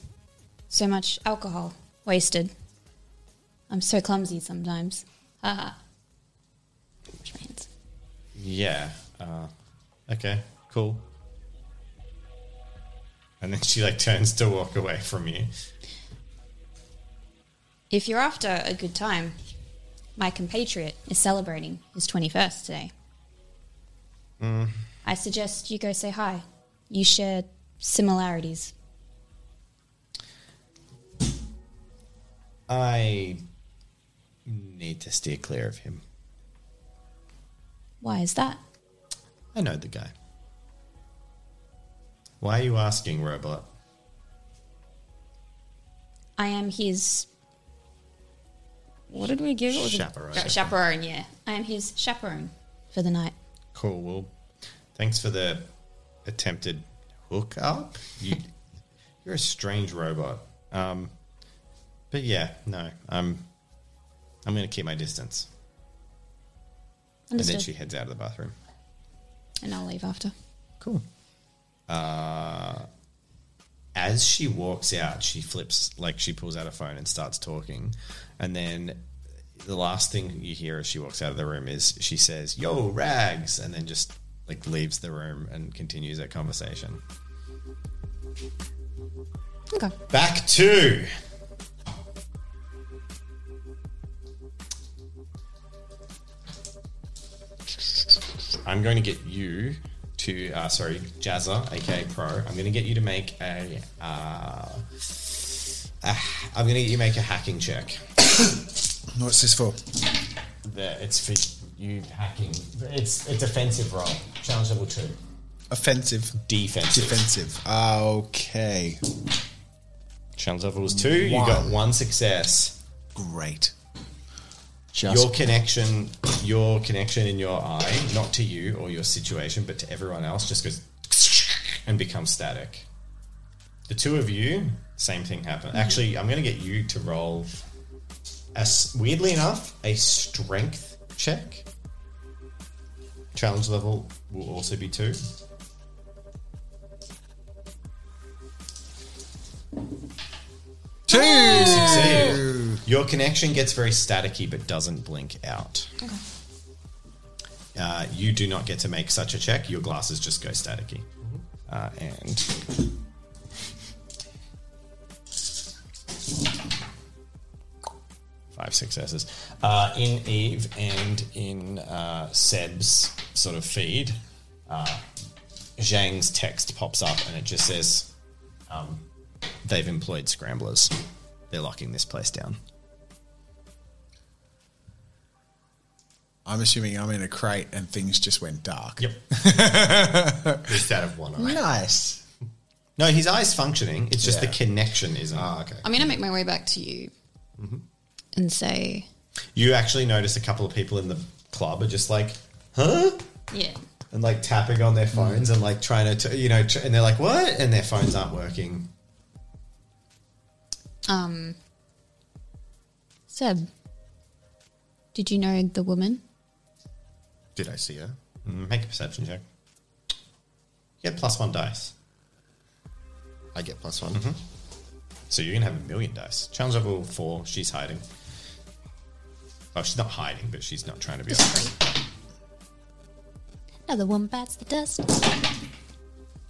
Speaker 8: So much alcohol wasted. I'm so clumsy sometimes. Ha ha. Wash my hands.
Speaker 2: Yeah. Uh, okay. Cool. And then she like turns to walk away from you.
Speaker 5: If you're after a good time, my compatriot is celebrating his 21st today.
Speaker 8: I suggest you go say hi. You share similarities.
Speaker 2: I need to steer clear of him.
Speaker 8: Why is that?
Speaker 2: I know the guy. Why are you asking, robot?
Speaker 5: I am his. What did we give it? Was it-
Speaker 2: Chaperone.
Speaker 5: Cha- chaperone, yeah. I am his chaperone for the night.
Speaker 2: Cool. Well, thanks for the attempted hookup. You, you're a strange robot. Um, but yeah, no, I'm. I'm going to keep my distance. And then
Speaker 5: Understood.
Speaker 2: she heads out of the bathroom.
Speaker 8: And I'll leave after.
Speaker 2: Cool. Uh, as she walks out, she flips, like she pulls out her phone and starts talking. And then the last thing you hear as she walks out of the room is she says, Yo, rags! And then just like leaves the room and continues that conversation.
Speaker 5: Okay.
Speaker 2: Back to. I'm going to get you to, uh, sorry, Jazza, aka Pro. I'm going to get you to make a. Uh, a h- I'm going to get you to make a hacking check.
Speaker 1: What's this for?
Speaker 2: There, it's for you hacking. It's a defensive role. Challenge level two.
Speaker 1: Offensive.
Speaker 2: Defensive.
Speaker 1: Defensive. Okay.
Speaker 2: Challenge level was two. You got
Speaker 1: One.
Speaker 2: one success.
Speaker 1: Great.
Speaker 10: Just
Speaker 2: your connection, your connection in your eye, not to you or your situation, but to everyone else, just goes and becomes static. The two of you, same thing happened. Actually, I'm going to get you to roll, a s weirdly enough, a strength check. Challenge level will also be two.
Speaker 1: Two.
Speaker 2: Succeed. Your connection gets very staticky but doesn't blink out. Uh, you do not get to make such a check. Your glasses just go staticky. Uh, and five successes uh, in Eve and in uh, Seb's sort of feed. Uh, Zhang's text pops up and it just says, um, "They've employed scramblers. They're locking this place down."
Speaker 1: I'm assuming I'm in a crate and things just went dark.
Speaker 2: Yep.
Speaker 6: Just out of one eye.
Speaker 1: Nice.
Speaker 2: No, his eye's functioning. It's just
Speaker 6: Yeah.
Speaker 2: the connection isn't.
Speaker 6: Ah, okay.
Speaker 3: I'm going to make my way back to you
Speaker 2: Mm-hmm.
Speaker 3: and say,
Speaker 2: You actually notice a couple of people in the club are just like
Speaker 5: Yeah.
Speaker 2: and like tapping on their phones and like trying to t- you know tr- and they're like what and their phones aren't working.
Speaker 3: um, Seb, did you know the woman?
Speaker 6: Did I see her?
Speaker 2: Mm, Make a perception check. Get plus one dice,
Speaker 6: I get plus one.
Speaker 2: so you're gonna have a million dice. Challenge level four. She's hiding. Oh, she's not hiding, but she's not trying to be. honest.
Speaker 8: Another one bites the dust.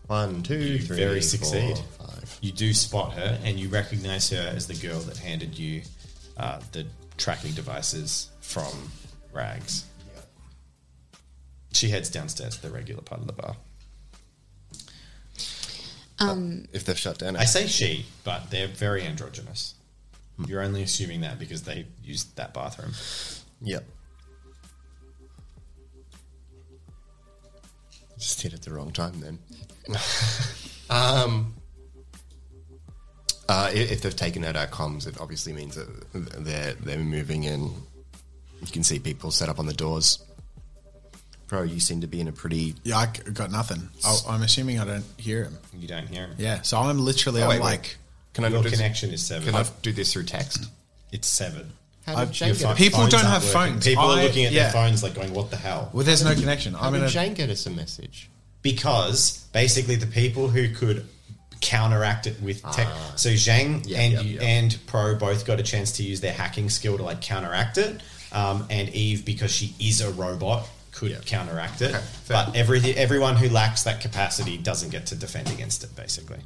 Speaker 6: One, two, three,
Speaker 2: very
Speaker 6: four,
Speaker 2: succeed.
Speaker 6: five.
Speaker 2: You do spot her, and you recognize her as the girl that handed you uh, the tracking devices from Rags. She heads downstairs to the regular part of the bar.
Speaker 6: If they've shut down,
Speaker 2: I say she, but they're very androgynous.
Speaker 6: Hmm.
Speaker 2: You're only assuming that because they used that bathroom.
Speaker 6: Yep. Just hit it the wrong time then. um, uh, i- if, they've taken out our comms, it obviously means that they're they're moving in. You can see people set up on the doors. Bro, you seem to be in a pretty.
Speaker 1: Yeah, I c- got nothing. I, I'm assuming I don't hear him.
Speaker 2: You don't hear him.
Speaker 1: Yeah, so I'm literally,
Speaker 6: Oh,
Speaker 1: I'm
Speaker 6: wait, wait.
Speaker 1: like,
Speaker 6: Can I
Speaker 2: Your
Speaker 6: not do this?
Speaker 2: connection is severed.
Speaker 6: Can I do this through text?
Speaker 2: It's severed.
Speaker 6: How
Speaker 1: did
Speaker 2: Your pho-
Speaker 1: People
Speaker 2: phones
Speaker 1: don't
Speaker 2: aren't
Speaker 1: have
Speaker 2: working.
Speaker 1: phones.
Speaker 2: People
Speaker 1: I-
Speaker 2: are looking at
Speaker 1: yeah.
Speaker 2: their phones like going, what the hell?
Speaker 1: well, there's no connection. I'm in a.
Speaker 6: get us a message?
Speaker 2: because basically the people who could counteract it with tech
Speaker 6: Ah.
Speaker 2: so Zhang
Speaker 6: Yeah,
Speaker 2: and
Speaker 6: yeah, yeah.
Speaker 2: and Pro both got a chance to use their hacking skill to like counteract it um, and Eve because she is a robot could
Speaker 6: Yeah.
Speaker 2: counteract it
Speaker 6: Okay, fair.
Speaker 2: but every everyone who lacks that capacity doesn't get to defend against it basically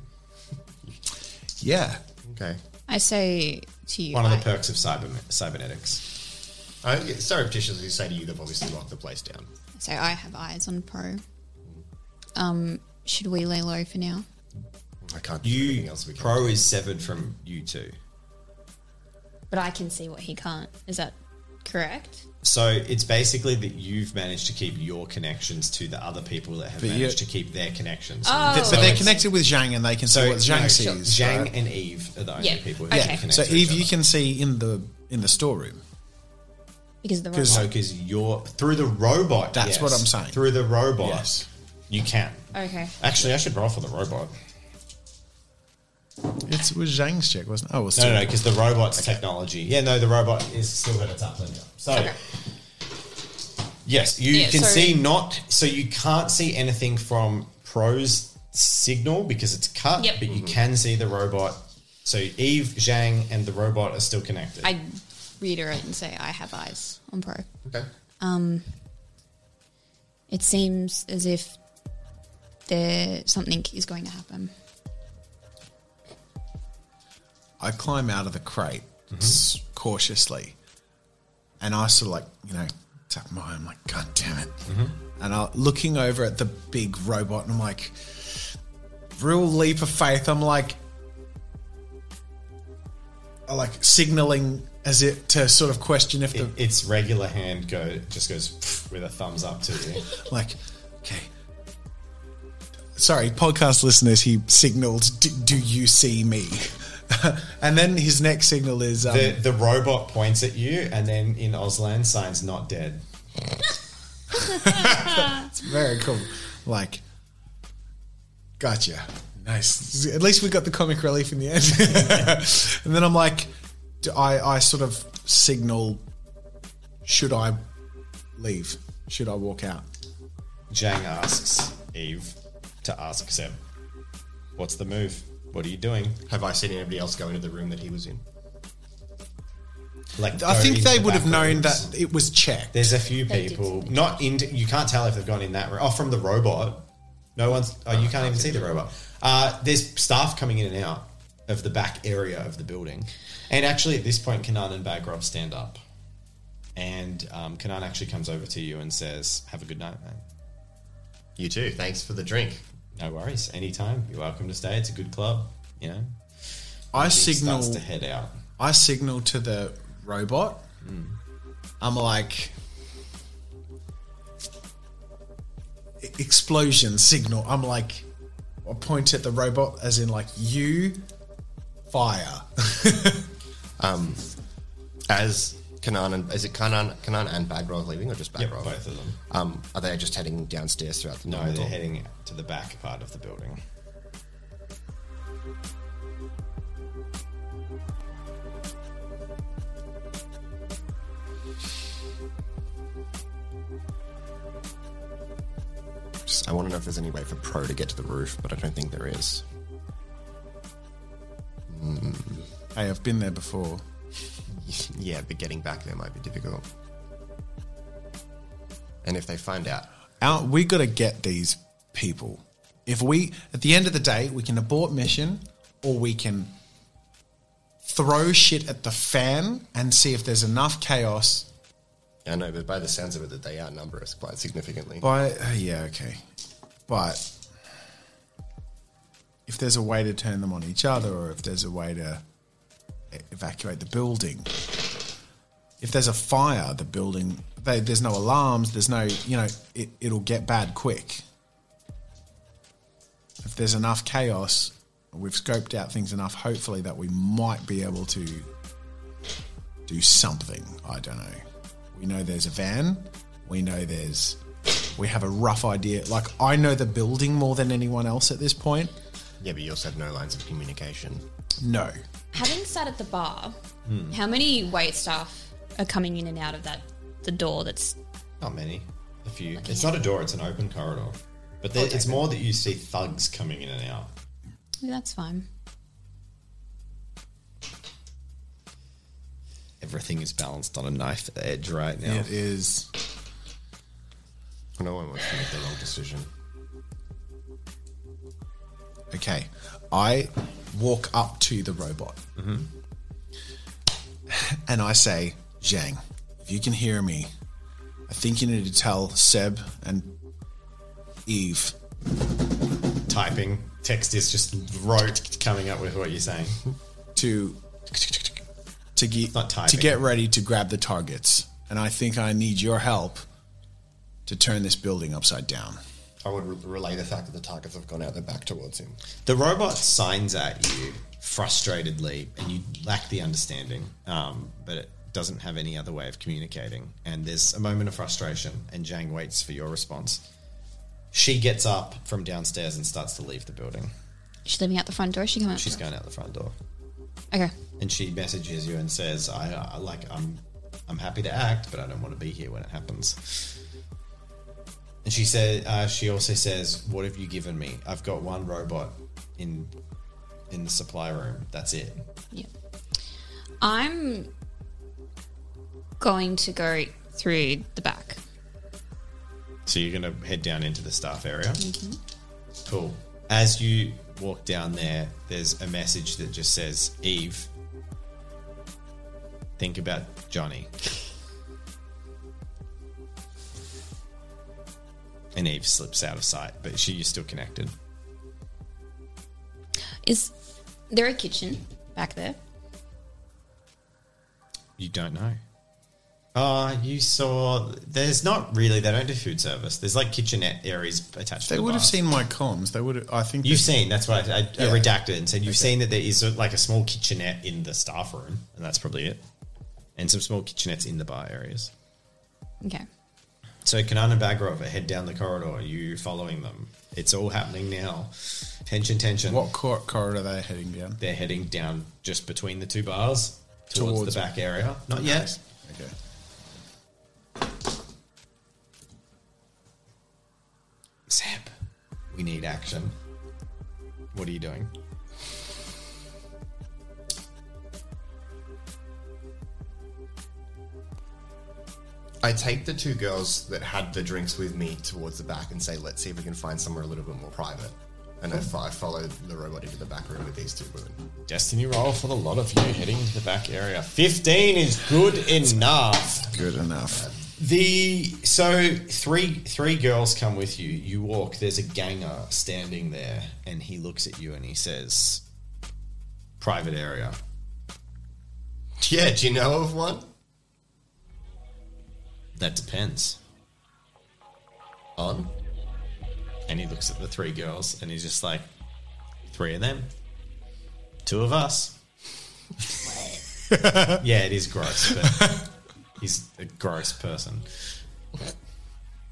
Speaker 1: Yeah.
Speaker 2: Oh.
Speaker 6: Okay.
Speaker 3: I say to you,
Speaker 2: one of
Speaker 3: I-
Speaker 2: the perks of cyber cybernetics
Speaker 6: I yeah, surreptitiously say to you, they've obviously locked the place down.
Speaker 3: So I have eyes on Pro. Um, should we lay low for now?
Speaker 6: I can't do anything
Speaker 2: you
Speaker 6: else we can.
Speaker 2: Pro is severed from you two
Speaker 5: But I can see what he can't. Is that correct?
Speaker 2: So it's basically that you've managed to keep your connections to the other people that have
Speaker 1: But you-
Speaker 2: managed to keep their connections.
Speaker 6: Ah,
Speaker 1: Th-
Speaker 2: So
Speaker 5: Oh.
Speaker 1: but they're
Speaker 2: it's-
Speaker 1: connected with Zhang and they can see what Zhang
Speaker 2: no, sure.
Speaker 1: sees.
Speaker 2: Zhang
Speaker 1: right?
Speaker 2: and Eve are the only
Speaker 5: Yeah.
Speaker 2: people who
Speaker 5: Yeah.
Speaker 2: can
Speaker 5: Okay.
Speaker 2: connect
Speaker 1: So
Speaker 2: to
Speaker 1: Eve,
Speaker 2: each
Speaker 1: you
Speaker 2: other.
Speaker 1: can see in the in the storeroom.
Speaker 5: Because the
Speaker 2: So
Speaker 5: robot.
Speaker 2: because you're through the robot.
Speaker 1: That's
Speaker 2: yes.
Speaker 1: what I'm saying.
Speaker 2: Through the robot,
Speaker 1: Yes.
Speaker 2: you can.
Speaker 5: Okay.
Speaker 2: Actually, I should roll for the robot.
Speaker 1: It's, it was Zhang's check, wasn't it? Oh, well,
Speaker 2: No,
Speaker 1: still-
Speaker 2: no, no, because the robot's technology. Yeah, no, the robot is still got its uplinger. So.
Speaker 5: Okay.
Speaker 2: Yes, you
Speaker 5: Yeah,
Speaker 2: can
Speaker 5: so-
Speaker 2: see not. So you can't see anything from Pro's signal because it's cut,
Speaker 5: Yep.
Speaker 2: but you
Speaker 1: Mm-hmm.
Speaker 2: can see the robot. So Eve, Zhang, and the robot are still connected.
Speaker 3: I reiterate and say I have eyes on Pro.
Speaker 6: Okay.
Speaker 3: It seems as if there something is going to happen.
Speaker 1: I climb out of the crate s cautiously, and I sort of like you know tap my eye. I'm like, God damn it! And I'm looking over at the big robot, and I'm like, real leap of faith. I'm like, I like signaling as it to sort of question if
Speaker 2: It-
Speaker 1: the
Speaker 2: its regular hand go just goes pff, with a thumbs up to you.
Speaker 1: like, okay. Sorry, podcast listeners, he signaled, "Do, do you see me?" and then his next signal is, um,
Speaker 2: the the robot points at you, and then in Auslan signs not dead.
Speaker 1: Very cool. Like, gotcha. Nice. At least we got the comic relief in the end. and then I'm like, do I, I sort of signal, should I leave? Should I walk out?
Speaker 2: Zhang asks Eve to ask Seb, "What's the move? What are you doing?"
Speaker 6: Have I seen anybody else go into the room that he was in?
Speaker 2: Like
Speaker 1: I
Speaker 2: go
Speaker 1: think
Speaker 2: into
Speaker 1: they
Speaker 2: the
Speaker 1: would have
Speaker 2: back
Speaker 1: known
Speaker 2: rooms.
Speaker 1: that it was checked.
Speaker 2: There's a few
Speaker 5: They did
Speaker 2: people
Speaker 5: something.
Speaker 2: not in. You can't tell if they've gone in that room. Oh, from the robot. No one's. Oh, you can't even see the robot. Uh, there's staff coming in and out of the back area of the building, and actually at this point, Kanan and Bagrov stand up, and um, Kanan actually comes over to you and says, "Have a good night, man."
Speaker 6: You too. Thanks for the drink.
Speaker 2: No worries. Anytime. You're welcome to stay. It's a good club. You know.
Speaker 1: I
Speaker 2: And he
Speaker 1: signal.
Speaker 2: starts to head out.
Speaker 1: I signal to the robot. I'm like e- explosion signal. I'm like I point at the robot as in like you fire.
Speaker 6: As Kanan and is it Kanan, Kanan and Bagrov leaving or just
Speaker 2: Yep,
Speaker 6: Bagrov?
Speaker 2: both of them.
Speaker 6: Um, are they just heading downstairs throughout the
Speaker 2: No,
Speaker 6: night?
Speaker 2: they're
Speaker 6: or-
Speaker 2: heading to the back part of the building.
Speaker 6: Just- I want to know if there's any way for Pro to get to the roof, but I don't think there is.
Speaker 1: hey, I've been there before.
Speaker 6: yeah, but getting back there might be difficult. And if they find out,
Speaker 1: Our, we got to get these people. If we at the end of the day we can abort mission or we can throw shit at the fan and see if there's enough chaos
Speaker 6: I know, but by the sounds of it, that they outnumber us quite significantly.
Speaker 1: By uh, yeah, okay, but if there's a way to turn them on each other, or if there's a way to e- evacuate the building, if there's a fire, the building they, there's no alarms, there's no you know it, it'll get bad quick. If there's enough chaos, we've scoped out things enough. Hopefully, that we might be able to do something. I don't know. We know there's a van. We know there's. We have a rough idea. Like I know the building more than anyone else at this point.
Speaker 6: yeah, but you also have no lines of communication.
Speaker 1: No,
Speaker 5: Having sat at the bar, how many wait staff are coming in and out of that the door that's
Speaker 2: Not many. A few. it's not a door, it's an open corridor. But there, it's more that you see thugs coming in and out.
Speaker 5: that's fine.
Speaker 2: Everything is balanced on a knife edge right now.
Speaker 1: it is.
Speaker 6: No one wants to make the wrong decision.
Speaker 1: Okay, I walk up to the robot and I say, Zhang, if you can hear me, I think you need to tell Seb and Eve.
Speaker 2: Typing. Text is just rote coming up with what you're saying.
Speaker 1: to to get
Speaker 2: Not typing.
Speaker 1: to get ready to grab the targets. and I think I need your help to turn this building upside down.
Speaker 6: I would re- relay the fact that the targets have gone out their back towards him.
Speaker 2: The robot signs at you frustratedly, and you lack the understanding, um, but it doesn't have any other way of communicating. And there's a moment of frustration, and Jang waits for your response. She gets up from downstairs and starts to leave the building.
Speaker 8: She's leaving out the front door. She come out.
Speaker 2: She's going out the front door,
Speaker 8: okay.
Speaker 2: and she messages you and says, "I, I like I'm." I'm happy to act, but I don't want to be here when it happens. And she said, uh, she also says, "What have you given me? I've got one robot in in the supply room. That's it."
Speaker 5: Yeah. I'm going to go through the back.
Speaker 2: So you're gonna head down into the staff area. Cool. As you walk down there, there's a message that just says, "Eve, think about Johnny." And Eve slips out of sight, but she is still connected.
Speaker 8: Is there a kitchen back there?
Speaker 2: You don't know. Uh, you saw. There's not really. They don't do food service. There's like kitchenette areas attached. to
Speaker 1: They
Speaker 2: the
Speaker 1: would have
Speaker 2: bar.
Speaker 1: seen my comms. They would. have I think
Speaker 2: You've
Speaker 1: they-
Speaker 2: seen. That's what I, I, I
Speaker 1: Yeah.
Speaker 2: redacted and said. You've seen that there is uh, like a small kitchenette in the staff room, and that's probably it. And some small kitchenettes in the bar areas.
Speaker 8: Okay.
Speaker 2: So Kanan and Bagrov head down the corridor. You following them? It's all happening now. Tension, tension.
Speaker 1: what cor- corridor are they heading down?
Speaker 2: They're heading down just between the two bars towards,
Speaker 1: Towards-
Speaker 2: the back area. Not yet.
Speaker 1: Okay.
Speaker 2: Seb, we need action. What are you doing?
Speaker 6: I take the two girls that had the drinks with me towards the back and say, let's see if we can find somewhere a little bit more private. And if I follow the robot into the back room with these two women.
Speaker 2: Destiny roll for the lot of you heading to the back area. 15 is good enough.
Speaker 1: Good enough.
Speaker 2: Uh, The so three three girls come with you. You walk. There's a ganger standing there, and he looks at you and he says, "Private area."
Speaker 6: Yeah, do you know of one?
Speaker 2: That depends.
Speaker 6: On?
Speaker 2: And he looks at the three girls, and he's just like, three of them, two of us. yeah, it is gross, but he's a gross person.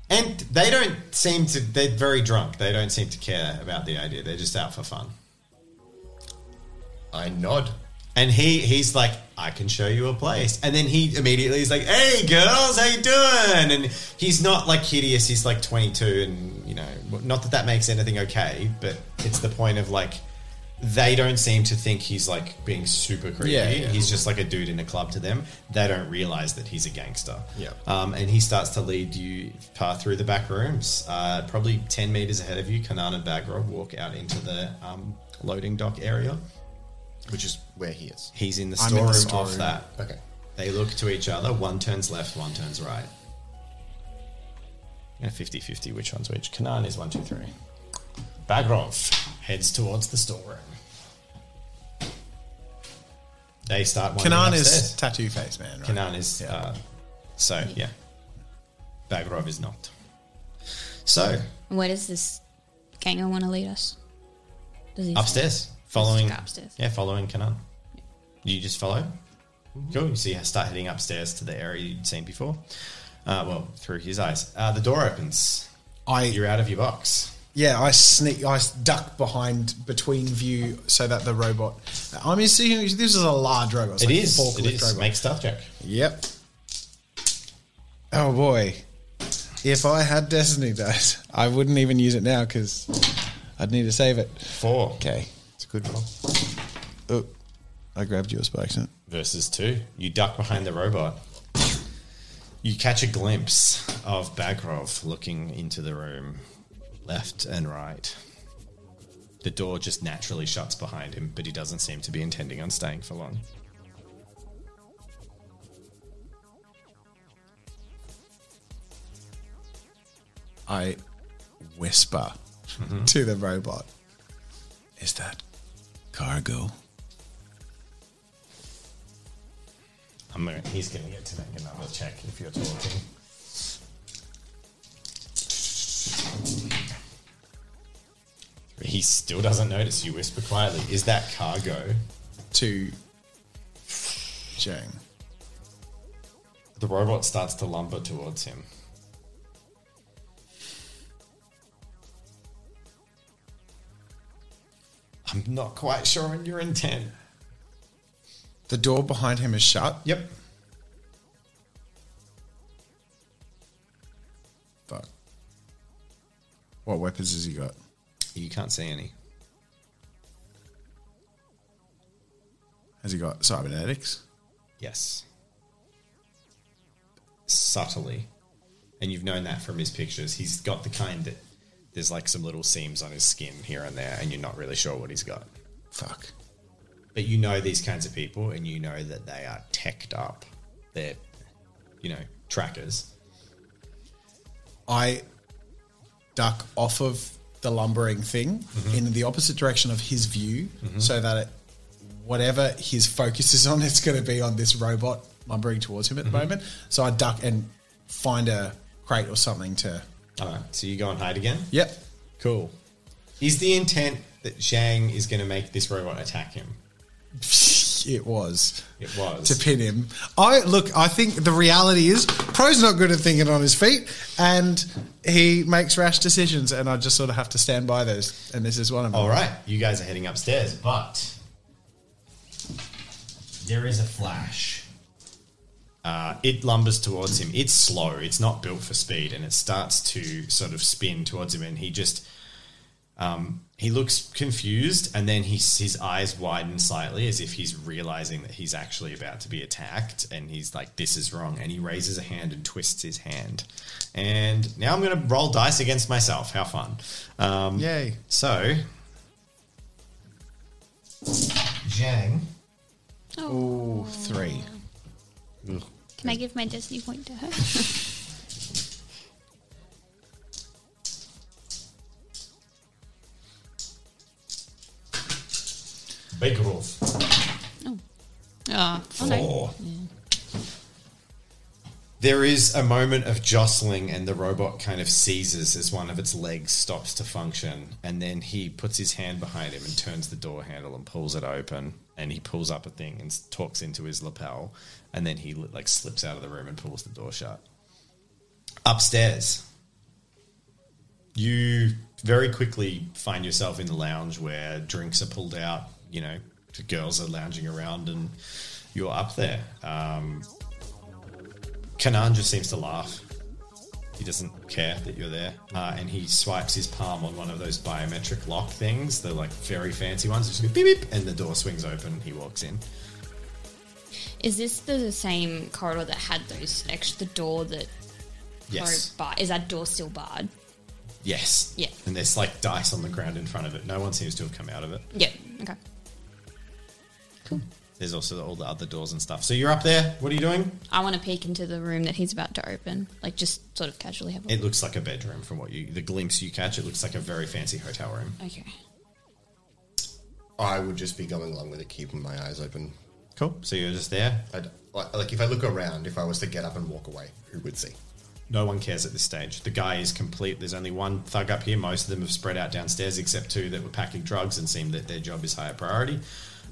Speaker 2: And they don't seem to, they're very drunk. They don't seem to care about the idea. They're just out for fun.
Speaker 6: I nod.
Speaker 2: And he he's like, I can show you a place. And then he immediately is like, Hey girls, how you doing? And he's not like hideous. He's like 22, and you know, not that that makes anything okay, but it's the point of like, they don't seem to think he's like being super creepy.
Speaker 1: Yeah, yeah.
Speaker 2: He's just like a dude in a club to them. They don't realize that he's a gangster.
Speaker 6: Yeah.
Speaker 2: Um, and he starts to lead you par through the back rooms. Uh, probably 10 meters ahead of you, Kanan and Bagra walk out into the um, loading dock area.
Speaker 6: Which is where he is.
Speaker 2: He's in the
Speaker 1: I'm in
Speaker 2: storeroom
Speaker 1: the
Speaker 2: off
Speaker 1: storeroom.
Speaker 2: that.
Speaker 6: Okay.
Speaker 2: They look to each other. One turns left, one turns right. And 50 50, which one's which? Kanan is one, two, three. Bagrov heads towards the storeroom. They start wandering
Speaker 1: Kanan
Speaker 2: upstairs.
Speaker 1: is tattoo face man. Right?
Speaker 2: Kanan is. Uh, so, yeah. Bagrov is not. So,
Speaker 8: Where does this ganger want to lead us? Does he
Speaker 2: upstairs. Following.
Speaker 8: go upstairs.
Speaker 2: Yeah, following Kanan. You just follow? Cool. So you start heading upstairs to the area you'd seen before. Uh, well, through his eyes. Uh, the door opens.
Speaker 1: I
Speaker 2: You're out of your box.
Speaker 1: yeah. I sneak. I s- duck behind between view so that the robot. I'm assuming this is a large robot. It's
Speaker 2: It
Speaker 1: like a
Speaker 2: is. It
Speaker 1: forklift
Speaker 2: is.
Speaker 1: robot.
Speaker 2: Make stuff check.
Speaker 1: Yep. Oh boy. If I had Destiny dice, I wouldn't even use it now because I'd need to save it.
Speaker 2: Four
Speaker 1: Okay.
Speaker 6: It's a good roll.
Speaker 1: Oh, I grabbed yours by accident.
Speaker 2: versus two. You duck behind the robot. You catch a glimpse of Bagrov looking into the room, left and right. The door just naturally shuts behind him, but he doesn't seem to be intending on staying for long.
Speaker 1: I whisper to the robot, "Is that cargo?"
Speaker 2: I'm gonna, he's going to get to make another check if you're talking. He still doesn't notice you whisper quietly. Is that cargo?
Speaker 1: to Jane.
Speaker 2: The robot starts to lumber towards him. I'm not quite sure on your intent.
Speaker 1: The door behind him is shut.
Speaker 2: Yep.
Speaker 1: Fuck. What weapons has he got?
Speaker 2: You can't see any.
Speaker 1: Has he got cybernetics?
Speaker 2: Yes. Subtly. And you've known that from his pictures. He's got the kind that there's like some little seams on his skin here and there, and you're not really sure what he's got.
Speaker 1: Fuck.
Speaker 2: But you know these kinds of people, and you know that they are teched up. They're, you know, trackers.
Speaker 1: I duck off of the lumbering thing in the opposite direction of his view so that it, whatever his focus is on, it's going to be on this robot lumbering towards him at the moment. So I duck and find a crate or something to.
Speaker 2: All right, so you go and hide again?
Speaker 1: Yep.
Speaker 2: Cool. Is the intent that Zhang is going to make this robot attack him?
Speaker 1: It was.
Speaker 2: It was.
Speaker 1: to pin him. I look. I think the reality is Pro's not good at thinking on his feet, and he makes rash decisions. And I just sort of have to stand by those. And this is one of them.
Speaker 2: All right, you guys are heading upstairs, but there is a flash. Uh, it lumbers towards him. It's slow. It's not built for speed, and it starts to sort of spin towards him. And he just um, he looks confused, and then he, his eyes widen slightly as if he's realizing that he's actually about to be attacked, and he's like, "This is wrong." And he raises a hand and twists his hand. And now I'm going to roll dice against myself. How fun! Um,
Speaker 1: Yay.
Speaker 2: So
Speaker 4: Jang.
Speaker 1: Ooh, three.
Speaker 11: Can I give my destiny point to her?
Speaker 2: Big Wolf.
Speaker 5: Oh,
Speaker 2: Four. There is a moment of jostling, and the robot kind of seizes as one of its legs stops to function. And then he puts his hand behind him and turns the door handle and pulls it open. And he pulls up a thing and s- talks into his lapel. And then he like slips out of the room and pulls the door shut. Upstairs, you very quickly find yourself in the lounge where drinks are pulled out. You know, the girls are lounging around, and you're up there. Um, Kanan just seems to laugh. He doesn't care that you're there, uh, and he swipes his palm on one of those biometric lock things. They're like very fancy ones. Just go beep beep, and the door swings open. And he walks in.
Speaker 5: Is this the same corridor that had those extra the door that
Speaker 2: Yes,
Speaker 5: or bar- is that door still barred?
Speaker 2: yes,
Speaker 5: Yeah.
Speaker 2: And there's like dice on the ground in front of it. No one seems to have come out of it.
Speaker 5: Yeah. Okay.
Speaker 2: There's also all the other doors and stuff. So you're up there. What are you doing?
Speaker 5: I want to peek into the room that he's about to open, like just sort of casually have a
Speaker 2: It looks like a bedroom from what you the glimpse you catch. It looks like a very fancy hotel room.
Speaker 5: Okay.
Speaker 6: I would just be going along with it, keeping my eyes open.
Speaker 2: Cool. So you're just there.
Speaker 6: I'd, like, like, if I look around, if I was to get up and walk away, who would see?
Speaker 2: No one cares at this stage. The guy is complete. There's only one thug up here. Most of them have spread out downstairs, except two that were packing drugs and seem that their job is higher priority.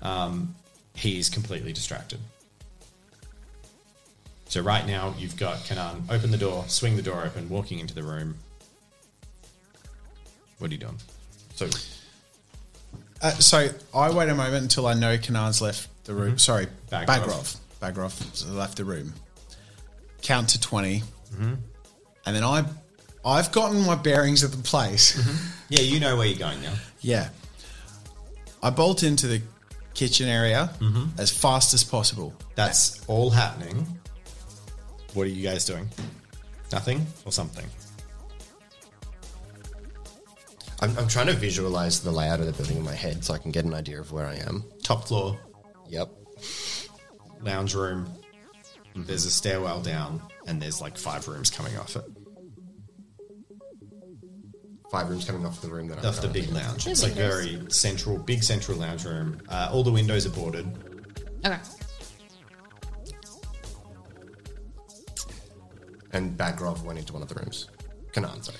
Speaker 2: Um, he is completely distracted. So right now you've got Kanan open the door, swing the door open, walking into the room. What are you doing?
Speaker 6: So
Speaker 1: Uh, so I wait a moment until I know Kanan's left the room. Sorry,
Speaker 2: Bagrov.
Speaker 1: Bagrov. Bagrov. Bagrov's left the room. Count to 20 and then I, I've gotten my bearings of the place.
Speaker 2: Yeah, you know where you're going now.
Speaker 1: Yeah. I bolt into the kitchen area as fast as possible.
Speaker 2: That's all happening. What are you guys doing? Nothing or something?
Speaker 6: I'm, I'm trying to visualize the layout of the building in my head so I can get an idea of where I am.
Speaker 2: Top floor,
Speaker 6: Yep.
Speaker 2: lounge room. There's a stairwell down, and there's like five rooms coming off it.
Speaker 6: Five rooms coming off the room that I'm
Speaker 2: Off the
Speaker 6: currently
Speaker 2: big
Speaker 6: in.
Speaker 2: lounge. It's like very central, big central lounge room. Uh, all the windows are boarded.
Speaker 5: Okay.
Speaker 6: and Bagrov went into one of the rooms. Kanan, sorry.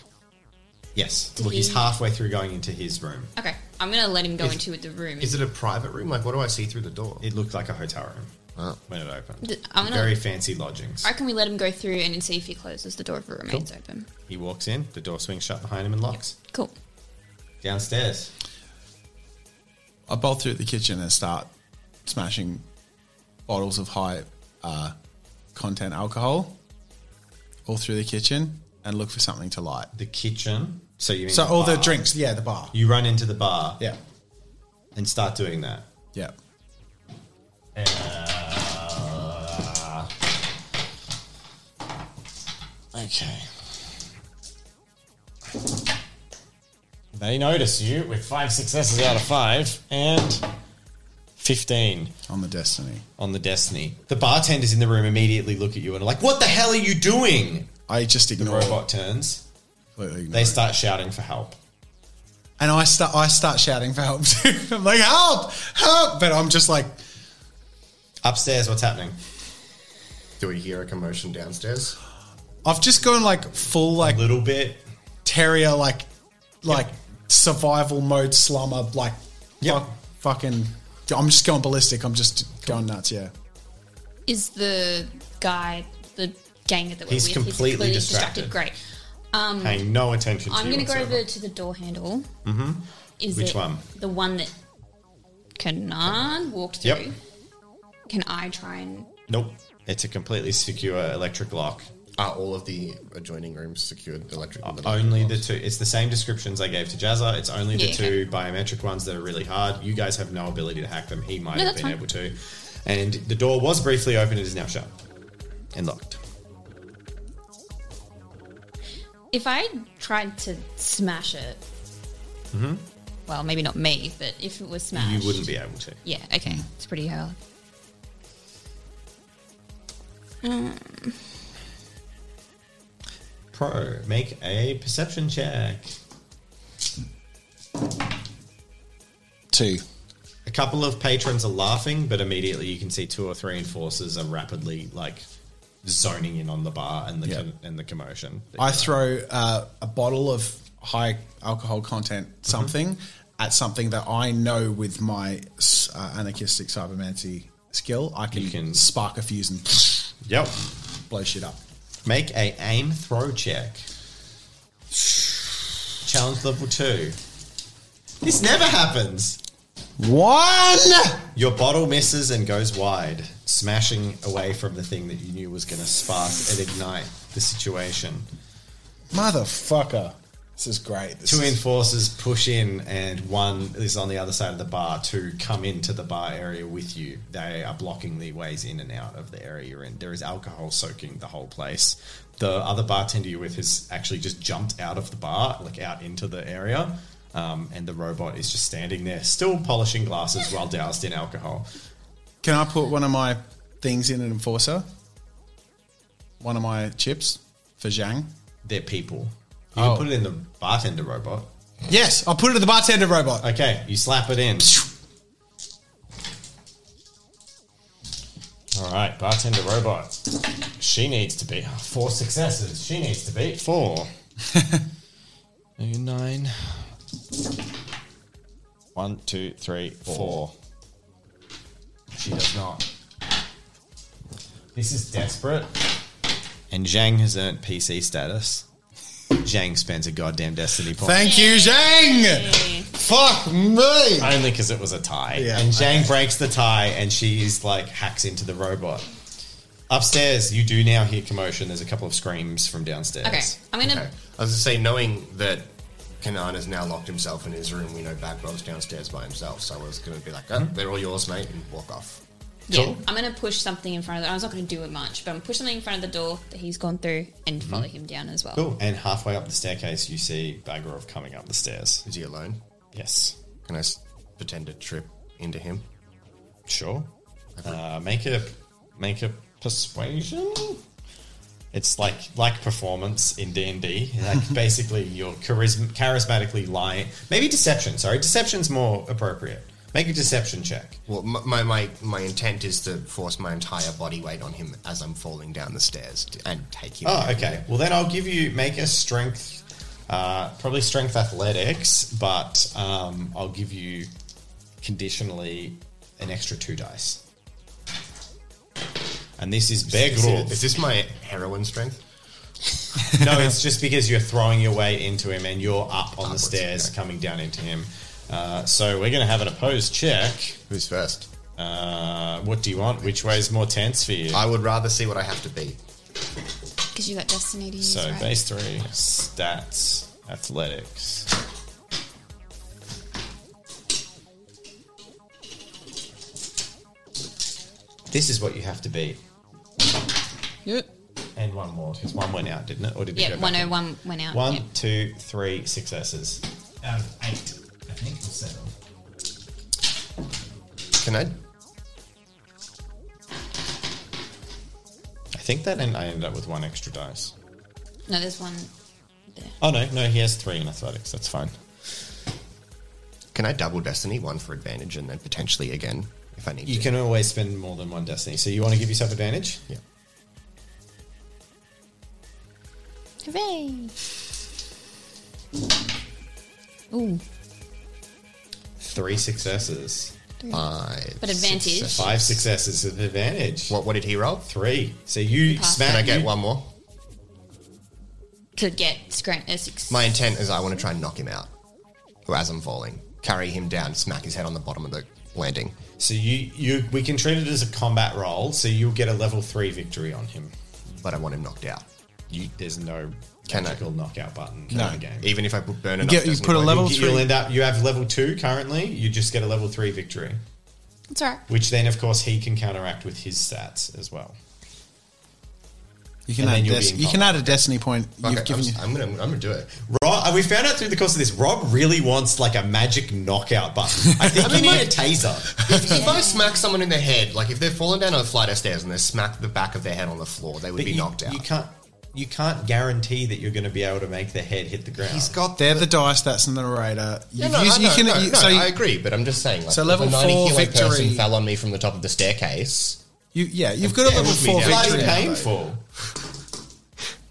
Speaker 2: Yes. Look, he's halfway through going into his room.
Speaker 5: Okay, I'm gonna let him go
Speaker 6: Is-
Speaker 5: into the room.
Speaker 6: Is it a private room? Like, what do I see through the door?
Speaker 2: It looked like a hotel room
Speaker 6: Wow.
Speaker 2: when it opened.
Speaker 5: D- I'm gonna-
Speaker 2: Very fancy lodgings.
Speaker 5: I reckon we let him go through and then see if he closes the door if it remains open.
Speaker 2: He walks in, the door swings shut behind him and locks.
Speaker 5: Cool.
Speaker 2: Downstairs.
Speaker 1: I bolt through the kitchen and start smashing bottles of high uh, content alcohol all through the kitchen and look for something to light.
Speaker 2: The kitchen. So you mean
Speaker 1: So all the
Speaker 2: bar.
Speaker 1: drinks, yeah, the bar.
Speaker 2: You run into the bar
Speaker 1: Yeah,
Speaker 2: and start doing that.
Speaker 1: yeah.
Speaker 2: Uh, okay. They notice you with five successes out of five and 15
Speaker 1: On the destiny.
Speaker 2: on the Destiny. The bartenders in the room immediately look at you and are like, What the hell are you doing?
Speaker 1: I just
Speaker 2: The
Speaker 1: ignore.
Speaker 2: robot turns.
Speaker 1: Completely ignore
Speaker 2: They
Speaker 1: it.
Speaker 2: start shouting for help.
Speaker 1: and I start. I start shouting for help. Too. I'm like, help, help! But I'm just like,
Speaker 2: Upstairs, what's happening?
Speaker 6: Do we hear a commotion downstairs?
Speaker 1: I've just gone like full like
Speaker 2: A little bit.
Speaker 1: terrier like like survival mode slumber like
Speaker 2: Yep.
Speaker 1: fuck- fucking I'm just going ballistic. I'm just going nuts, yeah.
Speaker 3: Is the guy the gang that we're
Speaker 2: He's
Speaker 3: with?
Speaker 2: completely distracted.
Speaker 3: Great.
Speaker 2: Paying no attention to
Speaker 5: Um, I'm
Speaker 2: you.
Speaker 5: gonna go
Speaker 2: whatsoever.
Speaker 5: over to the door handle. Mm-hmm. Is
Speaker 2: Which
Speaker 5: it
Speaker 2: one?
Speaker 5: The one that Kanan walked through.
Speaker 2: Yep.
Speaker 5: Can I try and?
Speaker 2: Nope. It's a completely secure electric lock.
Speaker 6: Are all of the adjoining rooms secured electrically?
Speaker 2: Only the two. It's the same descriptions I gave to Jazza. It's only the
Speaker 5: Yeah,
Speaker 2: two biometric ones that are really hard. You guys have no ability to hack them. He might
Speaker 5: No,
Speaker 2: have
Speaker 5: that's
Speaker 2: been
Speaker 5: fine.
Speaker 2: able to. And the door was briefly open. It is now shut and locked.
Speaker 5: If I tried to smash it, well, maybe not me, but if it was smashed,
Speaker 2: Mm-hmm. You wouldn't be able to.
Speaker 5: Yeah. Okay. It's pretty hard.
Speaker 2: Pro, make a perception check.
Speaker 1: Two.
Speaker 2: A couple of patrons are laughing, but immediately you can see two or three enforcers are rapidly like zoning in on the bar and the
Speaker 1: Yeah.
Speaker 2: con- and the commotion.
Speaker 1: I throw uh, a bottle of high alcohol content
Speaker 2: Mm-hmm.
Speaker 1: something at something that I know with my s- uh, anarchistic cybermancy skill, I can,
Speaker 2: You can-
Speaker 1: spark a fuse and
Speaker 2: Yep.
Speaker 1: blow shit up.
Speaker 2: Make a aim throw check. Challenge level two. This never happens.
Speaker 1: One.
Speaker 2: Your bottle misses and goes wide, smashing away from the thing that you knew was going to spark and ignite the situation.
Speaker 1: Motherfucker. This is great. This
Speaker 2: Two
Speaker 1: is-
Speaker 2: enforcers push in, and one is on the other side of the bar to come into the bar area with you. They are blocking the ways in and out of the area you're in. There is alcohol soaking the whole place. The other bartender you're with has actually just jumped out of the bar, like out into the area, um, and the robot is just standing there, still polishing glasses while doused in alcohol.
Speaker 1: Can I put one of my things in an enforcer? One of my chips for Zhang?
Speaker 2: They're people. You can
Speaker 1: Oh.
Speaker 2: put it in the bartender robot.
Speaker 1: Yes, I'll put it to the bartender robot.
Speaker 2: Okay, you slap it in. All right, bartender robot. She needs to be four successes. She needs to be four. Nine. One, two, three, four. She does not. This is desperate. And Zhang has earned PC status. Zhang spends a goddamn destiny point.
Speaker 1: Thank you, Zhang. Fuck me.
Speaker 2: Only because it was a tie.
Speaker 1: Yeah.
Speaker 2: And Zhang breaks the tie and she's like hacks into the robot. Upstairs, you do now hear commotion. There's a couple of screams from downstairs.
Speaker 5: Okay. I'm gonna.
Speaker 6: Okay. I was to say, knowing that Kanan has now locked himself in his room, we know Bagrov's downstairs by himself. So I was going to be like, oh, they're all yours, mate, and walk off.
Speaker 5: Yeah, I'm gonna push something in front of the. I was not gonna do it much, but I'm gonna push something in front of the door that he's gone through and follow
Speaker 2: Mm-hmm.
Speaker 5: him down as well.
Speaker 2: Cool. And halfway up the staircase, you see Bagarov coming up the stairs.
Speaker 6: Is he alone?
Speaker 2: Yes.
Speaker 6: Can I s- pretend to trip into him?
Speaker 2: Sure. Uh, make a make a persuasion. It's like like performance in D and D. Like basically, you're charism- charismatically lying. Maybe deception. Sorry, deception's more appropriate. Make a deception check.
Speaker 6: Well, my, my, my, my intent is to force my entire body weight on him as I'm falling down the stairs t- and take him.
Speaker 2: Oh,
Speaker 6: down.
Speaker 2: okay. Well, then I'll give you make a strength, uh, probably strength athletics, but um, I'll give you conditionally an extra two dice. And this is big
Speaker 6: Is,
Speaker 2: rule.
Speaker 6: it, is this my heroin strength?
Speaker 2: no, it's just because you're throwing your way into him and you're up on
Speaker 6: Upwards,
Speaker 2: the stairs
Speaker 6: okay.
Speaker 2: coming down into him. Uh, so we're going to have an opposed check.
Speaker 6: Who's first?
Speaker 2: Uh, what do you want? Which way is more tense for you?
Speaker 6: I would rather see what I have to be.
Speaker 11: Because you got Destiny to use.
Speaker 2: So
Speaker 11: right?
Speaker 2: base three, stats, athletics. This is what you have to be.
Speaker 3: Yep.
Speaker 2: And one more, because one went out, didn't it? Or did it
Speaker 5: Yeah,
Speaker 2: go back in?
Speaker 5: 101 went out.
Speaker 2: One,
Speaker 5: yeah.
Speaker 2: two, three successes.
Speaker 12: Out of eight, I think, or seven.
Speaker 6: Can I?
Speaker 2: I think that, and I ended up with one extra dice.
Speaker 5: No, there's one.
Speaker 2: Oh no, no, he has three in athletics. That's fine.
Speaker 6: Can I double destiny one for advantage and then potentially again if I need
Speaker 2: You
Speaker 6: to?
Speaker 2: can always spend more than one destiny. So you want to give yourself advantage?
Speaker 6: Yeah.
Speaker 3: Hooray! Ooh,
Speaker 2: Three successes,
Speaker 6: Five.
Speaker 5: But advantage.
Speaker 6: success-
Speaker 2: five successes with advantage.
Speaker 6: What? What did he roll?
Speaker 2: Three. So you
Speaker 5: Pass.
Speaker 2: smack.
Speaker 6: Can I get
Speaker 2: you-
Speaker 6: one more?
Speaker 5: To get screen uh, six.
Speaker 6: My intent is I want to try and knock him out, or as I'm falling, carry him down, smack his head on the bottom of the landing.
Speaker 2: So you you we can treat it as a combat roll. So you'll get a level three victory on him.
Speaker 6: But I want him knocked out.
Speaker 2: You, there's no
Speaker 6: Can I-
Speaker 2: magical knockout button
Speaker 1: No.
Speaker 2: in the game.
Speaker 6: Even if I put burn enough,
Speaker 1: get- you
Speaker 6: destiny
Speaker 1: put a
Speaker 6: points-
Speaker 1: level-
Speaker 2: You'll, get- you'll end up. You have level two currently. You just get a level three victory,
Speaker 11: it's alright.
Speaker 2: which then of course he can counteract with his stats as well.
Speaker 1: You can
Speaker 2: And
Speaker 1: add
Speaker 2: then
Speaker 1: a
Speaker 2: you'll be
Speaker 1: des-
Speaker 2: in
Speaker 1: you can
Speaker 2: combat.
Speaker 1: add a destiny point.
Speaker 6: Okay,
Speaker 1: You've given you.
Speaker 6: I'm, I'm gonna, I'm gonna do it.
Speaker 2: Rob, uh, we found out through the course of this, Rob really wants like a magic knockout button. I think you need a taser.
Speaker 6: If, if I smack someone in the head, like if they're falling down a flight of stairs and they smack the back of their head on the floor, they would be
Speaker 2: you,
Speaker 6: knocked out.
Speaker 2: You can't. You can't guarantee that you're going to be able to make the head hit the ground.
Speaker 6: He's got
Speaker 1: They're the dice. That's in the narrator.
Speaker 6: No,
Speaker 1: You've
Speaker 6: no,
Speaker 1: used-
Speaker 6: I
Speaker 1: you
Speaker 6: know,
Speaker 1: can-
Speaker 6: no,
Speaker 1: you-
Speaker 6: no,
Speaker 1: so you-
Speaker 6: I agree, but I'm just saying. Like,
Speaker 1: So
Speaker 6: if
Speaker 1: level
Speaker 6: a 90
Speaker 1: four
Speaker 6: kilo person
Speaker 1: victory-
Speaker 6: fell on me from the top of the staircase.
Speaker 1: you- yeah, you've got a level
Speaker 6: with me
Speaker 1: four
Speaker 6: now. Bloody
Speaker 2: bloody
Speaker 1: victory.
Speaker 6: pain.
Speaker 2: painful.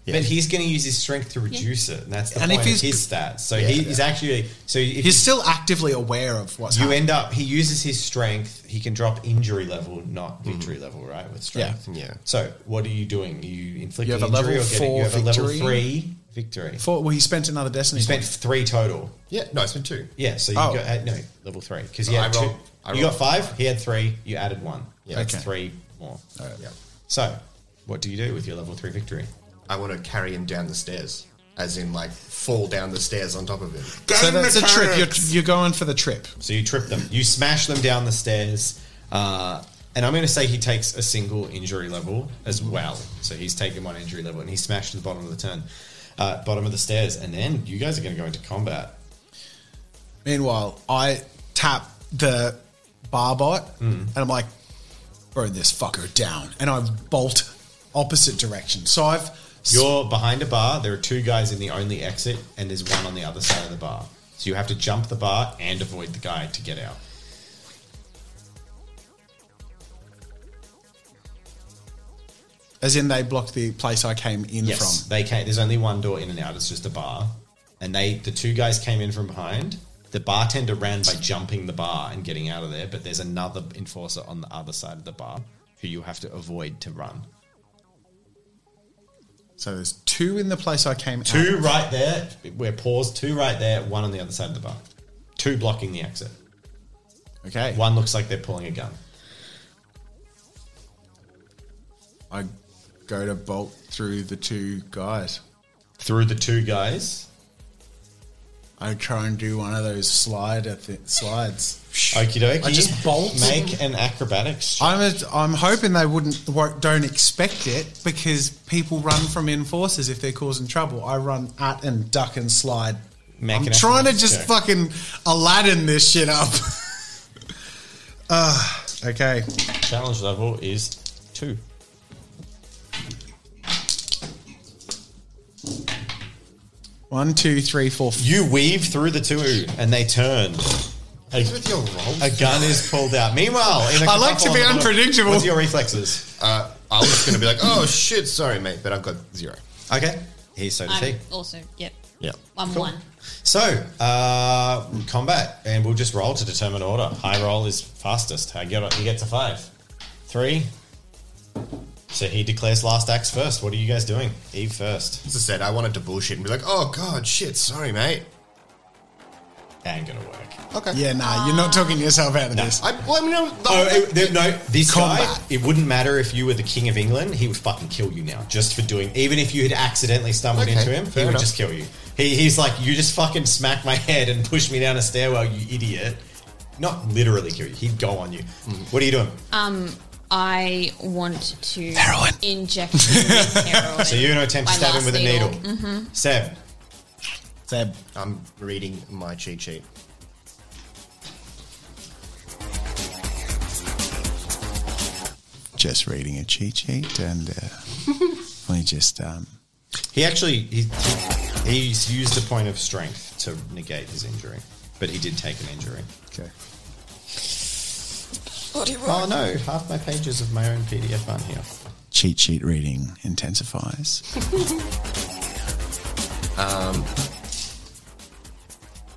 Speaker 2: But he's going to use his strength to reduce it, and that's the
Speaker 1: And if
Speaker 2: point of
Speaker 1: he's-
Speaker 2: his stats. So he he's actually so if
Speaker 1: He's still actively aware of what's
Speaker 2: you
Speaker 1: happening.
Speaker 2: end up he uses his strength. He can drop injury level, not victory level, right? With strength,
Speaker 6: Yeah.
Speaker 2: So what are you doing? You inflict
Speaker 1: You have a
Speaker 2: injury
Speaker 1: level
Speaker 2: or getting
Speaker 1: four
Speaker 2: you have a level
Speaker 1: victory.
Speaker 2: three victory.
Speaker 1: Four, well, he spent another destiny.
Speaker 2: You spent
Speaker 1: point.
Speaker 2: three total.
Speaker 6: Yeah, no, it's been two.
Speaker 2: Yeah, so you
Speaker 1: Oh.
Speaker 2: got uh, no level three because you
Speaker 6: I
Speaker 2: had two.
Speaker 6: rolled- I
Speaker 2: you got
Speaker 6: rolled.
Speaker 2: five. He had three. You added one.
Speaker 6: Yeah.
Speaker 2: that's
Speaker 1: Okay.
Speaker 2: three more.
Speaker 6: Yeah.
Speaker 2: So, what do you do with your level three victory?
Speaker 6: I want to carry him down the stairs, as in like fall down the stairs on top of him.
Speaker 1: So that's a trip. You're, you're going for the trip.
Speaker 2: So you trip them. You smash them down the stairs. Uh, and I'm going to say he takes a single injury level as well. So he's taken one injury level and he smashed to the bottom of the turn, uh, bottom of the stairs. And then you guys are going to go into combat.
Speaker 1: Meanwhile, I tap the barbot
Speaker 2: Hmm.
Speaker 1: and I'm like, burn this fucker down. And I bolt opposite direction. So I've.
Speaker 2: You're behind a bar. There are two guys in the only exit, and there's one on the other side of the bar. So you have to jump the bar and avoid the guy to get out.
Speaker 1: As in, they blocked the place I came in
Speaker 2: Yes,
Speaker 1: from.
Speaker 2: they came. There's only one door in and out. It's just a bar, and they the two guys came in from behind. The bartender ran by jumping the bar and getting out of there, but there's another enforcer on the other side of the bar who you have to avoid to run.
Speaker 1: So there's two in the place I came out.
Speaker 2: Two right there. We're paused. Two right there. One on the other side of the bar. Two blocking the exit.
Speaker 1: Okay.
Speaker 2: One looks like they're pulling a gun.
Speaker 1: I go to bolt through the two guys.
Speaker 2: Through the two guys.
Speaker 1: I try and do one of those slider th- slides.
Speaker 2: Okie dokie.
Speaker 1: I just bolt.
Speaker 2: Make an acrobatics.
Speaker 1: I'm a, I'm hoping they wouldn't won't, don't expect it because people run from enforcers if they're causing trouble. I run at and duck and slide.
Speaker 2: Make
Speaker 1: I'm
Speaker 2: an
Speaker 1: trying to
Speaker 2: acrobatics
Speaker 1: just
Speaker 2: check.
Speaker 1: fucking Aladdin this shit up. uh, okay,
Speaker 2: Challenge level is two.
Speaker 1: one, two, three, four. f-
Speaker 2: You weave through the two, and they turn. A,
Speaker 6: with your rolls?
Speaker 2: a gun is pulled out. Meanwhile, in a
Speaker 1: I like to
Speaker 2: kerfuffle
Speaker 1: be
Speaker 2: on the bottom-
Speaker 1: unpredictable.
Speaker 2: What's your reflexes?
Speaker 6: Uh, I was going to be like, oh shit, sorry mate, but I've got zero.
Speaker 2: Okay, he's so does he.
Speaker 5: I'm also, yep.
Speaker 6: Yeah.
Speaker 5: One one.
Speaker 2: So, uh, combat, and we'll just roll to determine order. High roll is fastest. I get he gets a five, three. So he declares last acts first. What are you guys doing? Eve first.
Speaker 6: As I said, I wanted to bullshit and be like, oh god, shit, sorry mate.
Speaker 2: Ain't gonna work.
Speaker 6: Okay.
Speaker 1: Yeah, nah, you're not talking yourself out of this.
Speaker 6: I, well, I mean, no, the-
Speaker 2: Oh, it, there- no, this
Speaker 1: Combat.
Speaker 2: guy, it wouldn't matter if you were the King of England, he would fucking kill you now just for doing, even if you had accidentally stumbled
Speaker 6: Okay,
Speaker 2: into him, he
Speaker 6: fair
Speaker 2: would
Speaker 6: enough.
Speaker 2: just kill you. He, he's like, you just fucking smack my head and push me down a stairwell, you idiot. Not literally kill you, he'd go on you.
Speaker 6: Mm.
Speaker 2: What are you doing?
Speaker 5: I want to
Speaker 1: Heroin.
Speaker 5: inject him with heroin.
Speaker 2: so you're going to attempt to
Speaker 5: My
Speaker 2: stab him
Speaker 5: last
Speaker 2: with a needle.
Speaker 5: needle. Mm-hmm.
Speaker 2: Seb,
Speaker 1: Seb.
Speaker 6: I'm reading my cheat sheet.
Speaker 1: Just reading a cheat sheet and uh, we just. Um,
Speaker 2: he actually, he, he- he's used a point of strength to negate his injury, but he did take an injury.
Speaker 1: okay.
Speaker 2: Oh no, half my pages of my own PDF aren't here.
Speaker 1: Cheat sheet reading intensifies.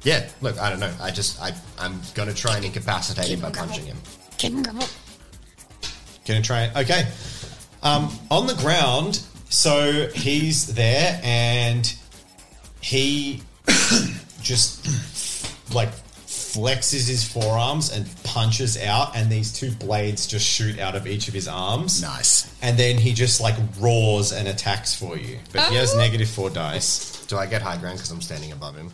Speaker 6: Yeah, look, I don't know. I just, I, I'm gonna try and incapacitate him by punching him.
Speaker 2: Gonna try. Okay. Um, on the ground, so he's there and he just like flexes his forearms and punches out, and these two blades just shoot out of each of his arms.
Speaker 1: Nice.
Speaker 2: And then he just like roars and attacks for you. But he has negative four dice.
Speaker 6: Do I get high ground because I'm standing above him?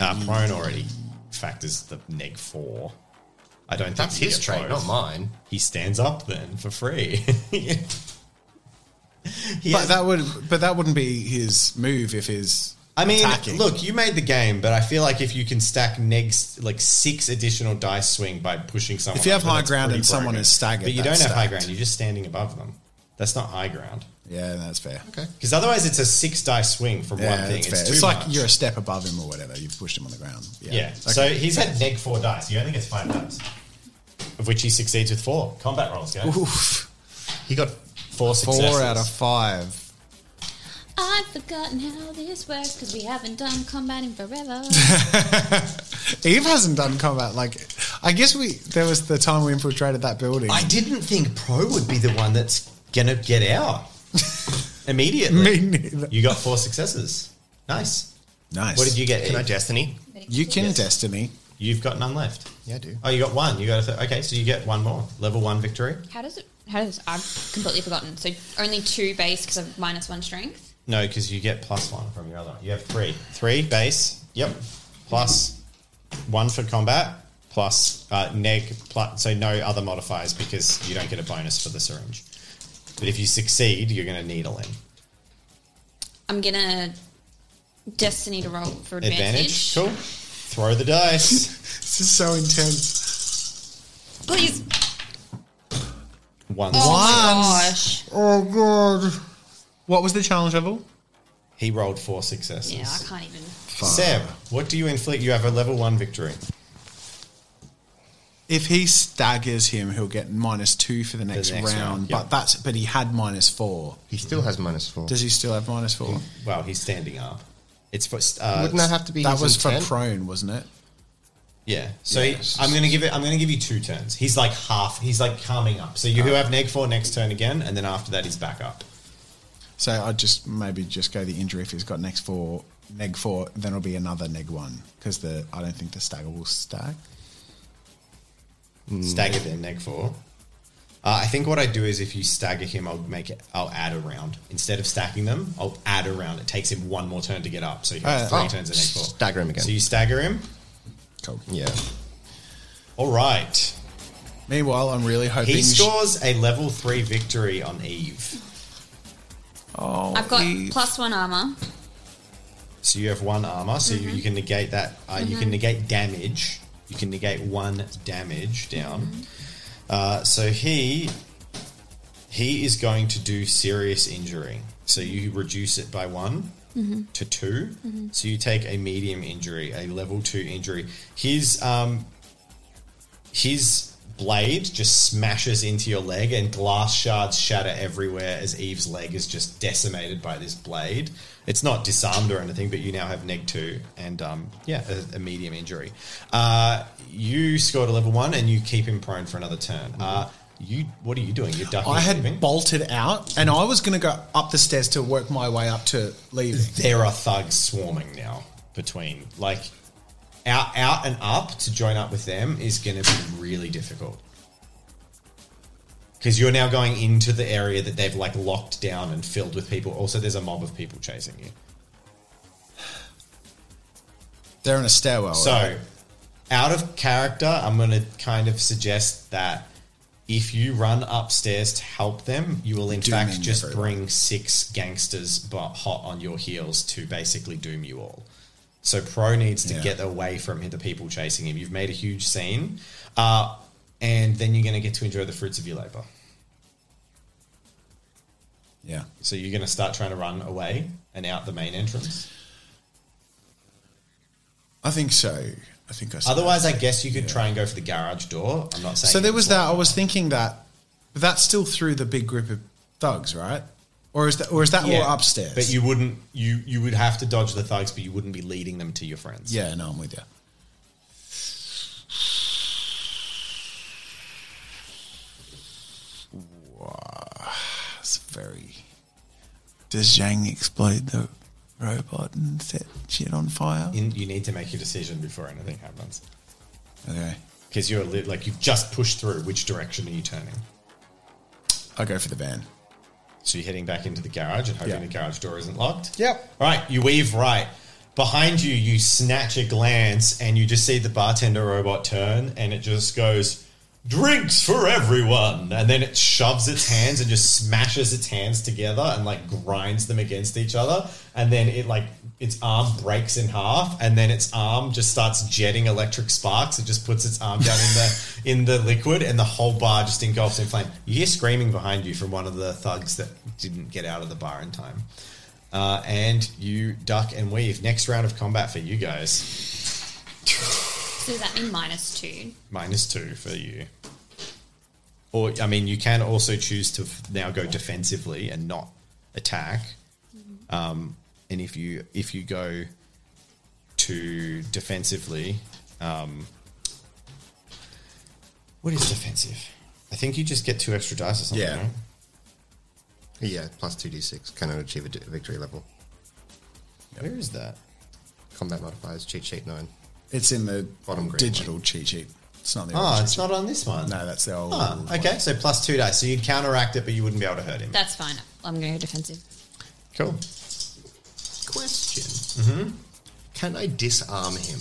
Speaker 2: Uh, prone already factors the neg four. I don't think
Speaker 6: That's
Speaker 2: you
Speaker 6: his
Speaker 2: get
Speaker 6: trait,
Speaker 2: both.
Speaker 6: not mine.
Speaker 2: He stands up then for free. He
Speaker 1: But
Speaker 2: has-
Speaker 1: that would, but that wouldn't be his move if his.
Speaker 2: I mean,
Speaker 1: attacking.
Speaker 2: look, you made the game, but I feel like if you can stack next like six additional dice swing by pushing someone,
Speaker 1: If you have
Speaker 2: over,
Speaker 1: high
Speaker 2: that's
Speaker 1: ground and
Speaker 2: pretty
Speaker 1: someone
Speaker 2: broken.
Speaker 1: is staggered,
Speaker 2: but you don't
Speaker 1: that's
Speaker 2: have high
Speaker 1: stacked.
Speaker 2: ground. You're just standing above them. That's not high ground
Speaker 1: Yeah, that's fair. Okay.
Speaker 2: because otherwise it's a six dice swing from
Speaker 1: Yeah,
Speaker 2: one thing.
Speaker 1: that's fair. It's,
Speaker 2: too
Speaker 1: like
Speaker 2: much.
Speaker 1: you're a step above him or whatever. You've pushed him on the ground. Yeah.
Speaker 2: yeah. So he's had neg four dice. He only gets five dice, of which he succeeds with four combat rolls. Guys,
Speaker 1: Oof.
Speaker 2: he got four
Speaker 1: Four
Speaker 2: successes.
Speaker 1: out of five.
Speaker 11: I've forgotten how this works because we haven't done combat in forever.
Speaker 1: Eve hasn't done combat. Like, I guess we there was the time we infiltrated that building.
Speaker 2: I didn't think Pro would be the one that's gonna get out immediately.
Speaker 1: Me neither.
Speaker 2: You got four successes. Nice.
Speaker 1: Nice.
Speaker 2: What did you get?
Speaker 6: Can I
Speaker 2: Eve?
Speaker 6: destiny?
Speaker 1: You can destiny.
Speaker 2: You've got none left.
Speaker 6: Yeah, I do.
Speaker 2: Oh, you got one. You got a th- okay. So you get one more level one victory.
Speaker 8: How does it? How does I've completely forgotten. So only two base because I've minus one strength.
Speaker 2: No, because you get plus one from your other one. You have three. Three base. Yep. Plus one for combat. Plus uh, neg. Plus, so no other modifiers because you don't get a bonus for the syringe. But if you succeed, you're going to needle him.
Speaker 8: I'm gonna destiny to roll for
Speaker 2: Advantage.
Speaker 8: advantage.
Speaker 2: Cool. Throw the dice.
Speaker 1: This is so intense.
Speaker 8: Please.
Speaker 2: One.
Speaker 8: Oh
Speaker 1: Once.
Speaker 8: my gosh.
Speaker 1: Oh god. What was the challenge level?
Speaker 2: He rolled four successes.
Speaker 8: Yeah, I can't even.
Speaker 2: Seb, what do you inflict? You have a level one victory.
Speaker 1: If he staggers him, he'll get minus two for the next,
Speaker 2: next
Speaker 1: round.
Speaker 2: round, yeah.
Speaker 1: But that's but he had minus four.
Speaker 6: He still has minus four.
Speaker 1: Does he still have minus four?
Speaker 2: Well, he's standing up. It's for uh,
Speaker 6: Wouldn't that have to be
Speaker 1: That
Speaker 6: his
Speaker 1: was for
Speaker 6: intent?
Speaker 1: prone, wasn't it?
Speaker 2: Yeah. So he- I'm going to give it. I'm going to give you two turns. He's like half. He's like calming up.
Speaker 6: Ah.
Speaker 2: So you who have neg four next turn again, and then after that he's back up.
Speaker 1: So I'd just maybe just go the injury if he's got next four neg four, then it'll be another neg one because the I don't think the stagger will stag.
Speaker 6: Hmm.
Speaker 2: Stagger then neg four. Uh, I think what I do is if you stagger him, I'll make it. I'll add a round instead of stacking them. I'll add a round. It takes him one more turn to get up. So he has
Speaker 1: Uh,
Speaker 2: three
Speaker 1: oh,
Speaker 2: turns of neg four.
Speaker 6: Ah. stagger him again.
Speaker 2: So you stagger him.
Speaker 1: Cool.
Speaker 6: Yeah.
Speaker 2: All right.
Speaker 1: Meanwhile, I'm really hoping
Speaker 2: He scores a level three victory on Eve.
Speaker 1: Oh,
Speaker 8: I've got
Speaker 1: Eve.
Speaker 8: plus one armor.
Speaker 2: So you have one armor, so you, you can negate that. Uh, You can negate damage. You can negate one damage down. Uh, so he he is going to do serious injury. So you reduce it by one to 2
Speaker 1: Mm-hmm.
Speaker 2: So you take a medium injury, a level two injury. His um, His blade just smashes into your leg, and glass shards shatter everywhere as Eve's leg is just decimated by this blade. It's not disarmed or anything, but you now have neg two and um, yeah, a, a medium injury. Uh, you scored a level one, and you keep him prone for another turn. Uh, you, what are you doing? You're ducking.
Speaker 1: Mm-hmm. I
Speaker 2: and
Speaker 1: had
Speaker 2: weaving?
Speaker 1: bolted out, and I was going to go up the stairs to work my way up to leaving.
Speaker 2: there are thugs swarming now between like out out and up to join up with them is going to be really difficult because you're now going into the area that they've like locked down and filled with people also there's a mob of people chasing you
Speaker 1: They're in a stairwell. right?
Speaker 2: so out of character i'm going to kind of suggest that if you run upstairs to help them you will in
Speaker 1: Dooming
Speaker 2: fact just
Speaker 1: everyone.
Speaker 2: bring six gangsters but hot on your heels to basically doom you all So Pro needs to
Speaker 1: Yeah.
Speaker 2: get away from the people chasing him. You've made a huge scene, uh, and then you're going to get to enjoy the fruits of your labor.
Speaker 1: yeah.
Speaker 2: So you're going to start trying to run away and out the main entrance.
Speaker 1: I think so. I think I. said
Speaker 2: Otherwise,
Speaker 1: that.
Speaker 2: I guess you could try and go for the garage door. I'm not saying
Speaker 1: So there
Speaker 2: it's
Speaker 1: was that. I
Speaker 2: like-
Speaker 1: was thinking that, but that's still through the big group of thugs, right? Or is that, or is that more upstairs?
Speaker 2: but you wouldn't. You you would have to dodge the thugs, but you wouldn't be leading them to your friends.
Speaker 1: Yeah, no, I'm with you. Wow, That's very. Does Zhang explode the robot and set shit on fire?
Speaker 2: In, you need to make your decision before anything happens
Speaker 1: Okay,
Speaker 2: because you're li- like you've just pushed through. Which direction are you turning?
Speaker 1: I'll go for the van.
Speaker 2: So you're heading back into the garage and hoping
Speaker 1: Yeah.
Speaker 2: the garage door isn't locked?
Speaker 1: Yep.
Speaker 2: All right, you weave right. Behind you, you snatch a glance and you just see the bartender robot turn and it just goes, Drinks for everyone! And then it shoves its hands and just smashes its hands together and like grinds them against each other. And then it like, its arm breaks in half and then its arm just starts jetting electric sparks. It just puts its arm down in the in the liquid and the whole bar just engulfs in flame. You hear screaming behind you from one of the thugs that didn't get out of the bar in time. Uh, and you duck and weave. Next round of combat for you guys.
Speaker 11: So does that mean minus two?
Speaker 2: Minus two for you. Or, I mean, you can also choose to f- now go defensively and not attack. Um, and if you if you go to defensively, um, what is defensive? I think you just get two extra dice or something.
Speaker 1: Yeah.
Speaker 2: right?
Speaker 6: Yeah, plus 2d6. Cannot achieve a d- victory level.
Speaker 2: Where is that?
Speaker 6: Combat modifiers, cheat sheet 9.
Speaker 1: It's in the
Speaker 6: Bottom green
Speaker 1: digital cheat sheet. It's not the.
Speaker 2: Ah,
Speaker 1: old
Speaker 2: it's
Speaker 1: cheat
Speaker 2: not on this one.
Speaker 1: sheet. No, that's the old.
Speaker 2: Ah, okay, so plus two dice. So you'd counteract it, but you wouldn't be able to hurt him.
Speaker 5: That's fine. I'm going to go defensive.
Speaker 2: Cool.
Speaker 6: Question.
Speaker 2: Mm-hmm.
Speaker 6: Can I disarm him?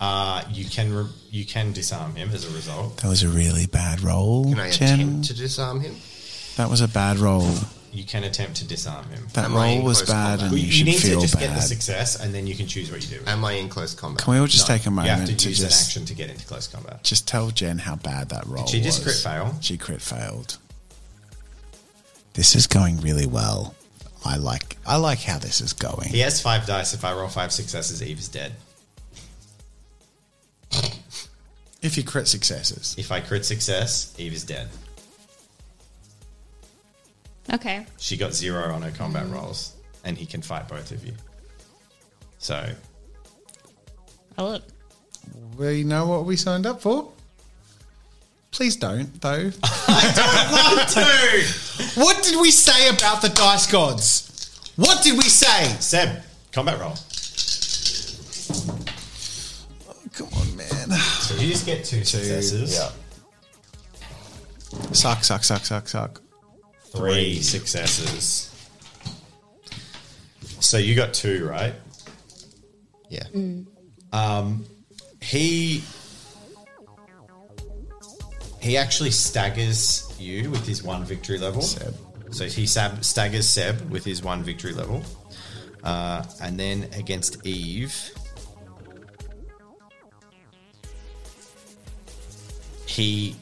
Speaker 2: Uh, you can re- you can disarm him as a result.
Speaker 1: That was a really bad roll.
Speaker 6: Can I
Speaker 1: Jen.
Speaker 6: attempt to disarm him?
Speaker 1: That was a bad roll.
Speaker 2: You can attempt to disarm him.
Speaker 1: That
Speaker 6: Am I
Speaker 1: roll
Speaker 6: in
Speaker 1: was
Speaker 6: close
Speaker 1: bad,
Speaker 6: combat?
Speaker 1: and
Speaker 2: Well,
Speaker 1: you, should
Speaker 2: need
Speaker 1: feel
Speaker 2: to just
Speaker 1: bad.
Speaker 2: get the success, and then you can choose what you do.
Speaker 6: Am I in close combat?
Speaker 1: Can we all just
Speaker 2: No,
Speaker 1: take a
Speaker 2: You
Speaker 1: moment
Speaker 2: have to,
Speaker 1: to
Speaker 2: use an
Speaker 1: just
Speaker 2: action to get into close combat.
Speaker 1: just tell Jen how bad that roll
Speaker 2: she just
Speaker 1: was.
Speaker 2: crit fail?
Speaker 1: She crit failed. This is going really well. I like I like how this is going.
Speaker 2: He has five dice. If I roll five successes, Eve is dead.
Speaker 1: If you crit successes.
Speaker 2: If I crit success, Eve is dead.
Speaker 5: Okay.
Speaker 2: She got zero on her combat
Speaker 1: Mm.
Speaker 2: rolls, and he can fight both of you. So
Speaker 5: Roll it.
Speaker 1: We know what we signed up for. Please don't though.
Speaker 2: two
Speaker 1: what did we say about the dice gods? What did we say?
Speaker 2: Seb combat roll.
Speaker 1: Come on, man.
Speaker 2: You just get two successes.
Speaker 1: Suck, suck, suck, suck, suck.
Speaker 2: three successes. So you got two, right?
Speaker 6: Yeah.
Speaker 2: He he actually staggers you with his one victory level.
Speaker 1: Seb.
Speaker 2: So he sab- staggers Seb with his one victory level, uh, and then against Eve. He,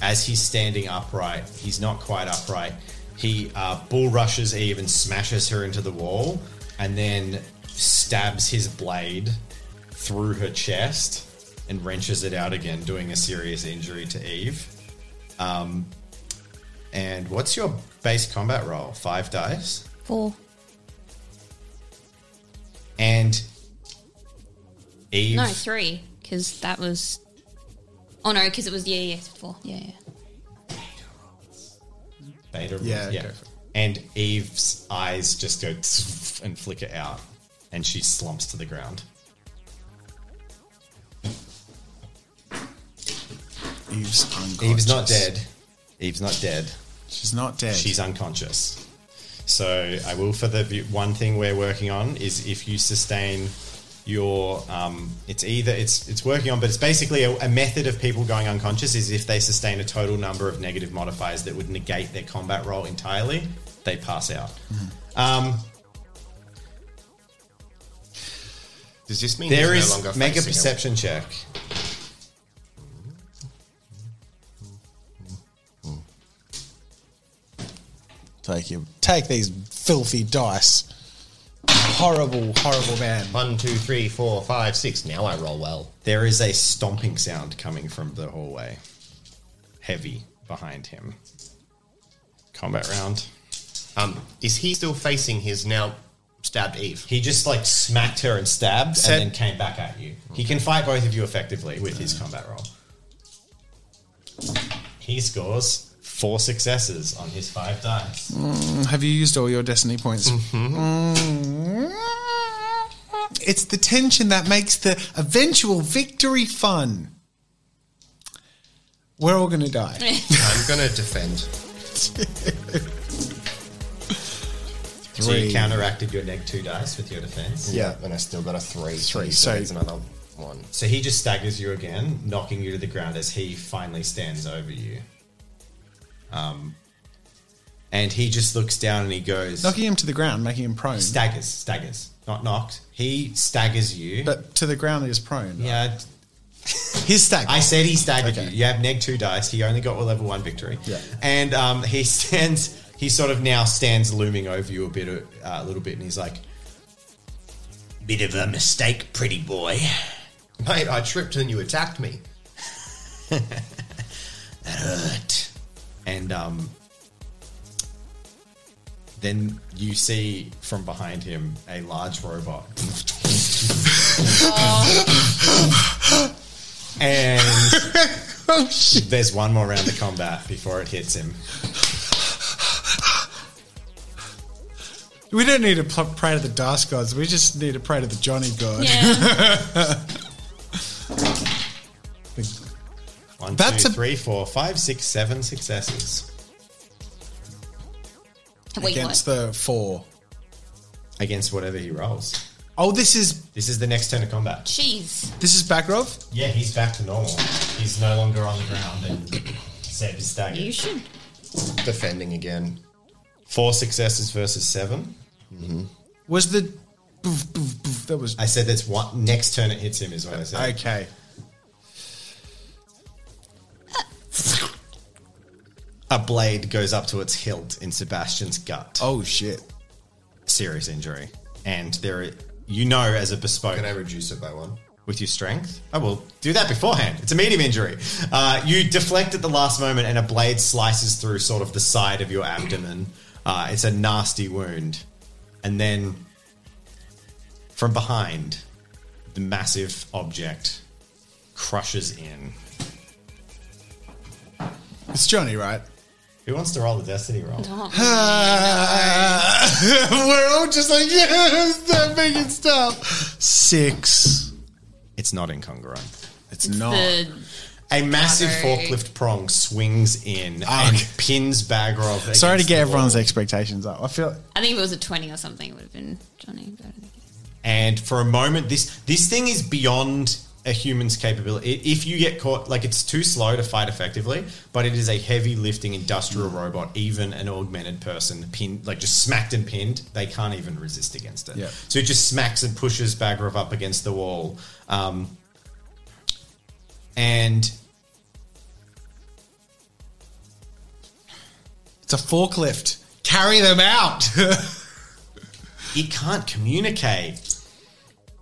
Speaker 2: as he's standing upright, he's not quite upright. He uh, bull rushes Eve and smashes her into the wall, and then stabs his blade through her chest and wrenches it out again, doing a serious injury to Eve. Um, and what's your base combat roll? Five dice?
Speaker 3: Four.
Speaker 2: And Eve.
Speaker 5: No, three, because that was. Oh no, because it was yeah, yeah, four, yeah, yeah.
Speaker 2: Beta rules,
Speaker 1: Yeah,
Speaker 2: yeah.
Speaker 1: go for it.
Speaker 2: And Eve's eyes just go and flicker out, and she slumps to the ground.
Speaker 1: Eve's unconscious.
Speaker 2: Eve's not dead. Eve's not dead.
Speaker 1: She's not dead.
Speaker 2: She's unconscious. So I will for the view- one thing we're working on is if you sustain your um, it's either it's it's working on but it's basically a, a method of people going unconscious is if they sustain a total number of negative modifiers that would negate their combat role entirely they pass out
Speaker 6: Mm-hmm.
Speaker 2: um,
Speaker 6: Does this mean
Speaker 2: there
Speaker 6: he's
Speaker 2: is
Speaker 6: no longer
Speaker 2: make a
Speaker 6: facing
Speaker 2: perception check
Speaker 1: Take you. Take these filthy dice. Horrible, horrible man.
Speaker 6: One, two, three, four, five, six. Now I roll well.
Speaker 2: there is a stomping sound coming from the hallway heavy behind him combat round
Speaker 6: Um, is he still facing his now stabbed Eve?
Speaker 2: He just like smacked her and stabbed
Speaker 1: Said-
Speaker 2: and then came back at you. He can fight both of you effectively with his combat roll. He scores four successes on his five dice.
Speaker 1: Have you used all your destiny points? Mm. It's the tension that makes the eventual victory fun. We're all going to die.
Speaker 6: I'm gonna defend.
Speaker 2: So you counteracted your neg two dice with your defense.
Speaker 6: Yeah, and I still got a three.
Speaker 1: Three,
Speaker 6: He
Speaker 1: so-
Speaker 6: needs another one.
Speaker 2: So he just staggers you again, knocking you to the ground as he finally stands over you. Um, and he just looks down and he goes,
Speaker 1: Knocking him to the ground, making him prone.
Speaker 2: staggers, staggers, not knocked. He staggers you.
Speaker 1: but to the ground, he is prone.
Speaker 2: yeah,
Speaker 1: His stagger.
Speaker 2: I said he staggered
Speaker 1: Okay.
Speaker 2: you. You have neg two dice. He only got a level one victory.
Speaker 1: Yeah.
Speaker 2: And um, he stands. He sort of now stands looming over you a bit, uh, a little bit, and he's like, "Bit of a mistake, pretty boy.
Speaker 6: Mate, I tripped and you attacked me.
Speaker 2: That hurt." And um, then you see from behind him a large robot. and
Speaker 1: Oh,
Speaker 2: There's one more round of combat before it hits him.
Speaker 1: we don't need to pl- pray to the Dice Gods. We just need to pray to the Johnny God.
Speaker 11: Yeah.
Speaker 2: One,
Speaker 1: That's
Speaker 2: two,
Speaker 1: a-
Speaker 2: three, four, five, six, seven successes
Speaker 3: Wait,
Speaker 1: Against
Speaker 3: what?
Speaker 1: the four.
Speaker 2: against whatever he rolls.
Speaker 1: Oh, this is
Speaker 2: This is the next turn of combat.
Speaker 3: Jeez.
Speaker 1: this is Bagrov.
Speaker 2: Yeah, he's back to normal. He's no longer on the ground and Seb is
Speaker 5: You
Speaker 2: staggered.
Speaker 5: should.
Speaker 6: Defending again.
Speaker 2: Four successes versus seven.
Speaker 1: Was the boof, boof, boof, that was
Speaker 2: I said that's one. Next turn it hits him is what I said.
Speaker 1: okay?
Speaker 2: A blade goes up to its hilt in Sebastian's gut.
Speaker 1: Oh shit!
Speaker 2: Serious injury. And there, are- you know, as a bespoke.
Speaker 6: Can I reduce it by one?
Speaker 2: with your strength. I will do that beforehand. It's a medium injury. Uh, you deflect at the last moment, and a blade slices through sort of the side of your abdomen. Uh, it's a nasty wound, and then from behind, the massive object crushes in.
Speaker 1: It's Johnny, right?
Speaker 2: Who wants to roll the destiny roll?
Speaker 1: We're all just like, yes, they're making stuff. Six.
Speaker 2: It's not incongruent.
Speaker 1: It's, not.
Speaker 5: The,
Speaker 2: A massive
Speaker 5: Sorry.
Speaker 2: forklift prong swings in
Speaker 1: Ah,
Speaker 2: and
Speaker 1: okay.
Speaker 2: pins Bagrov.
Speaker 1: Sorry to
Speaker 2: against
Speaker 1: get
Speaker 2: the wall.
Speaker 1: everyone's expectations up. I feel
Speaker 5: I think if it was a twenty or something, it would have been Johnny. But I don't think it is.
Speaker 2: and for a moment this this thing is beyond a human's capability I- if you get caught like it's too slow to fight effectively but it is a heavy lifting industrial robot even an augmented person pinned like just smacked and pinned they can't even resist against it
Speaker 1: Yeah.
Speaker 2: so it just smacks and pushes bagrov up against the wall um, and
Speaker 1: it's a forklift. Carry them out.
Speaker 2: it can't communicate.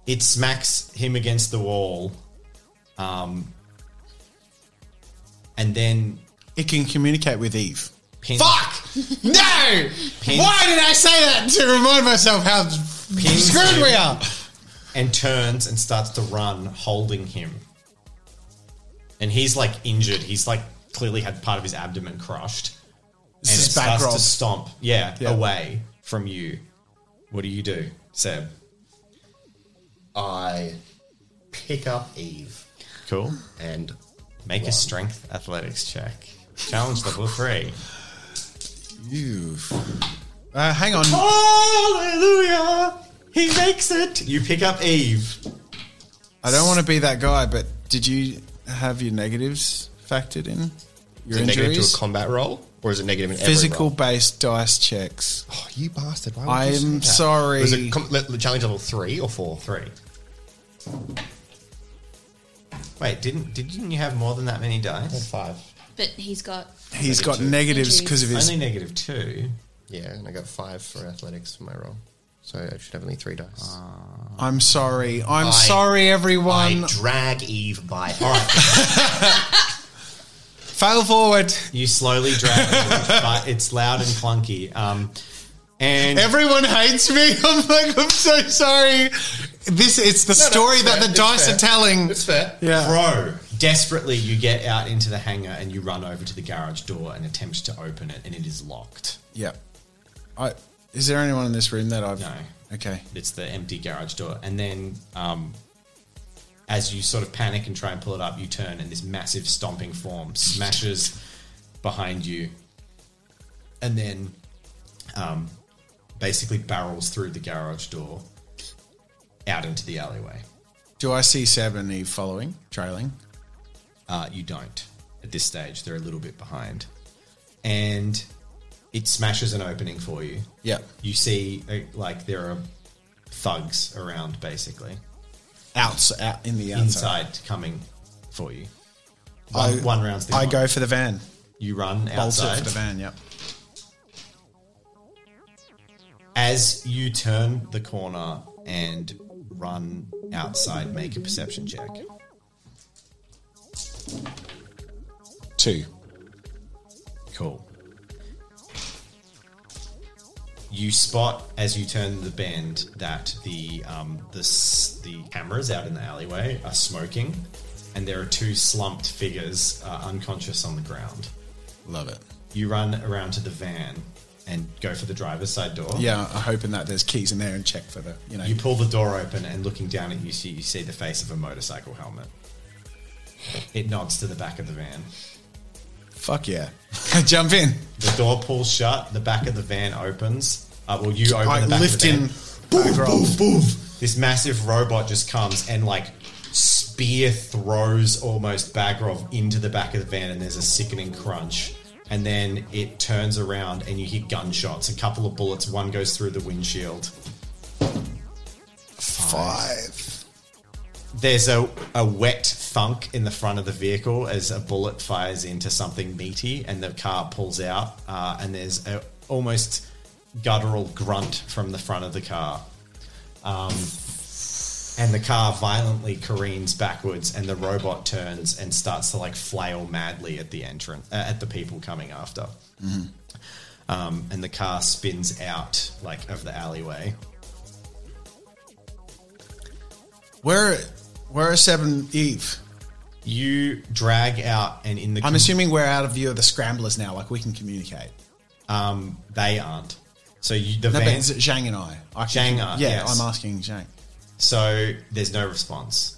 Speaker 2: It smacks him against the wall, um, and then
Speaker 1: It can communicate with Eve.
Speaker 2: pin,
Speaker 1: Fuck! No!
Speaker 2: Pin-
Speaker 1: Why did I say that to remind myself how screwed we are?
Speaker 2: and turns and starts to run, holding him. And he's like injured. He's like clearly had part of his abdomen crushed.
Speaker 1: This
Speaker 2: and
Speaker 1: is
Speaker 2: it
Speaker 1: back
Speaker 2: starts
Speaker 1: roll.
Speaker 2: to stomp, yeah,
Speaker 1: Yeah.
Speaker 2: away from you. What do you do, Seb?
Speaker 6: I pick up Eve
Speaker 2: Cool.
Speaker 6: and
Speaker 2: Make a strength athletics check. Challenge level three.
Speaker 1: You. Uh, hang on.
Speaker 2: Hallelujah! He makes it. You pick up Eve.
Speaker 1: I don't want to be that guy, but did you have your negatives factored in? Your
Speaker 6: is it negative
Speaker 1: injuries?
Speaker 6: to a combat roll, or is it negative in every
Speaker 1: Physical
Speaker 6: roll?
Speaker 1: based dice checks.
Speaker 6: Oh, you bastard! Why would you say
Speaker 1: I'm
Speaker 6: that?
Speaker 1: sorry.
Speaker 6: Was it com- le- le- challenge level three or four?
Speaker 2: Three. Wait, didn't didn't you have more than that many dice?
Speaker 6: Five.
Speaker 11: But he's got
Speaker 1: He's got
Speaker 6: Negative.
Speaker 1: negatives because of his.
Speaker 2: Only negative two.
Speaker 6: Yeah, and I got five for athletics for my roll, so I should have only three dice.
Speaker 1: I'm sorry. I'm sorry, everyone.
Speaker 6: I drag Eve by. All right,
Speaker 1: Fail forward.
Speaker 2: You slowly drag, it, but it's loud and clunky. Um, and
Speaker 1: Everyone hates me. I'm like, I'm so sorry. This it's the story
Speaker 6: it's
Speaker 1: that
Speaker 6: fair,
Speaker 1: the
Speaker 6: it's
Speaker 1: dice
Speaker 6: fair.
Speaker 1: are telling.
Speaker 6: that's fair.
Speaker 1: Yeah.
Speaker 2: Bro, desperately, you get out into the hangar and you run over to the garage door and attempt to open it, and it is locked.
Speaker 1: Yep. I is there anyone in this room that I've
Speaker 2: No.
Speaker 1: Okay.
Speaker 2: It's the empty garage door. And then, um, as you sort of panic and try and pull it up, you turn, and this massive stomping form smashes behind you, and then um, basically barrels through the garage door out into the alleyway.
Speaker 1: Do I see Seb and Eve following, trailing?
Speaker 2: Uh, you don't at this stage. They're a little bit behind. And it smashes an opening for you.
Speaker 1: Yep.
Speaker 2: You see, uh, like, there are thugs around, basically,
Speaker 1: Outs out in the outside.
Speaker 2: inside coming for you.
Speaker 1: I-
Speaker 2: One, one round's the
Speaker 1: I
Speaker 2: one.
Speaker 1: go for the van.
Speaker 2: You run
Speaker 1: Bolted
Speaker 2: outside.
Speaker 1: for the van. Yep.
Speaker 2: As you turn the corner and run outside, make a perception check.
Speaker 1: Two.
Speaker 2: Cool. You spot as you turn the bend that the um, the s- the cameras out in the alleyway are smoking, and there are two slumped figures uh, unconscious on the ground.
Speaker 1: Love it.
Speaker 2: You run around to the van and go for the driver's side door.
Speaker 1: Yeah, I'm hoping that there's keys in there and check for the you know.
Speaker 2: You pull the door open and looking down at you, see you see the face of a motorcycle helmet. It nods to the back of the van.
Speaker 1: fuck yeah. I jump in.
Speaker 2: The door pulls shut. The back of the van opens. Uh, well, you open
Speaker 1: I
Speaker 2: the back
Speaker 1: lift
Speaker 2: of the
Speaker 1: in.
Speaker 2: van.
Speaker 1: back roll.
Speaker 2: This massive robot just comes and like spear throws almost Bagrov into the back of the van, and there's a sickening crunch. And then it turns around, and you hear gunshots. A couple of bullets. One goes through the windshield.
Speaker 1: Five.
Speaker 2: There's a, a wet thunk in the front of the vehicle as a bullet fires into something meaty and the car pulls out. Uh, and there's a almost guttural grunt from the front of the car. Um, and the car violently careens backwards and the robot turns and starts to like flail madly at the entrance, uh, at the people coming after. Um, and the car spins out like of the alleyway.
Speaker 1: Where where are seven Eve?
Speaker 2: You drag out and in the
Speaker 1: I'm assuming we're out of view of the scramblers now, like we can communicate.
Speaker 2: Um, they aren't. So you, the
Speaker 1: No, but
Speaker 2: van.
Speaker 1: it's Zhang and I. I
Speaker 2: Zhang are,
Speaker 1: yeah,
Speaker 2: yes.
Speaker 1: I'm asking Zhang.
Speaker 2: So there's no response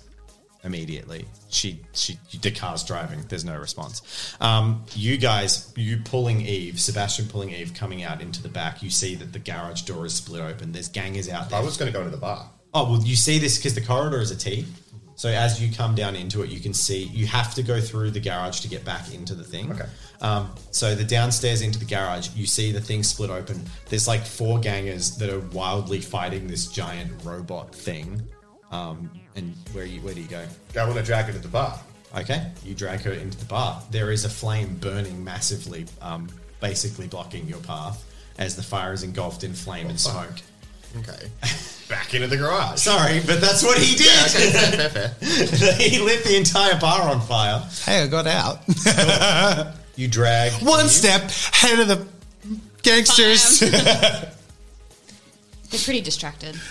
Speaker 2: immediately. She, she, the car's driving. There's no response. Um, you guys, you pulling Eve, Sebastian pulling Eve, coming out into the back. You see that the garage door is split open. There's gangers out there.
Speaker 6: I was going to go to the bar.
Speaker 2: Oh well, you see this because the corridor is a T. So as you come down into it, you can see you have to go through the garage to get back into the thing.
Speaker 6: Okay.
Speaker 2: Um, so the downstairs into the garage, you see the thing split open. There's like four gangers that are wildly fighting this giant robot thing. Um, and where you where do you go?
Speaker 6: I want to drag her to the bar.
Speaker 2: Okay, you drag her into the bar. There is a flame burning
Speaker 6: Oh,
Speaker 2: massively, um, basically blocking your path as the fire is engulfed in flame and smoke.
Speaker 6: Okay. Back into the garage.
Speaker 2: Sorry, but that's what he
Speaker 6: Yeah,
Speaker 2: did.
Speaker 6: okay, fair, fair, fair.
Speaker 2: he lit the entire bar on fire.
Speaker 1: Hey, I got out.
Speaker 2: You drag.
Speaker 1: One step ahead of the gangsters.
Speaker 5: They're pretty distracted.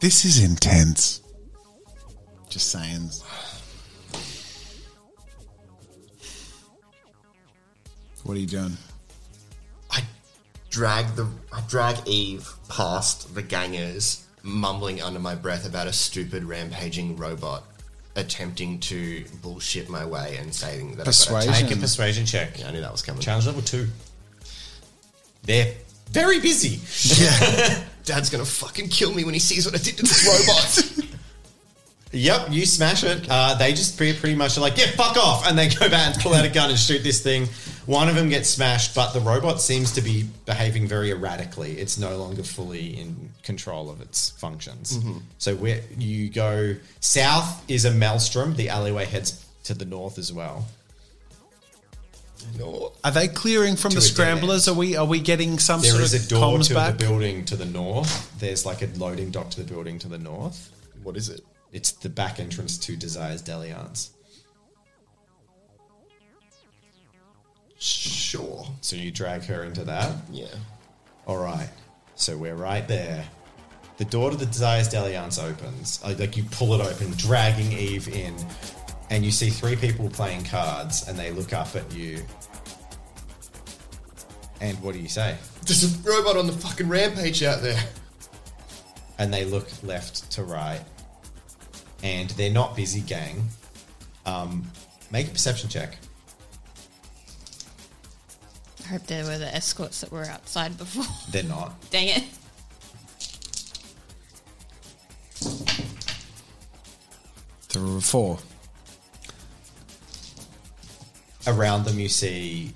Speaker 1: this is intense. Just saying. What are you doing?
Speaker 6: I drag the I drag Eve past the gangers, mumbling under my breath about a stupid rampaging robot attempting to bullshit my way and saying that I've got to
Speaker 1: Persuasion.
Speaker 6: take
Speaker 2: Make a persuasion check.
Speaker 6: Yeah, I knew that was coming.
Speaker 2: Challenge level two. They're very busy.
Speaker 6: Dad's gonna fucking kill me when he sees what I did to this robot.
Speaker 2: Yep, you smash it. Uh, they just pretty, pretty much are like, yeah, fuck off. And they go back and pull out a gun and shoot this thing. One of them gets smashed, but the robot seems to be behaving very erratically. It's no longer fully in control of its functions. So where you go south is a maelstrom. The alleyway heads to the north as well.
Speaker 1: Are they clearing from
Speaker 2: To
Speaker 1: the
Speaker 2: a dead
Speaker 1: scramblers? Are we are we getting some
Speaker 2: There
Speaker 1: sort
Speaker 2: is
Speaker 1: of
Speaker 2: a door
Speaker 1: comms
Speaker 2: to
Speaker 1: back?
Speaker 2: the building to the north. There's like a loading dock to the building to the north.
Speaker 6: what is it?
Speaker 2: It's the back entrance to Desire's Deliance.
Speaker 6: Sure.
Speaker 2: So you drag her into that.
Speaker 6: Yeah.
Speaker 2: All right. So we're right there. The door to the Desire's Deliance opens. Uh, Like you pull it open, dragging Eve in, and you see three people playing cards, and they look up at you. And what do you say?
Speaker 6: There's a robot on the fucking rampage out there.
Speaker 2: And they look left to right, and they're not busy, gang. Um, make a perception check.
Speaker 3: I hope there were the escorts that were outside before.
Speaker 2: They're not.
Speaker 3: Dang it.
Speaker 1: There were four.
Speaker 2: around them you see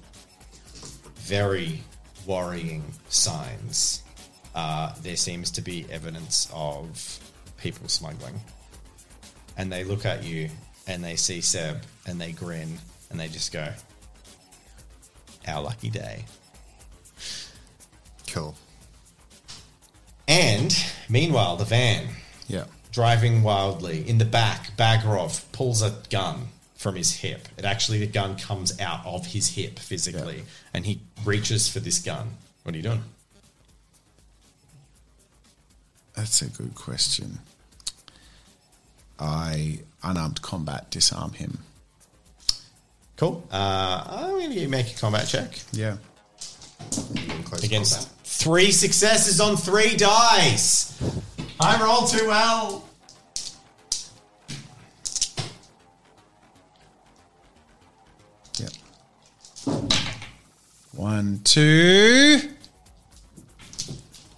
Speaker 2: very worrying signs. Uh, there seems to be evidence of people smuggling. And they look at you and they see Seb and they grin and they just go, Our lucky day.
Speaker 6: Cool.
Speaker 2: And meanwhile, the van,
Speaker 1: Yeah.
Speaker 2: driving wildly in the back, Bagrov pulls a gun from his hip. It actually, the gun comes out of his hip physically, and he reaches for this gun. What are you doing?
Speaker 1: That's a good question. I unarmed combat disarm him.
Speaker 2: Cool. Uh, I'm going to make a combat check
Speaker 1: Yeah.
Speaker 2: against three successes on three dice. I rolled too well.
Speaker 1: Yeah. One, two.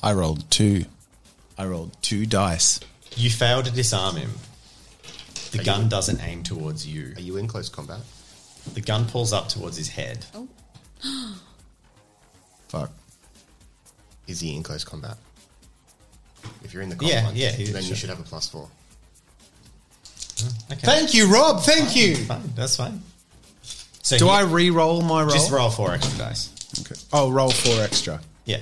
Speaker 1: I rolled two. I rolled two dice.
Speaker 2: You fail to disarm him. The gun doesn't aim towards you.
Speaker 6: Are you in close combat?
Speaker 2: The gun pulls up towards his head.
Speaker 1: Fuck.
Speaker 6: Is he in close combat? If you're in the
Speaker 2: Yeah,
Speaker 6: combat,
Speaker 2: yeah, he-
Speaker 6: then you
Speaker 2: sure.
Speaker 6: should have a plus four.
Speaker 2: Okay.
Speaker 1: Thank you, Rob. Thank you.
Speaker 2: Fine, that's fine. So
Speaker 1: Do
Speaker 2: he-
Speaker 1: I re-roll my roll?
Speaker 2: just roll four extra dice?
Speaker 1: Okay. Oh, roll four extra.
Speaker 2: Yeah.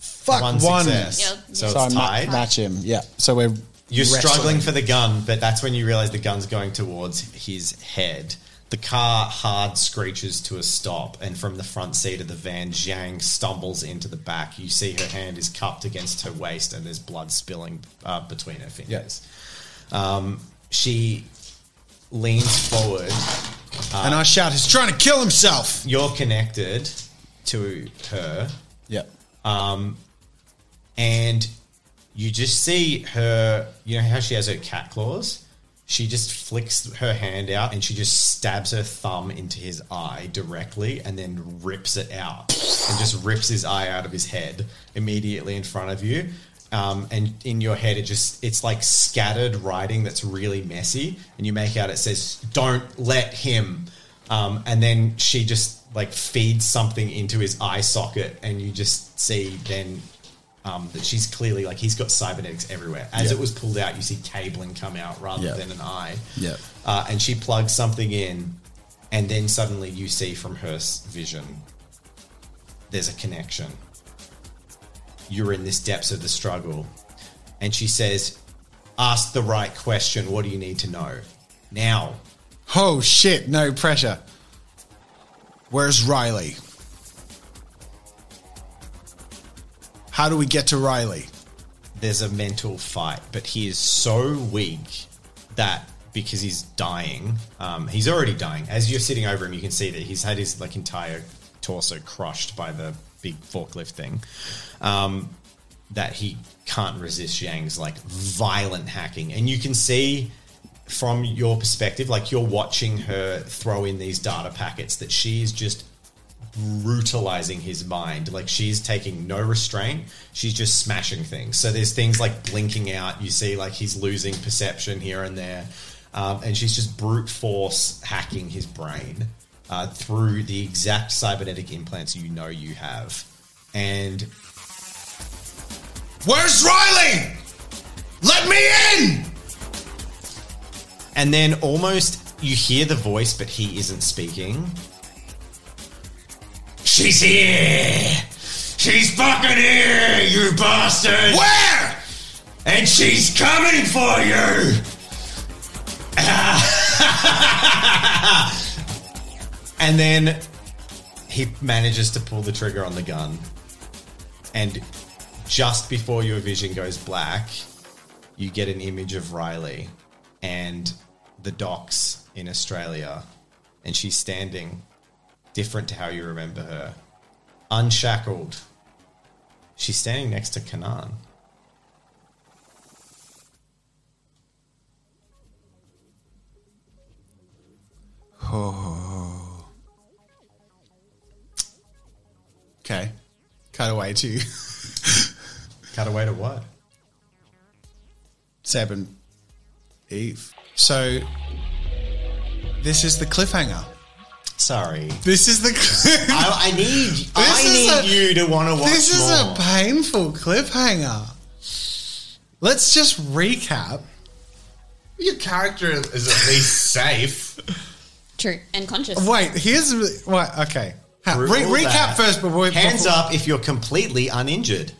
Speaker 1: Fuck
Speaker 2: One
Speaker 1: one.
Speaker 2: success.
Speaker 11: Yeah.
Speaker 2: So
Speaker 1: So I
Speaker 2: it's
Speaker 1: ma-
Speaker 2: tied.
Speaker 1: match him. Yeah. So we're
Speaker 2: You're
Speaker 1: wrestling.
Speaker 2: struggling for the gun, but that's when you realize the gun's going towards his head. The car hard screeches to a stop, and from the front seat of the van, Zhang stumbles into the back. You see her hand is cupped against her waist, and there's blood spilling uh, between her fingers. Um, she leans forward.
Speaker 1: and I shout, "He's trying to kill himself."
Speaker 2: You're connected to her,
Speaker 1: Yeah.
Speaker 2: and you just see her you know how she has her cat claws she just flicks her hand out and she just stabs her thumb into his eye directly and then rips it out and just rips his eye out of his head immediately in front of you um, and in your head it just it's like scattered writing that's really messy and you make out it says don't let him um, and then she just like feeds something into his eye socket and you just see then um, that she's clearly like he's got cybernetics everywhere. As
Speaker 1: Yeah.
Speaker 2: it was pulled out, you see cabling come out rather
Speaker 1: Yeah.
Speaker 2: than an eye.
Speaker 1: Yeah.
Speaker 2: Uh, and she plugs something in, and then suddenly you see from her s- vision there's a connection. You're in this depths of the struggle. And she says, ask the right question. What do you need to know? Now.
Speaker 1: Oh shit, no pressure. Where's Riley? How do we get to Riley?
Speaker 2: there's a mental fight, but he is so weak that because he's dying, um, he's already dying. As you're sitting over him, you can see that he's had his like entire torso crushed by the big forklift thing. Um, that he can't resist Yang's like violent hacking, and you can see from your perspective, like you're watching her throw in these data packets that she's just brutalizing his mind. Like she's taking no restraint. She's just smashing things. So there's things like blinking out. You see, like he's losing perception here and there, um, and she's just brute force hacking his brain uh, through the exact cybernetic implants you know you have. And
Speaker 1: Where's Riley? Let me in!
Speaker 2: and then almost you hear the voice, but he isn't speaking.
Speaker 12: She's here! She's fucking here, you bastard!
Speaker 1: Where?
Speaker 12: And she's coming for you!
Speaker 2: And then he manages to pull the trigger on the gun. And just before your vision goes black, you get an image of Riley and the docks in Australia. And she's standing, different to how you remember her, unshackled. She's standing next to Kanan.
Speaker 1: Oh. Okay. Cut away to
Speaker 2: Cut away to what?
Speaker 1: Seb and Eve. So this is the cliffhanger.
Speaker 2: Sorry.
Speaker 1: This is the cl-
Speaker 2: I, I need I
Speaker 1: is
Speaker 2: need you to want to watch
Speaker 1: This is
Speaker 2: more.
Speaker 1: a painful cliffhanger. Let's just recap.
Speaker 6: Your character is at least safe.
Speaker 5: True. And conscious.
Speaker 1: Wait, here's wait, okay. Ha-
Speaker 2: Through
Speaker 1: re-
Speaker 2: all
Speaker 1: recap
Speaker 2: that,
Speaker 1: first before
Speaker 2: hands
Speaker 1: before-
Speaker 2: up if you're completely uninjured.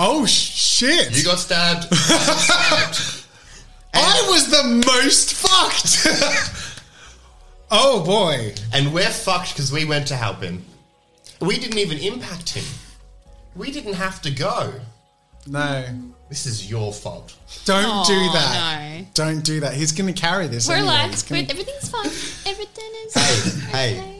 Speaker 1: Oh shit!
Speaker 6: You got stabbed.
Speaker 1: I was the most fucked. oh boy!
Speaker 6: And we're fucked because we went to help him. We didn't even impact him. We didn't have to go.
Speaker 1: No,
Speaker 6: This is your fault.
Speaker 1: don't do
Speaker 5: Aw,
Speaker 1: that.
Speaker 5: no.
Speaker 1: Don't do that. He's going to carry this.
Speaker 11: We're
Speaker 1: anyway.
Speaker 11: like,
Speaker 1: He's
Speaker 11: we're,
Speaker 1: gonna-
Speaker 11: everything's fine. Everything is
Speaker 2: Hey, hey.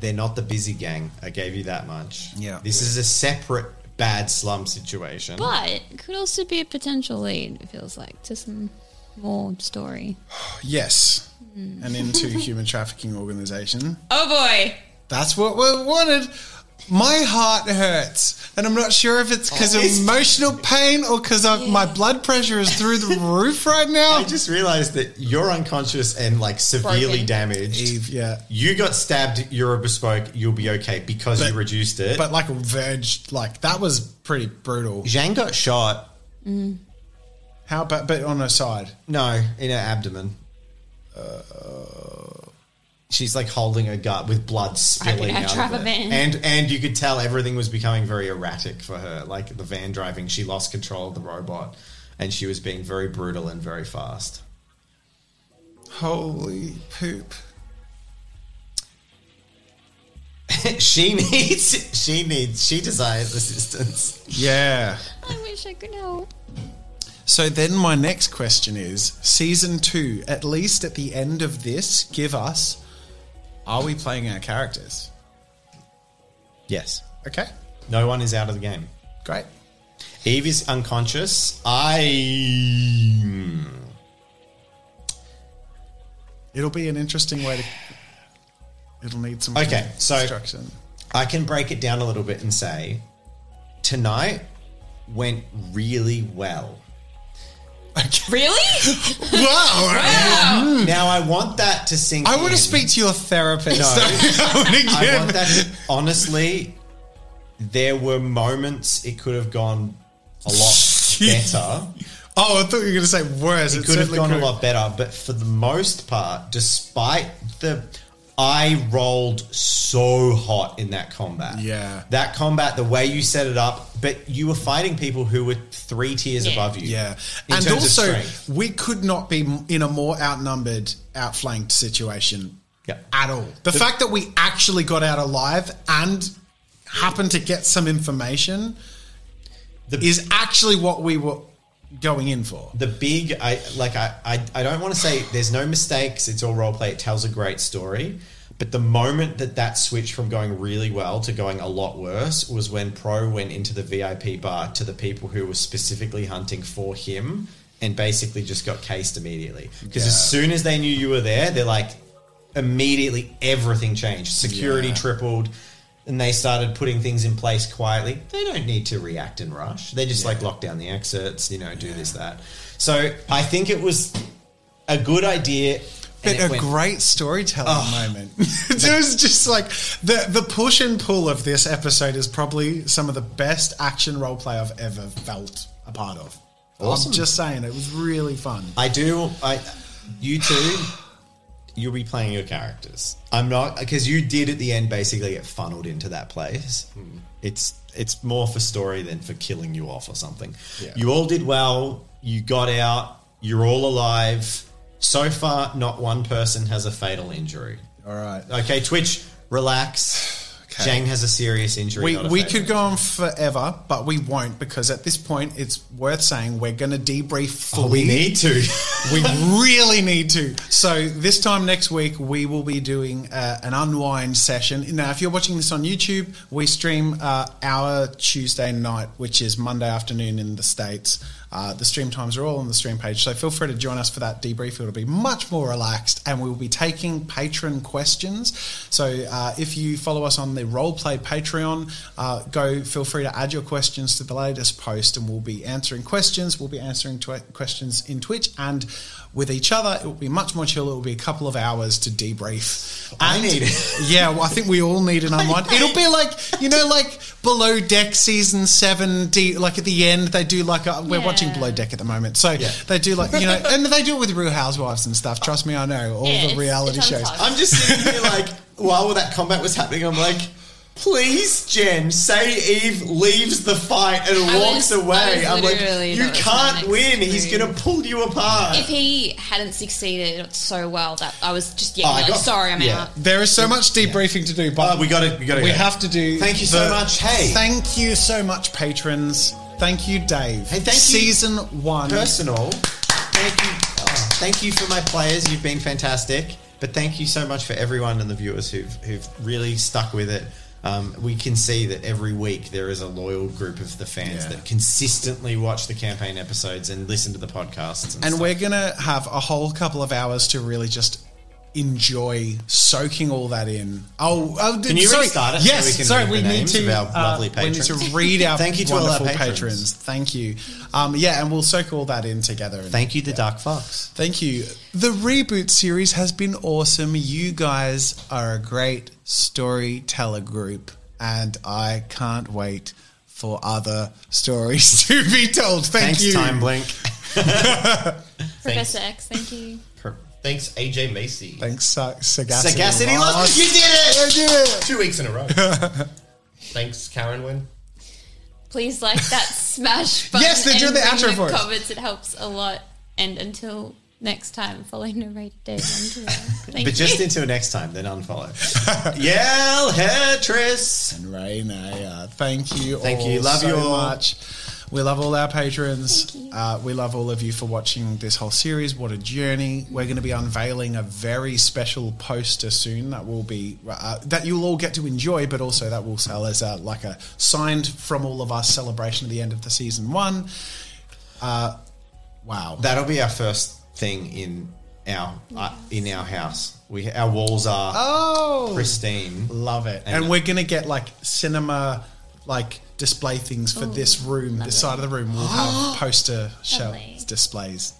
Speaker 2: They're not the busy gang. I gave you that much.
Speaker 1: Yeah.
Speaker 2: This is a separate bad slum situation.
Speaker 11: But it could also be a potential lead, it feels like, to some more story.
Speaker 1: yes, and into human trafficking organization.
Speaker 5: Oh boy.
Speaker 1: That's what we wanted. My heart hurts, and I'm not sure if it's
Speaker 2: Oh.
Speaker 1: because of emotional pain or because my blood pressure is through the roof right now.
Speaker 2: I just realized that you're unconscious and like severely
Speaker 5: Broken.
Speaker 2: damaged.
Speaker 1: Eve, yeah,
Speaker 2: You got stabbed, you're a bespoke, you'll be okay because you reduced it.
Speaker 1: but like a verge, like that was pretty brutal.
Speaker 2: Zhang got shot.
Speaker 1: How about but on her side?
Speaker 2: No, in her abdomen. Uh, She's like holding her gut with blood spilling
Speaker 5: Fucking
Speaker 2: out
Speaker 5: drive
Speaker 2: of
Speaker 5: a
Speaker 2: it.
Speaker 5: van.
Speaker 2: And and you could tell everything was becoming very erratic for her. Like the van driving, she lost control of the robot and she was being very brutal and very fast.
Speaker 1: Holy poop!
Speaker 2: she needs she needs she desires assistance.
Speaker 1: Yeah.
Speaker 11: I wish I could help.
Speaker 1: So then my next question is season two, at least at the end of this, give us are we playing our characters?
Speaker 2: Yes.
Speaker 1: Okay,
Speaker 2: No one is out of the game.
Speaker 1: great.
Speaker 2: Eve is unconscious. I hmm.
Speaker 1: It'll be an interesting way to. It'll need some
Speaker 2: Okay, so-
Speaker 1: instruction.
Speaker 2: I can break it down a little bit and say tonight went really well.
Speaker 5: Really?
Speaker 1: wow!
Speaker 2: Now I want that to sink.
Speaker 1: Hmm. I want
Speaker 2: in.
Speaker 1: to speak to your therapist.
Speaker 2: No.
Speaker 1: I wanna
Speaker 2: I want
Speaker 1: give-
Speaker 2: that. Honestly, there were moments it could have gone a lot better.
Speaker 1: Oh, I thought you were going to say worse.
Speaker 2: It could have
Speaker 1: certainly
Speaker 2: gone a
Speaker 1: could've-
Speaker 2: lot better, but for the most part, despite the I rolled so hot in that combat.
Speaker 1: Yeah.
Speaker 2: That combat, the way you set it up, but you were fighting people who were three tiers
Speaker 5: Yeah.
Speaker 2: above you.
Speaker 1: Yeah,
Speaker 2: In
Speaker 1: and
Speaker 2: terms of
Speaker 1: also
Speaker 2: strength.
Speaker 1: we could not be m- in a more outnumbered, outflanked situation
Speaker 2: Yeah.
Speaker 1: at all. The, fact that we actually got out alive and happened to get some information
Speaker 2: The-
Speaker 1: is actually what we were going in for.
Speaker 2: the big I like I I, I don't want to say there's no mistakes. It's all roleplay. It tells a great story. But the moment that that switched from going really well to going a lot worse was when Pro went into the VIP bar to the people who were specifically hunting for him and basically just got cased immediately. Because as soon as they knew you were there, they're like, immediately everything changed. Security tripled, and they started putting things in place quietly. They don't need to react and rush. They just like lock down the exits, you know, do this that. So I think it was a good idea. and
Speaker 1: But
Speaker 2: it
Speaker 1: a
Speaker 2: went-
Speaker 1: great storytelling moment. it was just like the the push and pull of this episode is probably some of the best action roleplay I've ever felt a part of.
Speaker 2: Awesome.
Speaker 1: I'm just saying, it was really fun.
Speaker 2: I do. I you two. You'll be playing your characters. I'm not because you did at the end basically get funneled into that place. It's it's more for story than for killing you off or something. You all did well. You got out. You're all alive. So far, not one person has a fatal injury.
Speaker 1: All right.
Speaker 2: Okay, Twitch, relax. Jang has a serious injury.
Speaker 1: We,
Speaker 2: not a
Speaker 1: we
Speaker 2: fatal
Speaker 1: could go on forever, but we won't because at this point it's worth saying we're going to debrief fully.
Speaker 2: injury. Oh, We need to.
Speaker 1: We really need to. So this time next week we will be doing uh, an unwind session. Now, if you're watching this on YouTube, we stream uh, our Tuesday night, which is Monday afternoon in the states. Uh, the stream times are all on the stream page, so feel free to join us for that debrief. It'll be much more relaxed, and we will be taking patron questions. So uh, if you follow us on the Roleplay Patreon, uh, go feel free to add your questions to the latest post, and we'll be answering questions. We'll be answering twi- questions in Twitch and with each other. It will be much more chill. It will be a couple of hours to debrief.
Speaker 2: I
Speaker 1: And-
Speaker 2: need it.
Speaker 1: yeah, well, I think we all need an unwind. It'll be like you know, like Below Deck season seven. D, like at the end, they do like a, we're watching
Speaker 3: Yeah.
Speaker 1: Below Deck at the moment, so they do like you know, and they do it with Real Housewives and stuff. Trust me, I know all
Speaker 3: Yeah,
Speaker 1: the
Speaker 3: it's-
Speaker 1: reality
Speaker 3: it's on
Speaker 1: shows.
Speaker 3: target.
Speaker 2: I'm just sitting here like, while that combat was happening, I'm like, please, Jen, say Eve leaves the fight and
Speaker 3: I
Speaker 2: walks
Speaker 3: was-
Speaker 2: away.
Speaker 3: I
Speaker 2: I'm
Speaker 3: was
Speaker 2: like,
Speaker 3: literally-
Speaker 2: you
Speaker 3: that was my
Speaker 2: can't
Speaker 3: next
Speaker 2: win. He's
Speaker 3: move.
Speaker 2: going to pull you apart.
Speaker 3: If he hadn't succeeded so well that I was just yeah,
Speaker 2: Oh, I
Speaker 3: like,
Speaker 2: got-
Speaker 3: sorry, I'm
Speaker 2: yeah.
Speaker 3: out.
Speaker 1: There is so much debriefing to do, but
Speaker 2: Uh, we got it. We got it.
Speaker 1: we have to do.
Speaker 2: Thank you so much. Hey.
Speaker 1: thank you so much, patrons. Thank you, Dave.
Speaker 2: Hey, thank you.
Speaker 1: Season one.
Speaker 2: personal. Thank you. oh, thank you for my players. You've been fantastic. But thank you so much for everyone and the viewers who've who've really stuck with it. Um, we can see that every week there is a loyal group of the fans
Speaker 1: Yeah.
Speaker 2: that consistently watch the campaign episodes and listen to the podcasts. And,
Speaker 1: And
Speaker 2: stuff.
Speaker 1: we're going to have a whole couple of hours to really just enjoy soaking all that in. Oh, oh
Speaker 2: Can you
Speaker 1: sorry.
Speaker 2: restart it so
Speaker 1: Yes,
Speaker 2: we can
Speaker 1: sorry,
Speaker 2: read
Speaker 1: we
Speaker 2: the
Speaker 1: need
Speaker 2: names
Speaker 1: to
Speaker 2: of our
Speaker 1: uh,
Speaker 2: lovely
Speaker 1: We need
Speaker 2: patrons?
Speaker 1: to read our
Speaker 2: Thank you to all our
Speaker 1: wonderful
Speaker 2: patrons.
Speaker 1: patrons. Thank you. Um, yeah, and we'll soak all that in together. And
Speaker 2: thank you, the Dark Fox.
Speaker 1: Thank you. The reboot series has been awesome. You guys are a great storyteller group, and I can't wait for other stories to be told. Thank
Speaker 2: Thanks,
Speaker 1: you.
Speaker 2: Time Blink.
Speaker 11: Professor X, thank you.
Speaker 6: Per- Thanks, AJ Macy.
Speaker 1: Thanks, Sa- Sagacity.
Speaker 2: Sagacity Lost. You did
Speaker 1: I
Speaker 2: it.
Speaker 1: did it.
Speaker 6: Two weeks in a row. Thanks, Karen Wynn.
Speaker 11: Please like that smash button.
Speaker 1: Yes, they do
Speaker 11: and
Speaker 1: the
Speaker 11: leave
Speaker 1: outro for us.
Speaker 11: comments. It helps a lot. And until next time, follow Narrated Dave on Twitter. Thank
Speaker 2: But just
Speaker 11: you.
Speaker 2: until next time, then unfollow. Yell, Hetrus.
Speaker 1: And Raina, uh, thank you
Speaker 2: Thank
Speaker 1: all
Speaker 2: you. Love
Speaker 1: so
Speaker 2: you all.
Speaker 1: much. We love all our patrons. Uh, we love all of you for watching this whole series. What a journey! We're going to be unveiling a very special poster soon that will be uh, that you'll all get to enjoy, but also that will sell as a, like a signed from all of us celebration at the end of the season one. Uh, wow!
Speaker 2: That'll be our first thing in our uh, in our house. We our walls are
Speaker 1: oh,
Speaker 2: pristine.
Speaker 1: Love it.
Speaker 2: And-
Speaker 1: And, we're going to get like cinema like display things for this room, this side of the room. We'll have poster shelves displays.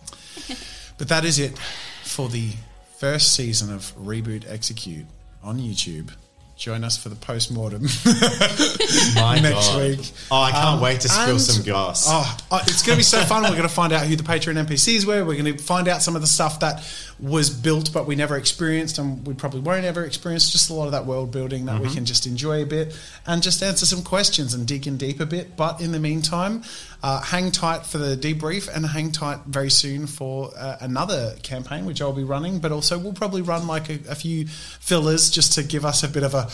Speaker 1: but that is it for the first season of Reboot Execute on YouTube. Join us for the post mortem
Speaker 2: My
Speaker 1: next
Speaker 2: God.
Speaker 1: week.
Speaker 2: Oh, I can't
Speaker 1: Um,
Speaker 2: wait to spill
Speaker 1: and-
Speaker 2: some gas.
Speaker 1: Oh, oh, it's going to be so fun. We're going to find out who the Patreon NPCs were. We're going to find out some of the stuff that was built but we never experienced and we probably won't ever experience. Just a lot of that world building
Speaker 2: Mm-hmm.
Speaker 1: that we can just enjoy a bit and just answer some questions and dig in deep a bit. But in the meantime, uh, hang tight for the debrief and hang tight very soon for uh, another campaign which I'll be running. But also, we'll probably run like a, a few fillers just to give us a bit of a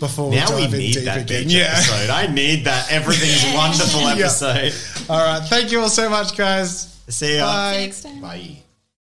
Speaker 1: before we
Speaker 2: now we
Speaker 1: dive in
Speaker 2: need
Speaker 1: deep
Speaker 2: that
Speaker 1: again.
Speaker 2: beach episode. I need that. Everything's wonderful
Speaker 1: Yeah.
Speaker 2: episode.
Speaker 1: All right. Thank you all so much, guys.
Speaker 2: See ya.
Speaker 1: Bye.
Speaker 11: See you next time.
Speaker 6: Bye.